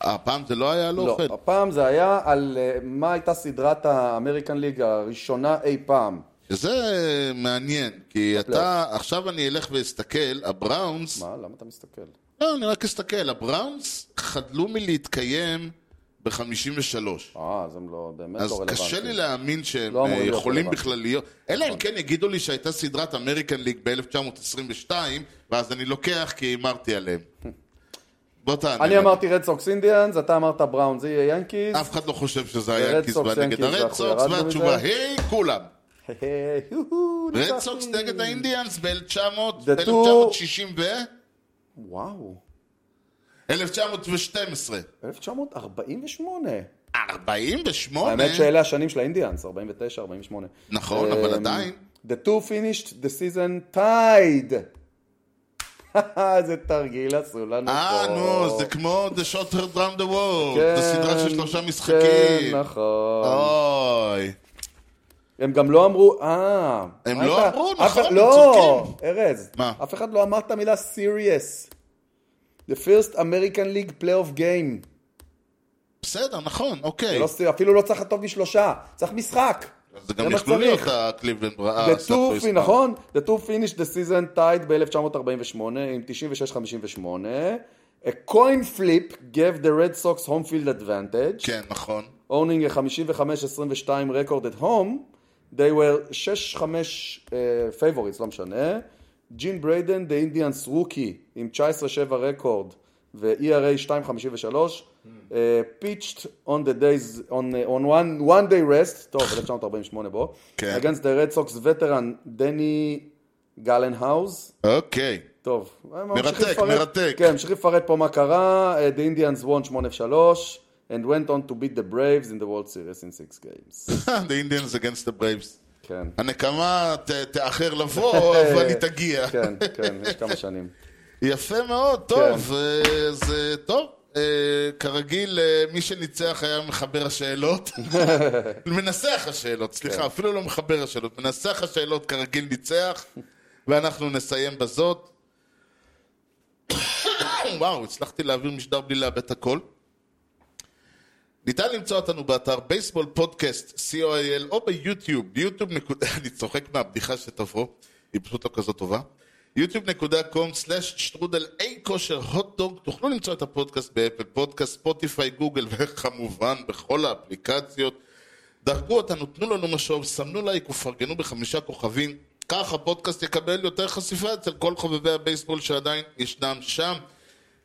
Speaker 1: הפעם זה לא היה על
Speaker 2: לא,
Speaker 1: אוכל.
Speaker 2: הפעם זה היה על אה, מה הייתה סדרת האמריקן ליג הראשונה אי פעם.
Speaker 1: שזה אה, מעניין, כי אתה... עכשיו אני אלך ואסתכל, הבראונס...
Speaker 2: לא. מה? למה אתה מסתכל?
Speaker 1: לא, אני רק אסתכל, הבראונס חדלו מלהתקיים ב-53.
Speaker 2: אה, אז הם לא, באמת
Speaker 1: אז
Speaker 2: לא רלוונטיים.
Speaker 1: קשה לי להאמין שהם
Speaker 2: לא
Speaker 1: אה,
Speaker 2: אמורים להיות
Speaker 1: יכולים
Speaker 2: רלוונטיים. נכון.
Speaker 1: בכלל להיות... אלא אם כן יגידו לי שהייתה סדרת אמריקן ליג ב-1922, ואז אני לוקח כי הימרתי
Speaker 2: *laughs*
Speaker 1: עליהם. בוא תענה.
Speaker 2: אני
Speaker 1: לנו.
Speaker 2: אמרתי רד סוקס אינדיאנס, אתה אמרת בראון זה יהיה ינקיז.
Speaker 1: אף אחד לא חושב שזה היה
Speaker 2: ורד
Speaker 1: קיסבה
Speaker 2: סוקס,
Speaker 1: נגד
Speaker 2: ינקיז,
Speaker 1: הרד
Speaker 2: אנחנו
Speaker 1: סוקס,
Speaker 2: ירדנו
Speaker 1: והתשובה,
Speaker 2: מזה.
Speaker 1: היי, כולם.
Speaker 2: *laughs*
Speaker 1: רד
Speaker 2: רד
Speaker 1: סוקס נגד האינדיאנס
Speaker 2: The two-
Speaker 1: ב-1960 ו...
Speaker 2: וואו,
Speaker 1: 1912.
Speaker 2: 1948.
Speaker 1: אוקיי. 48?
Speaker 2: האמת שאלה אה, השנים של האינדיאנס, 49, 48.
Speaker 1: נכון, אבל עדיין.
Speaker 2: אמ, The two finished the season tied. *laughs* איזה תרגיל עשו לנו פה.
Speaker 1: אה, נו, זה כמו The Shot Heard Round the World.
Speaker 2: נכון. כן,
Speaker 1: זו סדרה של שלושה
Speaker 2: כן,
Speaker 1: משחקים.
Speaker 2: נכון.
Speaker 1: אוי.
Speaker 2: הם גם לא אמרו, אה.
Speaker 1: הם
Speaker 2: מה
Speaker 1: לא
Speaker 2: הייתה?
Speaker 1: אמרו,
Speaker 2: אף-
Speaker 1: נכון, הם
Speaker 2: לא,
Speaker 1: צודקים.
Speaker 2: ארז.
Speaker 1: מה?
Speaker 2: אף אחד לא אמר את המילה serious. The first American League playoff game.
Speaker 1: בסדר, נכון,
Speaker 2: זה
Speaker 1: אוקיי.
Speaker 2: לא סי- אפילו לא צריך לטוב משלושה, צריך משחק.
Speaker 1: זה גם
Speaker 2: מה
Speaker 1: יכלו להיות
Speaker 2: שצריך.
Speaker 1: הקליבלנד... אה, לא
Speaker 2: The two, fin- נכון? The two finished the season tied ב-1948 עם 96-58. A coin flip gave the Red Sox home field advantage.
Speaker 1: כן, נכון.
Speaker 2: owning a 55-22 record at home, they were 6-5 uh, favorites, לא משנה. ג'ין בריידן, the Indians rookie, עם 19-7 רקורד ו-ERA 2.53, uh, pitched on the days, on, uh, on one, one day rest, טוב, 1948 בוא,
Speaker 1: כן.
Speaker 2: against the Red Sox veteran, דני גלנהאוז,
Speaker 1: אוקיי. *laughs*
Speaker 2: טוב, ממשיך
Speaker 1: מרתק,
Speaker 2: לפרט-
Speaker 1: מרתק.
Speaker 2: כן, ממשיך לפרט פה מה קרה, uh, The Indians won 8-3, and went on to beat the Braves in the World Series in six games.
Speaker 1: *laughs* The Indians against the Braves.
Speaker 2: כן, אה,
Speaker 1: הנקמה ת- תאחר
Speaker 2: *laughs*
Speaker 1: לבוא, אבל היא לא תגיע. *laughs*
Speaker 2: כן, כן, יש כמה שנים.
Speaker 1: יפה מאוד, טוב. אה, זה טוב. אה, כרגיל, אה, מי שניצח היה מחבר השאלות. מנסח השאלות, סליחה, אפילו לא מחבר השאלות. מנסח השאלות כרגיל ניצח, ואנחנו נסיים בזאת. *coughs* וואו, הצלחתי להעביר משדר בלי לאבד את הכל. ניתן למצוא אותנו באתר בייסבול פודקאסט, co.il, או ביוטיוב, ביוטיוב נקודה, *laughs* אני צוחק מהבדיחה שתבוא, היא פשוט לא כזאת טובה. yוטיוב.com/שטרודל אי כושר הוטדוג, תוכלו למצוא את הפודקאסט באפל פודקאסט, ספוטיפיי, גוגל, וכמובן בכל האפליקציות. דרגו אותנו, תנו לנו משוב, סמנו לייק ופרגנו בחמישה כוכבים. כך הפודקאסט יקבל יותר חשיפה אצל כל חובבי הבייסבול שעדיין ישנם שם.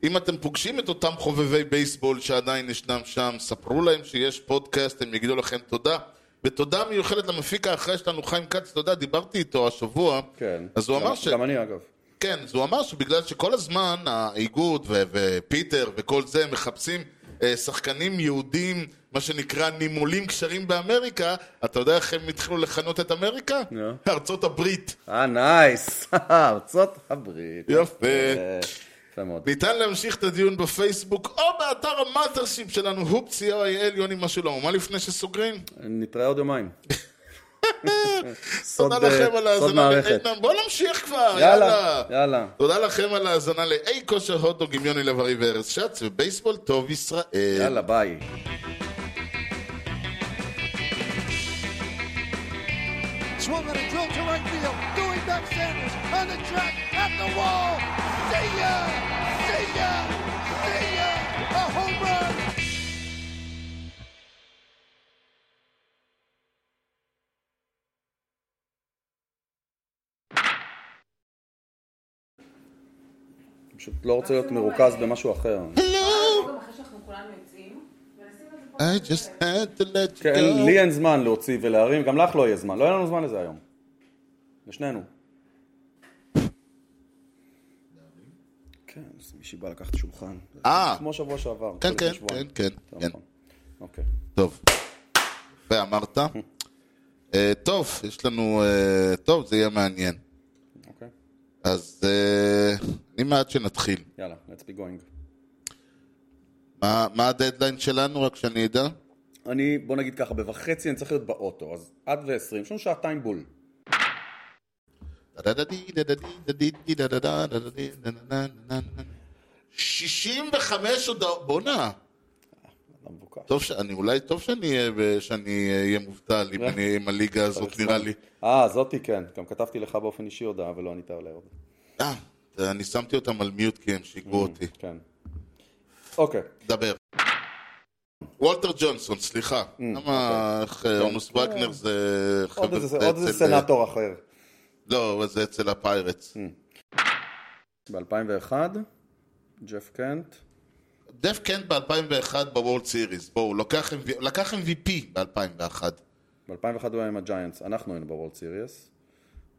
Speaker 1: אם אתם פוגשים את אותם חובבי בייסבול שעדיין ישנם שם, ספרו להם שיש פודקאסט, הם יגידו לכם תודה. ותודה מיוחדת למפיק האחראי שלנו, חיים כץ, אתה יודע, דיברתי איתו השבוע.
Speaker 2: כן.
Speaker 1: אז הוא
Speaker 2: גם-
Speaker 1: אמר ש...
Speaker 2: גם אני אגב.
Speaker 1: כן, אז הוא אמר שבגלל שכל הזמן האיגוד ו- ופיטר וכל זה מחפשים אה, שחקנים יהודים, מה שנקרא נימולים כשרים באמריקה, אתה יודע איך הם התחילו לכנות את אמריקה?
Speaker 2: נו.
Speaker 1: ארצות הברית.
Speaker 2: אה, נייס, *laughs* ארצות הברית.
Speaker 1: יפה.
Speaker 2: אה, יפה מאוד.
Speaker 1: ניתן להמשיך את הדיון בפייסבוק או באתר המאטרשיפ שלנו, הופסי או אייל, יוני משולום. מה לפני שסוגרים?
Speaker 2: נתראה עוד יומיים.
Speaker 1: *laughs*
Speaker 2: סוד,
Speaker 1: תודה לכם
Speaker 2: אה,
Speaker 1: על
Speaker 2: סוד
Speaker 1: ההאזנה.
Speaker 2: מערכת.
Speaker 1: לאיתן. בואו נמשיך כבר,
Speaker 2: יאללה, יאללה.
Speaker 1: תודה לכם על ההאזנה לאי כושר הוטדוג עם יוני לב-ארי וארז שץ, ובייסבול טוב ישראל.
Speaker 2: יאללה, ביי.
Speaker 6: Swung on a drill to right field. Doing back Sanders on the track at the wall. See ya! See ya! See ya! A home run!
Speaker 2: פשוט לא רוצה להיות מרוכז במשהו אחר.
Speaker 7: גם אחרי שאנחנו כולנו יוצאים, ולשים את
Speaker 1: I
Speaker 7: זה פה.
Speaker 1: just had to let you
Speaker 2: כן,
Speaker 1: go.
Speaker 2: לי אין זמן להוציא ולהרים, גם לך לא יהיה זמן. לא היה לנו זמן לזה היום. לשנינו. כן, אז מישהי באה לקחת שולחן.
Speaker 1: אה.
Speaker 2: כמו שבוע שעבר.
Speaker 1: כן,
Speaker 2: כל
Speaker 1: כן,
Speaker 2: לפני שבועיים.
Speaker 1: כן, כן,
Speaker 2: אתה
Speaker 1: כן.
Speaker 2: נכון. אוקיי.
Speaker 1: טוב. יפה,
Speaker 2: *laughs*
Speaker 1: אמרת. אה, טוב, יש לנו... אה, טוב, זה יהיה מעניין.
Speaker 2: אוקיי.
Speaker 1: אז אה, אני מעט שנתחיל.
Speaker 2: יאללה, let's be going.
Speaker 1: מה מה הדדליין שלנו, רק שאני אדע?
Speaker 2: אני, בוא נגיד ככה, בחצי אני צריך להיות באוטו, אז עד ועשרים, יש לנו שעתיים בול.
Speaker 1: דדדי, דדדי, דדידי, דדדה, דדדי, דדדה, דדדה. 65 הודעות, בואנה.
Speaker 2: אתה מבוקש.
Speaker 1: טוב שאני, אולי טוב שאני אהיה ב- שאני אהיה מובטל אם אני- עם הליגה הזאת נראה לי.
Speaker 2: אה, זאתי כן, גם כתבתי לך באופן אישי הודעה ולא ענית עליה עוד.
Speaker 1: אה, אני שמתי אותם על מיוט כי הם שיגעו אותי.
Speaker 2: כן. אוקיי,
Speaker 1: דבר. וולטר ג'ונסון, סליחה.
Speaker 2: Mm. אוקיי.
Speaker 1: למה איך, אה, אונוס וגנר זה...
Speaker 2: כן. עוד
Speaker 1: חבר'ה,
Speaker 2: איזה-
Speaker 1: זה
Speaker 2: עוד איזה
Speaker 1: אצל, אה,
Speaker 2: סנטור אחר.
Speaker 1: לא, אבל זה אצל
Speaker 2: Mm.
Speaker 1: הפיירטס.
Speaker 2: ב-2001, ג'ף קנט.
Speaker 1: דף קנט ב-2001 בוולד סיריס, בואו, הוא לוקח MV- לקח MVP ב-2001.
Speaker 2: ב-2001 הוא היה עם הג'יינטס, אנחנו היינו בוולד אה, סיריוס.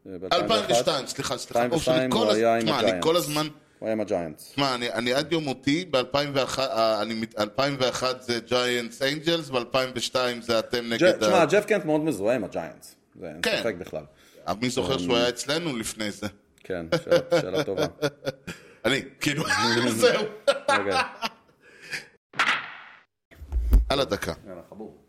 Speaker 2: ב-
Speaker 1: 2002, סליחה, סליחה. אוף, אני
Speaker 2: 2002
Speaker 1: כל
Speaker 2: הוא
Speaker 1: הז-
Speaker 2: היה עם
Speaker 1: תשמע, אני
Speaker 2: הג'יינטס.
Speaker 1: כל הזמן...
Speaker 2: הוא היה עם הג'יינטס.
Speaker 1: תשמע, אני, אני עד יום מותי, אה, ב-2001 זה ג'יינטס אינג'לס, ב-2002 זה אתם
Speaker 2: ג'-
Speaker 1: נגד
Speaker 2: תשמע,
Speaker 1: ה...
Speaker 2: ג'ף קנט מאוד מזוהה עם הג'יינטס. זה אין
Speaker 1: כן.
Speaker 2: ספק בכלל.
Speaker 1: אבל מי זוכר שהוא היה אצלנו לפני זה? *laughs*
Speaker 2: כן, שאלה- שאלה טובה.
Speaker 1: אני, כאילו, *laughs* זהו.
Speaker 2: רגע,
Speaker 1: על הדקה.
Speaker 2: יאללה, חבור.